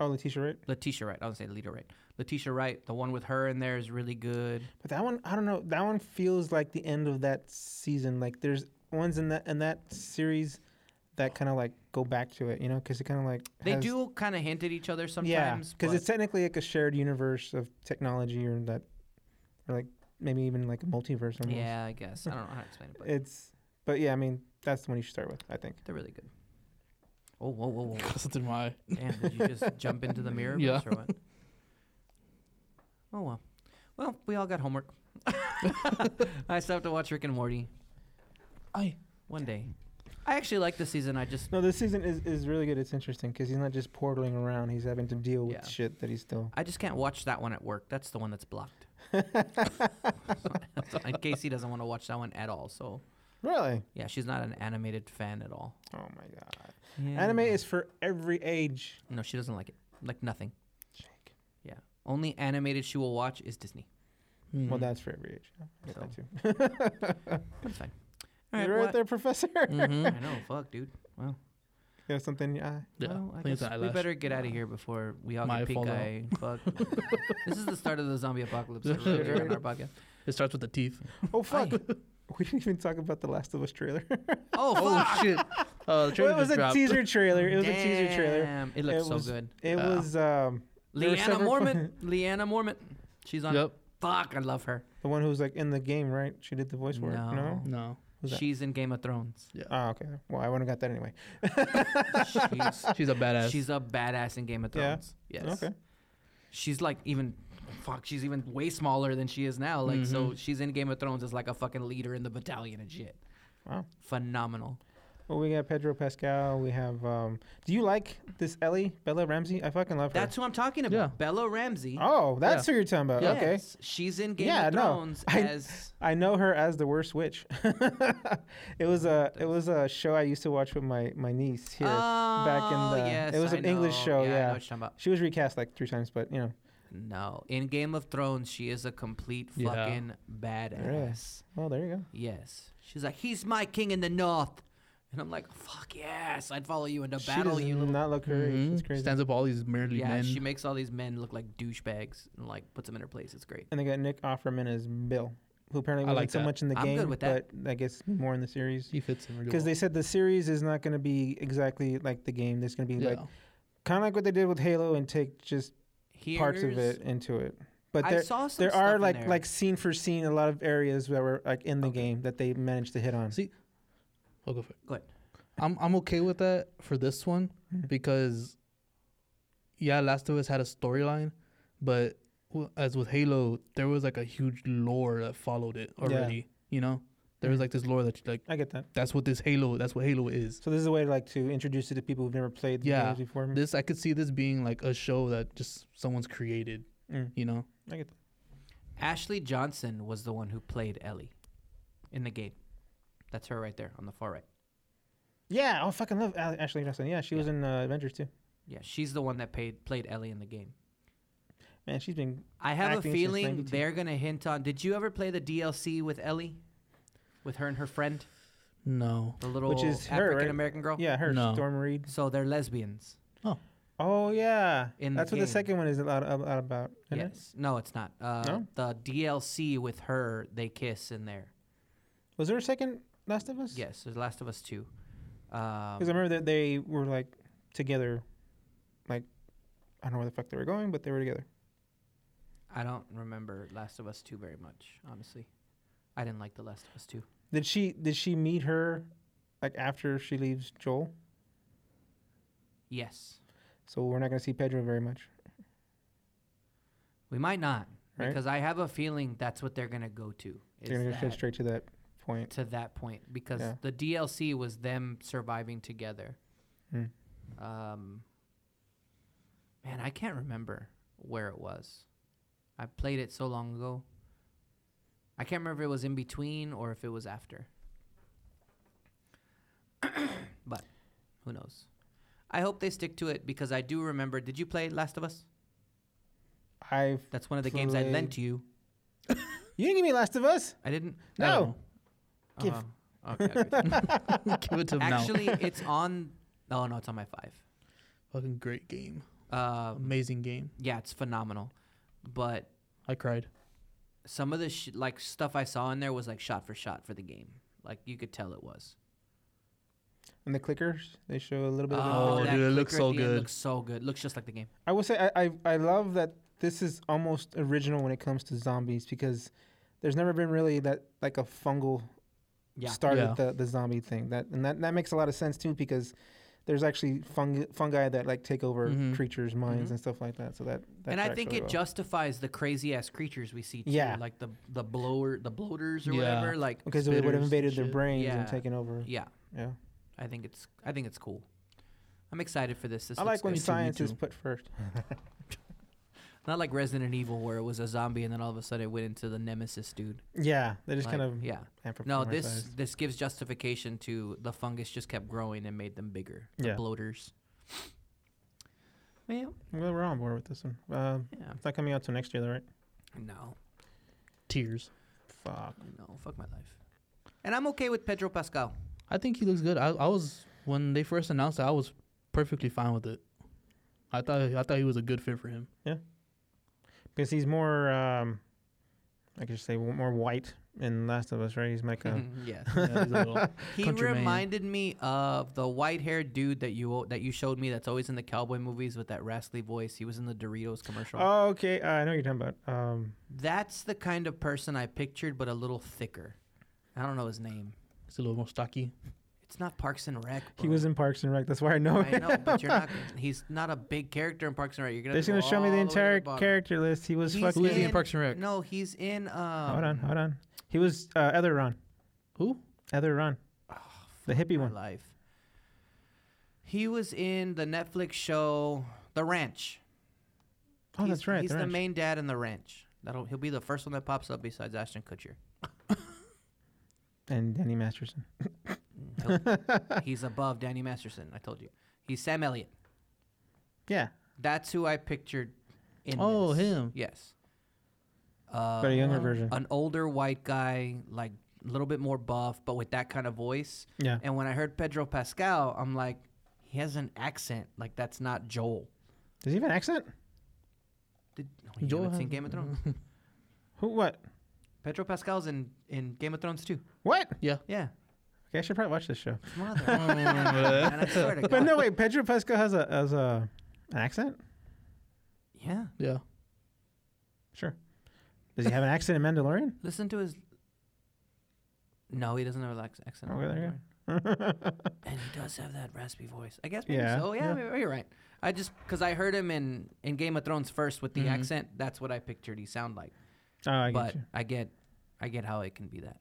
Speaker 1: Oh, Letitia Wright.
Speaker 2: Letitia Wright. I don't say leader Wright. Letitia Wright. The one with her in there is really good.
Speaker 1: But that one, I don't know. That one feels like the end of that season. Like there's ones in that in that series that kind of like go back to it, you know, because it kind of like
Speaker 2: They
Speaker 1: has-
Speaker 2: do kind of hint at each other
Speaker 1: Yeah,
Speaker 2: sometimes.
Speaker 1: because
Speaker 2: but-
Speaker 1: it's technically like a shared universe of technology, or that, or like maybe even like a multiverse. Almost.
Speaker 2: yeah, I guess I don't know how to explain it, but
Speaker 1: it's. But yeah, I mean, that's the one you should start with, I think.
Speaker 2: they're really good. Oh whoa whoa whoa!
Speaker 3: That's in my.
Speaker 2: Damn, did you just jump into the mirror?
Speaker 3: Yeah.
Speaker 2: Bruce, Or what? Oh well, well we all got homework. I still have to watch Rick and Morty
Speaker 3: I.
Speaker 2: one day. I actually like this season. I just
Speaker 1: No, this season is, is really good. It's interesting because he's not just portaling around; he's having to deal with
Speaker 2: Yeah.
Speaker 1: shit that he's still.
Speaker 2: I just can't watch that one at work. That's the one that's blocked. and Casey doesn't want to watch that one at all. So
Speaker 1: Really?
Speaker 2: yeah, she's not an animated fan at all.
Speaker 1: Oh my god! Anime is for every age.
Speaker 2: no, she doesn't like it. Like nothing.
Speaker 1: Jake.
Speaker 2: Only animated she will watch is Disney.
Speaker 1: Well,
Speaker 3: Mm.
Speaker 1: that's for every age. I get
Speaker 2: So.
Speaker 1: that too.
Speaker 2: But it's fine. All
Speaker 1: You're right
Speaker 2: what-
Speaker 1: there, Professor.
Speaker 3: Mhm.
Speaker 2: I know, fuck, dude. Wow.
Speaker 1: you have something in your eye.
Speaker 3: Yeah,
Speaker 2: well,
Speaker 3: I
Speaker 2: I
Speaker 3: think it's
Speaker 2: guess
Speaker 3: an
Speaker 2: we
Speaker 3: eyelash.
Speaker 2: better get out of here before we all
Speaker 3: My
Speaker 2: get pink
Speaker 3: fault,
Speaker 2: eye. Fuck. this is the start of the zombie apocalypse right here on our podcast.
Speaker 3: It starts with the teeth.
Speaker 1: Oh fuck! we didn't even talk about the Last of Us trailer.
Speaker 2: Oh,
Speaker 3: oh
Speaker 2: fuck.
Speaker 3: shit. Uh, the trailer
Speaker 1: well, it was
Speaker 3: just
Speaker 1: a
Speaker 3: dropped.
Speaker 1: teaser trailer. It was a teaser trailer.
Speaker 2: Damn, It looks
Speaker 1: It
Speaker 2: so
Speaker 1: was-
Speaker 2: good.
Speaker 1: It
Speaker 3: Yeah.
Speaker 1: was um, there were
Speaker 2: Leanna
Speaker 1: several-
Speaker 2: Mormont. Leanna Mormont. She's on.
Speaker 3: Yep.
Speaker 2: Fuck, I love her.
Speaker 1: the one who was like in the game, right? She did the voice work. No.
Speaker 2: No.
Speaker 3: No.
Speaker 1: Who's that?
Speaker 2: She's in Game of Thrones.
Speaker 1: Oh, okay. Well, I wouldn't have got that anyway.
Speaker 2: She's,
Speaker 3: She's a badass.
Speaker 2: she's a badass in Game of
Speaker 1: Yeah.
Speaker 2: Thrones. Yes.
Speaker 1: Okay.
Speaker 2: she's like even fuck she's even way smaller than she is now like so
Speaker 1: Mm-hmm.
Speaker 3: Mhm.
Speaker 2: she's in game of thrones as like a fucking leader in the battalion and shit
Speaker 1: Wow.
Speaker 2: phenomenal
Speaker 1: Well, we got Pedro Pascal. We have. Um, do you like this Ellie Bella Ramsey? I fucking love her.
Speaker 2: that's who i'm talking about
Speaker 3: Yeah.
Speaker 2: bella ramsey
Speaker 1: oh, that's
Speaker 3: Yeah.
Speaker 1: who you're talking about. Okay.
Speaker 2: Yes, she's in game
Speaker 1: Yeah,
Speaker 2: of
Speaker 1: no,
Speaker 2: thrones
Speaker 1: I-
Speaker 2: as
Speaker 1: I know her as the worst witch. it was a it was a show I used to watch with my my niece here back in
Speaker 2: Oh,
Speaker 1: the.
Speaker 2: yes,
Speaker 1: it was
Speaker 2: I
Speaker 1: an English
Speaker 2: know.
Speaker 1: show.
Speaker 2: yeah, I know
Speaker 1: Yeah.
Speaker 2: what you're talking about.
Speaker 1: She was recast like three times, but you know.
Speaker 2: no in game of thrones she is a complete
Speaker 3: Yeah.
Speaker 2: fucking badass
Speaker 1: Well, there you go.
Speaker 2: yes she's like he's my king in the north And I'm like, fuck yes, I'd follow you into
Speaker 1: She
Speaker 2: battle,
Speaker 1: does
Speaker 2: you little. Mm-hmm.
Speaker 1: not look her age. It's
Speaker 3: Mhm.
Speaker 1: crazy.
Speaker 3: Stands up all these merely
Speaker 2: Yeah,
Speaker 3: men.
Speaker 2: she makes all these men look like douchebags and like puts them in their place. It's great.
Speaker 1: and they got Nick Offerman as Bill, who apparently
Speaker 3: I
Speaker 1: wasn't
Speaker 3: like
Speaker 1: so
Speaker 3: that.
Speaker 1: much in the
Speaker 2: I'm
Speaker 1: game,
Speaker 2: good with that.
Speaker 1: but I guess more in the series.
Speaker 3: he fits in really
Speaker 1: Because
Speaker 3: well.
Speaker 1: they said the series is not going to be exactly like the game. There's going to be like
Speaker 3: yeah.
Speaker 1: kind of like what they did with Halo and take just
Speaker 2: Here's,
Speaker 1: parts of it into it. But
Speaker 2: I
Speaker 1: there,
Speaker 2: saw some
Speaker 1: there
Speaker 2: stuff
Speaker 1: are
Speaker 2: in
Speaker 1: like
Speaker 2: there.
Speaker 1: like scene for scene a lot of areas that were like in the
Speaker 2: Okay.
Speaker 1: game that they managed to hit on.
Speaker 3: See- I'll Oh, go for it.
Speaker 2: Go ahead.
Speaker 3: I'm I'm okay with that for this one
Speaker 1: Mhm.
Speaker 3: because yeah, Last of Us had a storyline, but w- as with Halo, there was like a huge lore that followed it
Speaker 1: Yeah.
Speaker 3: already. You know, there was
Speaker 1: Mhm.
Speaker 3: like this lore that you like.
Speaker 1: I get that.
Speaker 3: That's what this Halo. That's what Halo is.
Speaker 1: So this is a way to like to introduce it to people who've never played the
Speaker 3: Yeah,
Speaker 1: games before.
Speaker 3: This I could see this being like a show that just someone's created.
Speaker 1: Mm,
Speaker 3: You know,
Speaker 1: I get that.
Speaker 2: Ashley Johnson was the one who played Ellie in the game. That's her right there on the far right.
Speaker 1: Yeah, I fucking love Ale- Ashley Johnson. Yeah, she was in uh, Avengers too.
Speaker 2: Yeah, she's the one that paid, played Ellie in the game.
Speaker 1: Man, she's been
Speaker 2: I have
Speaker 1: Acting
Speaker 2: a
Speaker 1: since
Speaker 2: feeling
Speaker 1: 92.
Speaker 2: they're gonna hint on. Did you ever play the DLC with Ellie, with her and her friend,
Speaker 3: no,
Speaker 2: the little
Speaker 1: is her, right?
Speaker 2: African American girl?
Speaker 1: yeah her
Speaker 3: No.
Speaker 1: Storm Reed.
Speaker 2: So they're lesbians.
Speaker 1: Oh yeah,
Speaker 2: In the
Speaker 1: that's what the
Speaker 2: game.
Speaker 1: second one is a lot, a lot about. isn't it?
Speaker 2: yes. No, it's not. Uh,
Speaker 1: No?
Speaker 2: The DLC with her, they kiss in there.
Speaker 1: Was there a second Last of Us?
Speaker 2: Yes, there's Last of Us two.
Speaker 1: Because I
Speaker 2: Um,
Speaker 1: remember that they were like together, like I don't know where the fuck they were going, but they were together.
Speaker 2: I don't remember Last of Us two very much, honestly. I didn't like the Last of Us two.
Speaker 1: Did she did she meet her like after she leaves Joel?
Speaker 2: Yes,
Speaker 1: So we're not gonna see Pedro very much.
Speaker 2: we might not
Speaker 1: Right.
Speaker 2: because I have a feeling that's what they're gonna go to. is
Speaker 1: They're gonna go
Speaker 2: that.
Speaker 1: straight to that point.
Speaker 2: to that point because
Speaker 1: Yeah.
Speaker 2: the DLC was them surviving together.
Speaker 1: Hmm.
Speaker 2: Um, man, I can't remember where it was. I played it so long ago. I can't remember if it was in between or if it was after. but who knows? I hope they stick to it because I do remember. Did you play Last of Us?
Speaker 1: I've
Speaker 2: That's one of the games I lent
Speaker 1: Played-
Speaker 2: you.
Speaker 1: you didn't give me Last of Us.
Speaker 2: I didn't.
Speaker 3: I don't
Speaker 1: No.
Speaker 3: know.
Speaker 1: Give-
Speaker 2: Uh-huh. Okay, I agree.
Speaker 3: give it to him now.
Speaker 2: Actually, it's on. Oh no, it's on my five.
Speaker 3: Fucking great game,
Speaker 2: Um,
Speaker 3: amazing game.
Speaker 2: yeah, it's phenomenal. But
Speaker 3: I cried.
Speaker 2: some of the sh- like stuff I saw in there was like shot for shot for the game. Like you could tell it was.
Speaker 1: And the clickers, they show a little bit. of
Speaker 3: Oh,
Speaker 1: the-
Speaker 2: that
Speaker 3: dude, it looks
Speaker 2: clicker at
Speaker 3: so
Speaker 2: the end
Speaker 3: good.
Speaker 2: Looks so good. Looks just like the game.
Speaker 1: I will say I, I I love that this is almost original when it comes to zombies because there's never been really that like a fungal
Speaker 2: Yeah.
Speaker 1: started
Speaker 3: Yeah.
Speaker 1: the, the zombie thing. That and that, that makes a lot of sense too because there's actually fungi, fungi that like take over
Speaker 3: Mhm.
Speaker 1: creatures' minds
Speaker 2: Mhm.
Speaker 1: and stuff like that. So that, that
Speaker 2: and I
Speaker 1: tracks
Speaker 2: think
Speaker 1: really
Speaker 2: it
Speaker 1: well.
Speaker 2: justifies the crazy ass creatures we see too.
Speaker 1: Yeah.
Speaker 2: Like the the blower, the bloaters or
Speaker 3: Yeah.
Speaker 2: whatever. Like
Speaker 1: because they would
Speaker 3: spitters
Speaker 1: have
Speaker 3: and
Speaker 1: invaded their
Speaker 3: shit.
Speaker 1: brains and
Speaker 2: Yeah.
Speaker 1: taken over.
Speaker 2: yeah,
Speaker 1: Yeah,
Speaker 2: I think it's I think it's cool. I'm excited for this. this
Speaker 1: I
Speaker 2: looks
Speaker 1: like when
Speaker 2: good.
Speaker 3: Me too, me
Speaker 1: science is
Speaker 3: too.
Speaker 1: put first.
Speaker 2: not like Resident Evil where it was a zombie and then all of a sudden it went into the Nemesis dude.
Speaker 1: Yeah, they just
Speaker 2: Like,
Speaker 1: kind of
Speaker 2: yeah. No, this this gives justification to the fungus just kept growing and made them bigger. The
Speaker 1: Yeah.
Speaker 2: bloaters. Well,
Speaker 1: Well, we're on board with this one. Um,
Speaker 2: yeah.
Speaker 1: it's not coming out till next year, though, right?
Speaker 2: No,
Speaker 3: Tears.
Speaker 1: Fuck.
Speaker 2: no, fuck my life. And I'm okay with Pedro Pascal.
Speaker 3: I think he looks good. I, I was when they first announced it, I was perfectly fine with it. I thought I thought he was a good fit for him.
Speaker 1: Because he's more, um, I could just say w- more white in Last of Us, right? He's like a
Speaker 2: yes.
Speaker 3: Yeah, he's a little-
Speaker 2: He
Speaker 3: Countryman.
Speaker 2: reminded me of the white-haired dude that you that you showed me that's always in the cowboy movies with that raspy voice. He was in the Doritos commercial.
Speaker 1: oh, okay. Uh, I know what you're talking about. Um,
Speaker 2: that's the kind of person I pictured but a little thicker. I don't know his name.
Speaker 3: he's a little more stocky.
Speaker 2: It's not Parks and Rec.
Speaker 1: he
Speaker 2: bro.
Speaker 1: was in Parks and Rec. That's why I know.
Speaker 2: I know, but you're not. He's not a big character in Parks and Rec. You're gonna.
Speaker 1: They're
Speaker 2: have
Speaker 1: just
Speaker 2: to
Speaker 1: gonna
Speaker 2: go
Speaker 1: show me the
Speaker 2: all way to
Speaker 1: entire
Speaker 2: bottom.
Speaker 1: character list. He was
Speaker 2: He's
Speaker 1: fucking.
Speaker 3: Who is he
Speaker 2: in-
Speaker 3: in Parks and Rec?
Speaker 2: No, he's in. Um,
Speaker 1: hold on, hold on. He was uh, Ether Ron.
Speaker 3: Who?
Speaker 1: Ether Ron.
Speaker 2: Oh,
Speaker 1: the hippie
Speaker 2: my
Speaker 1: one.
Speaker 2: Life. He was in the Netflix show The Ranch.
Speaker 1: Oh,
Speaker 2: He's-
Speaker 1: that's right.
Speaker 2: He's
Speaker 1: the
Speaker 2: the,
Speaker 1: ranch.
Speaker 2: main dad in The Ranch. That'll he'll be the first one that pops up besides Ashton Kutcher.
Speaker 1: and Danny Masterson.
Speaker 2: He'll- he's above Danny Masterson. I told you. He's Sam Elliott.
Speaker 1: Yeah,
Speaker 2: That's who I pictured. in
Speaker 3: Oh,
Speaker 2: this.
Speaker 3: him.
Speaker 2: Yes. Uh,
Speaker 1: but a younger version.
Speaker 2: an older white guy like a little bit more buff, but with that kind of voice.
Speaker 1: Yeah.
Speaker 2: And when I heard Pedro Pascal, I'm like, he has an accent. Like that's not Joel.
Speaker 1: Does he have an accent?
Speaker 2: Did oh, you
Speaker 3: Joel
Speaker 2: haven't seen
Speaker 3: has-
Speaker 2: Game of Thrones?
Speaker 1: Who? What?
Speaker 2: Pedro Pascal's in in Game of Thrones too.
Speaker 1: What?
Speaker 2: Yeah.
Speaker 1: Okay, I should probably watch this show.
Speaker 2: Mother. and I swear to God.
Speaker 1: But no, wait. Pedro Pascal has a has a an accent.
Speaker 2: Yeah.
Speaker 3: yeah.
Speaker 1: Sure. Does he have an accent in Mandalorian?
Speaker 2: Listen to his. No, he doesn't have an ac- accent.
Speaker 1: Okay, there you go.
Speaker 2: and he does have that raspy voice. I guess maybe
Speaker 1: Yeah.
Speaker 2: so. Yeah,
Speaker 3: Yeah.
Speaker 2: maybe you're right. I just because I heard him in in Game of Thrones first with the
Speaker 3: Mhm.
Speaker 2: accent. That's what I pictured he sound like.
Speaker 1: Oh, I get
Speaker 2: but
Speaker 1: you.
Speaker 2: I get, I get how it can be that.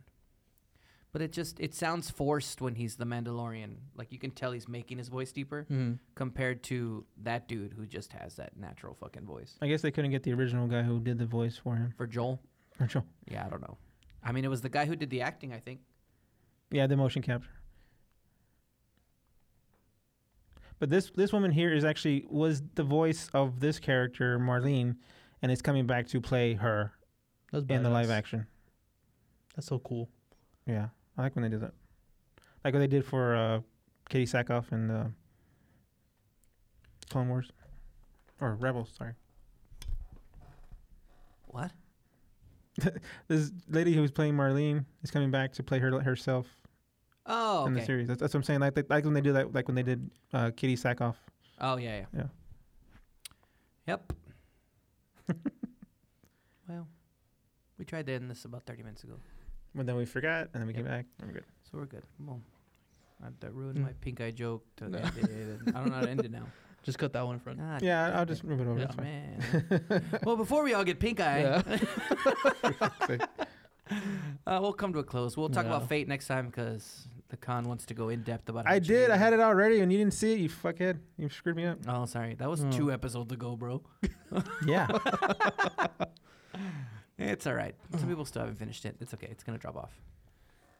Speaker 2: But it just it sounds forced when he's the Mandalorian. Like you can tell he's making his voice deeper
Speaker 3: Mm.
Speaker 2: compared to that dude who just has that natural fucking voice.
Speaker 1: I guess they couldn't get the original guy who did the voice for him.
Speaker 2: For Joel,
Speaker 1: For Joel.
Speaker 2: yeah, I don't know. I mean, it was the guy who did the acting. I think.
Speaker 1: Yeah, the motion capture. But this this woman here is actually was the voice of this character Marlene, and is coming back to play her
Speaker 3: That's
Speaker 1: in the live
Speaker 3: badass.
Speaker 1: action.
Speaker 3: That's so cool.
Speaker 1: Yeah, I like when they do that, like what they did for uh, Katie Sackhoff and uh, Clone Wars, or Rebels. Sorry,
Speaker 2: What?
Speaker 1: this lady who was playing Marlene is coming back to play her herself
Speaker 2: Oh,
Speaker 1: in the
Speaker 2: okay.
Speaker 1: series. That's, that's what I'm saying. Like, like like when they do that, like when they did uh, Katie Sackhoff.
Speaker 2: Oh yeah, yeah.
Speaker 1: Yeah.
Speaker 2: Yep. well, we tried to end this about thirty minutes ago,
Speaker 1: But then we forgot, and then we
Speaker 2: Yep.
Speaker 1: came back. and we're good.
Speaker 2: so we're good. Well, I, that ruined
Speaker 3: Mm.
Speaker 1: Hmm.
Speaker 2: my pink eye joke. To
Speaker 3: No.
Speaker 2: end it. I don't know how to end it now.
Speaker 3: Just cut that one in front.
Speaker 2: God
Speaker 1: Yeah, I'll
Speaker 2: damn
Speaker 1: just
Speaker 2: it.
Speaker 1: move it over.
Speaker 3: Yeah.
Speaker 1: That's fine.
Speaker 2: Oh, man. well, before we all get pink eye, uh, we'll come to a close. We'll talk
Speaker 3: Yeah.
Speaker 2: about fate next time because the con wants to go in depth about.
Speaker 1: I did. I had it already, and you didn't see it. You fuckhead. You screwed me up.
Speaker 2: Oh, sorry. That was
Speaker 3: Oh.
Speaker 2: two episodes ago, bro.
Speaker 1: Yeah.
Speaker 2: It's all right. Some people still haven't finished it. It's okay. It's gonna drop off.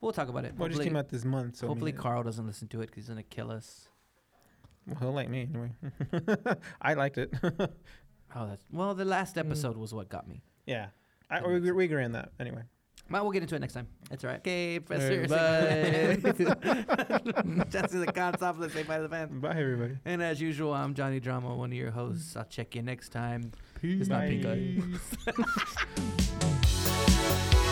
Speaker 2: We'll talk about it.
Speaker 1: well, it just
Speaker 2: Hopefully-
Speaker 1: came out this month, so I mean,
Speaker 2: Hopefully,
Speaker 1: it-
Speaker 2: Carl doesn't listen to it because he's gonna kill us.
Speaker 1: well, he'll like me anyway. I liked it.
Speaker 2: Oh, that's well. The last
Speaker 3: Mm.
Speaker 2: episode was what got me.
Speaker 1: yeah. I,
Speaker 2: That
Speaker 1: we,
Speaker 2: makes
Speaker 1: we agree on that anyway.
Speaker 2: Well, we'll get into it next time. That's all right. Okay,
Speaker 3: right,
Speaker 2: professor. Jesse the Consopolis, say bye to the fans.
Speaker 1: Bye, everybody.
Speaker 2: And as usual, I'm Johnny Drama, one of your hosts. I'll check you next time.
Speaker 3: It's not pink eye.
Speaker 1: Bye.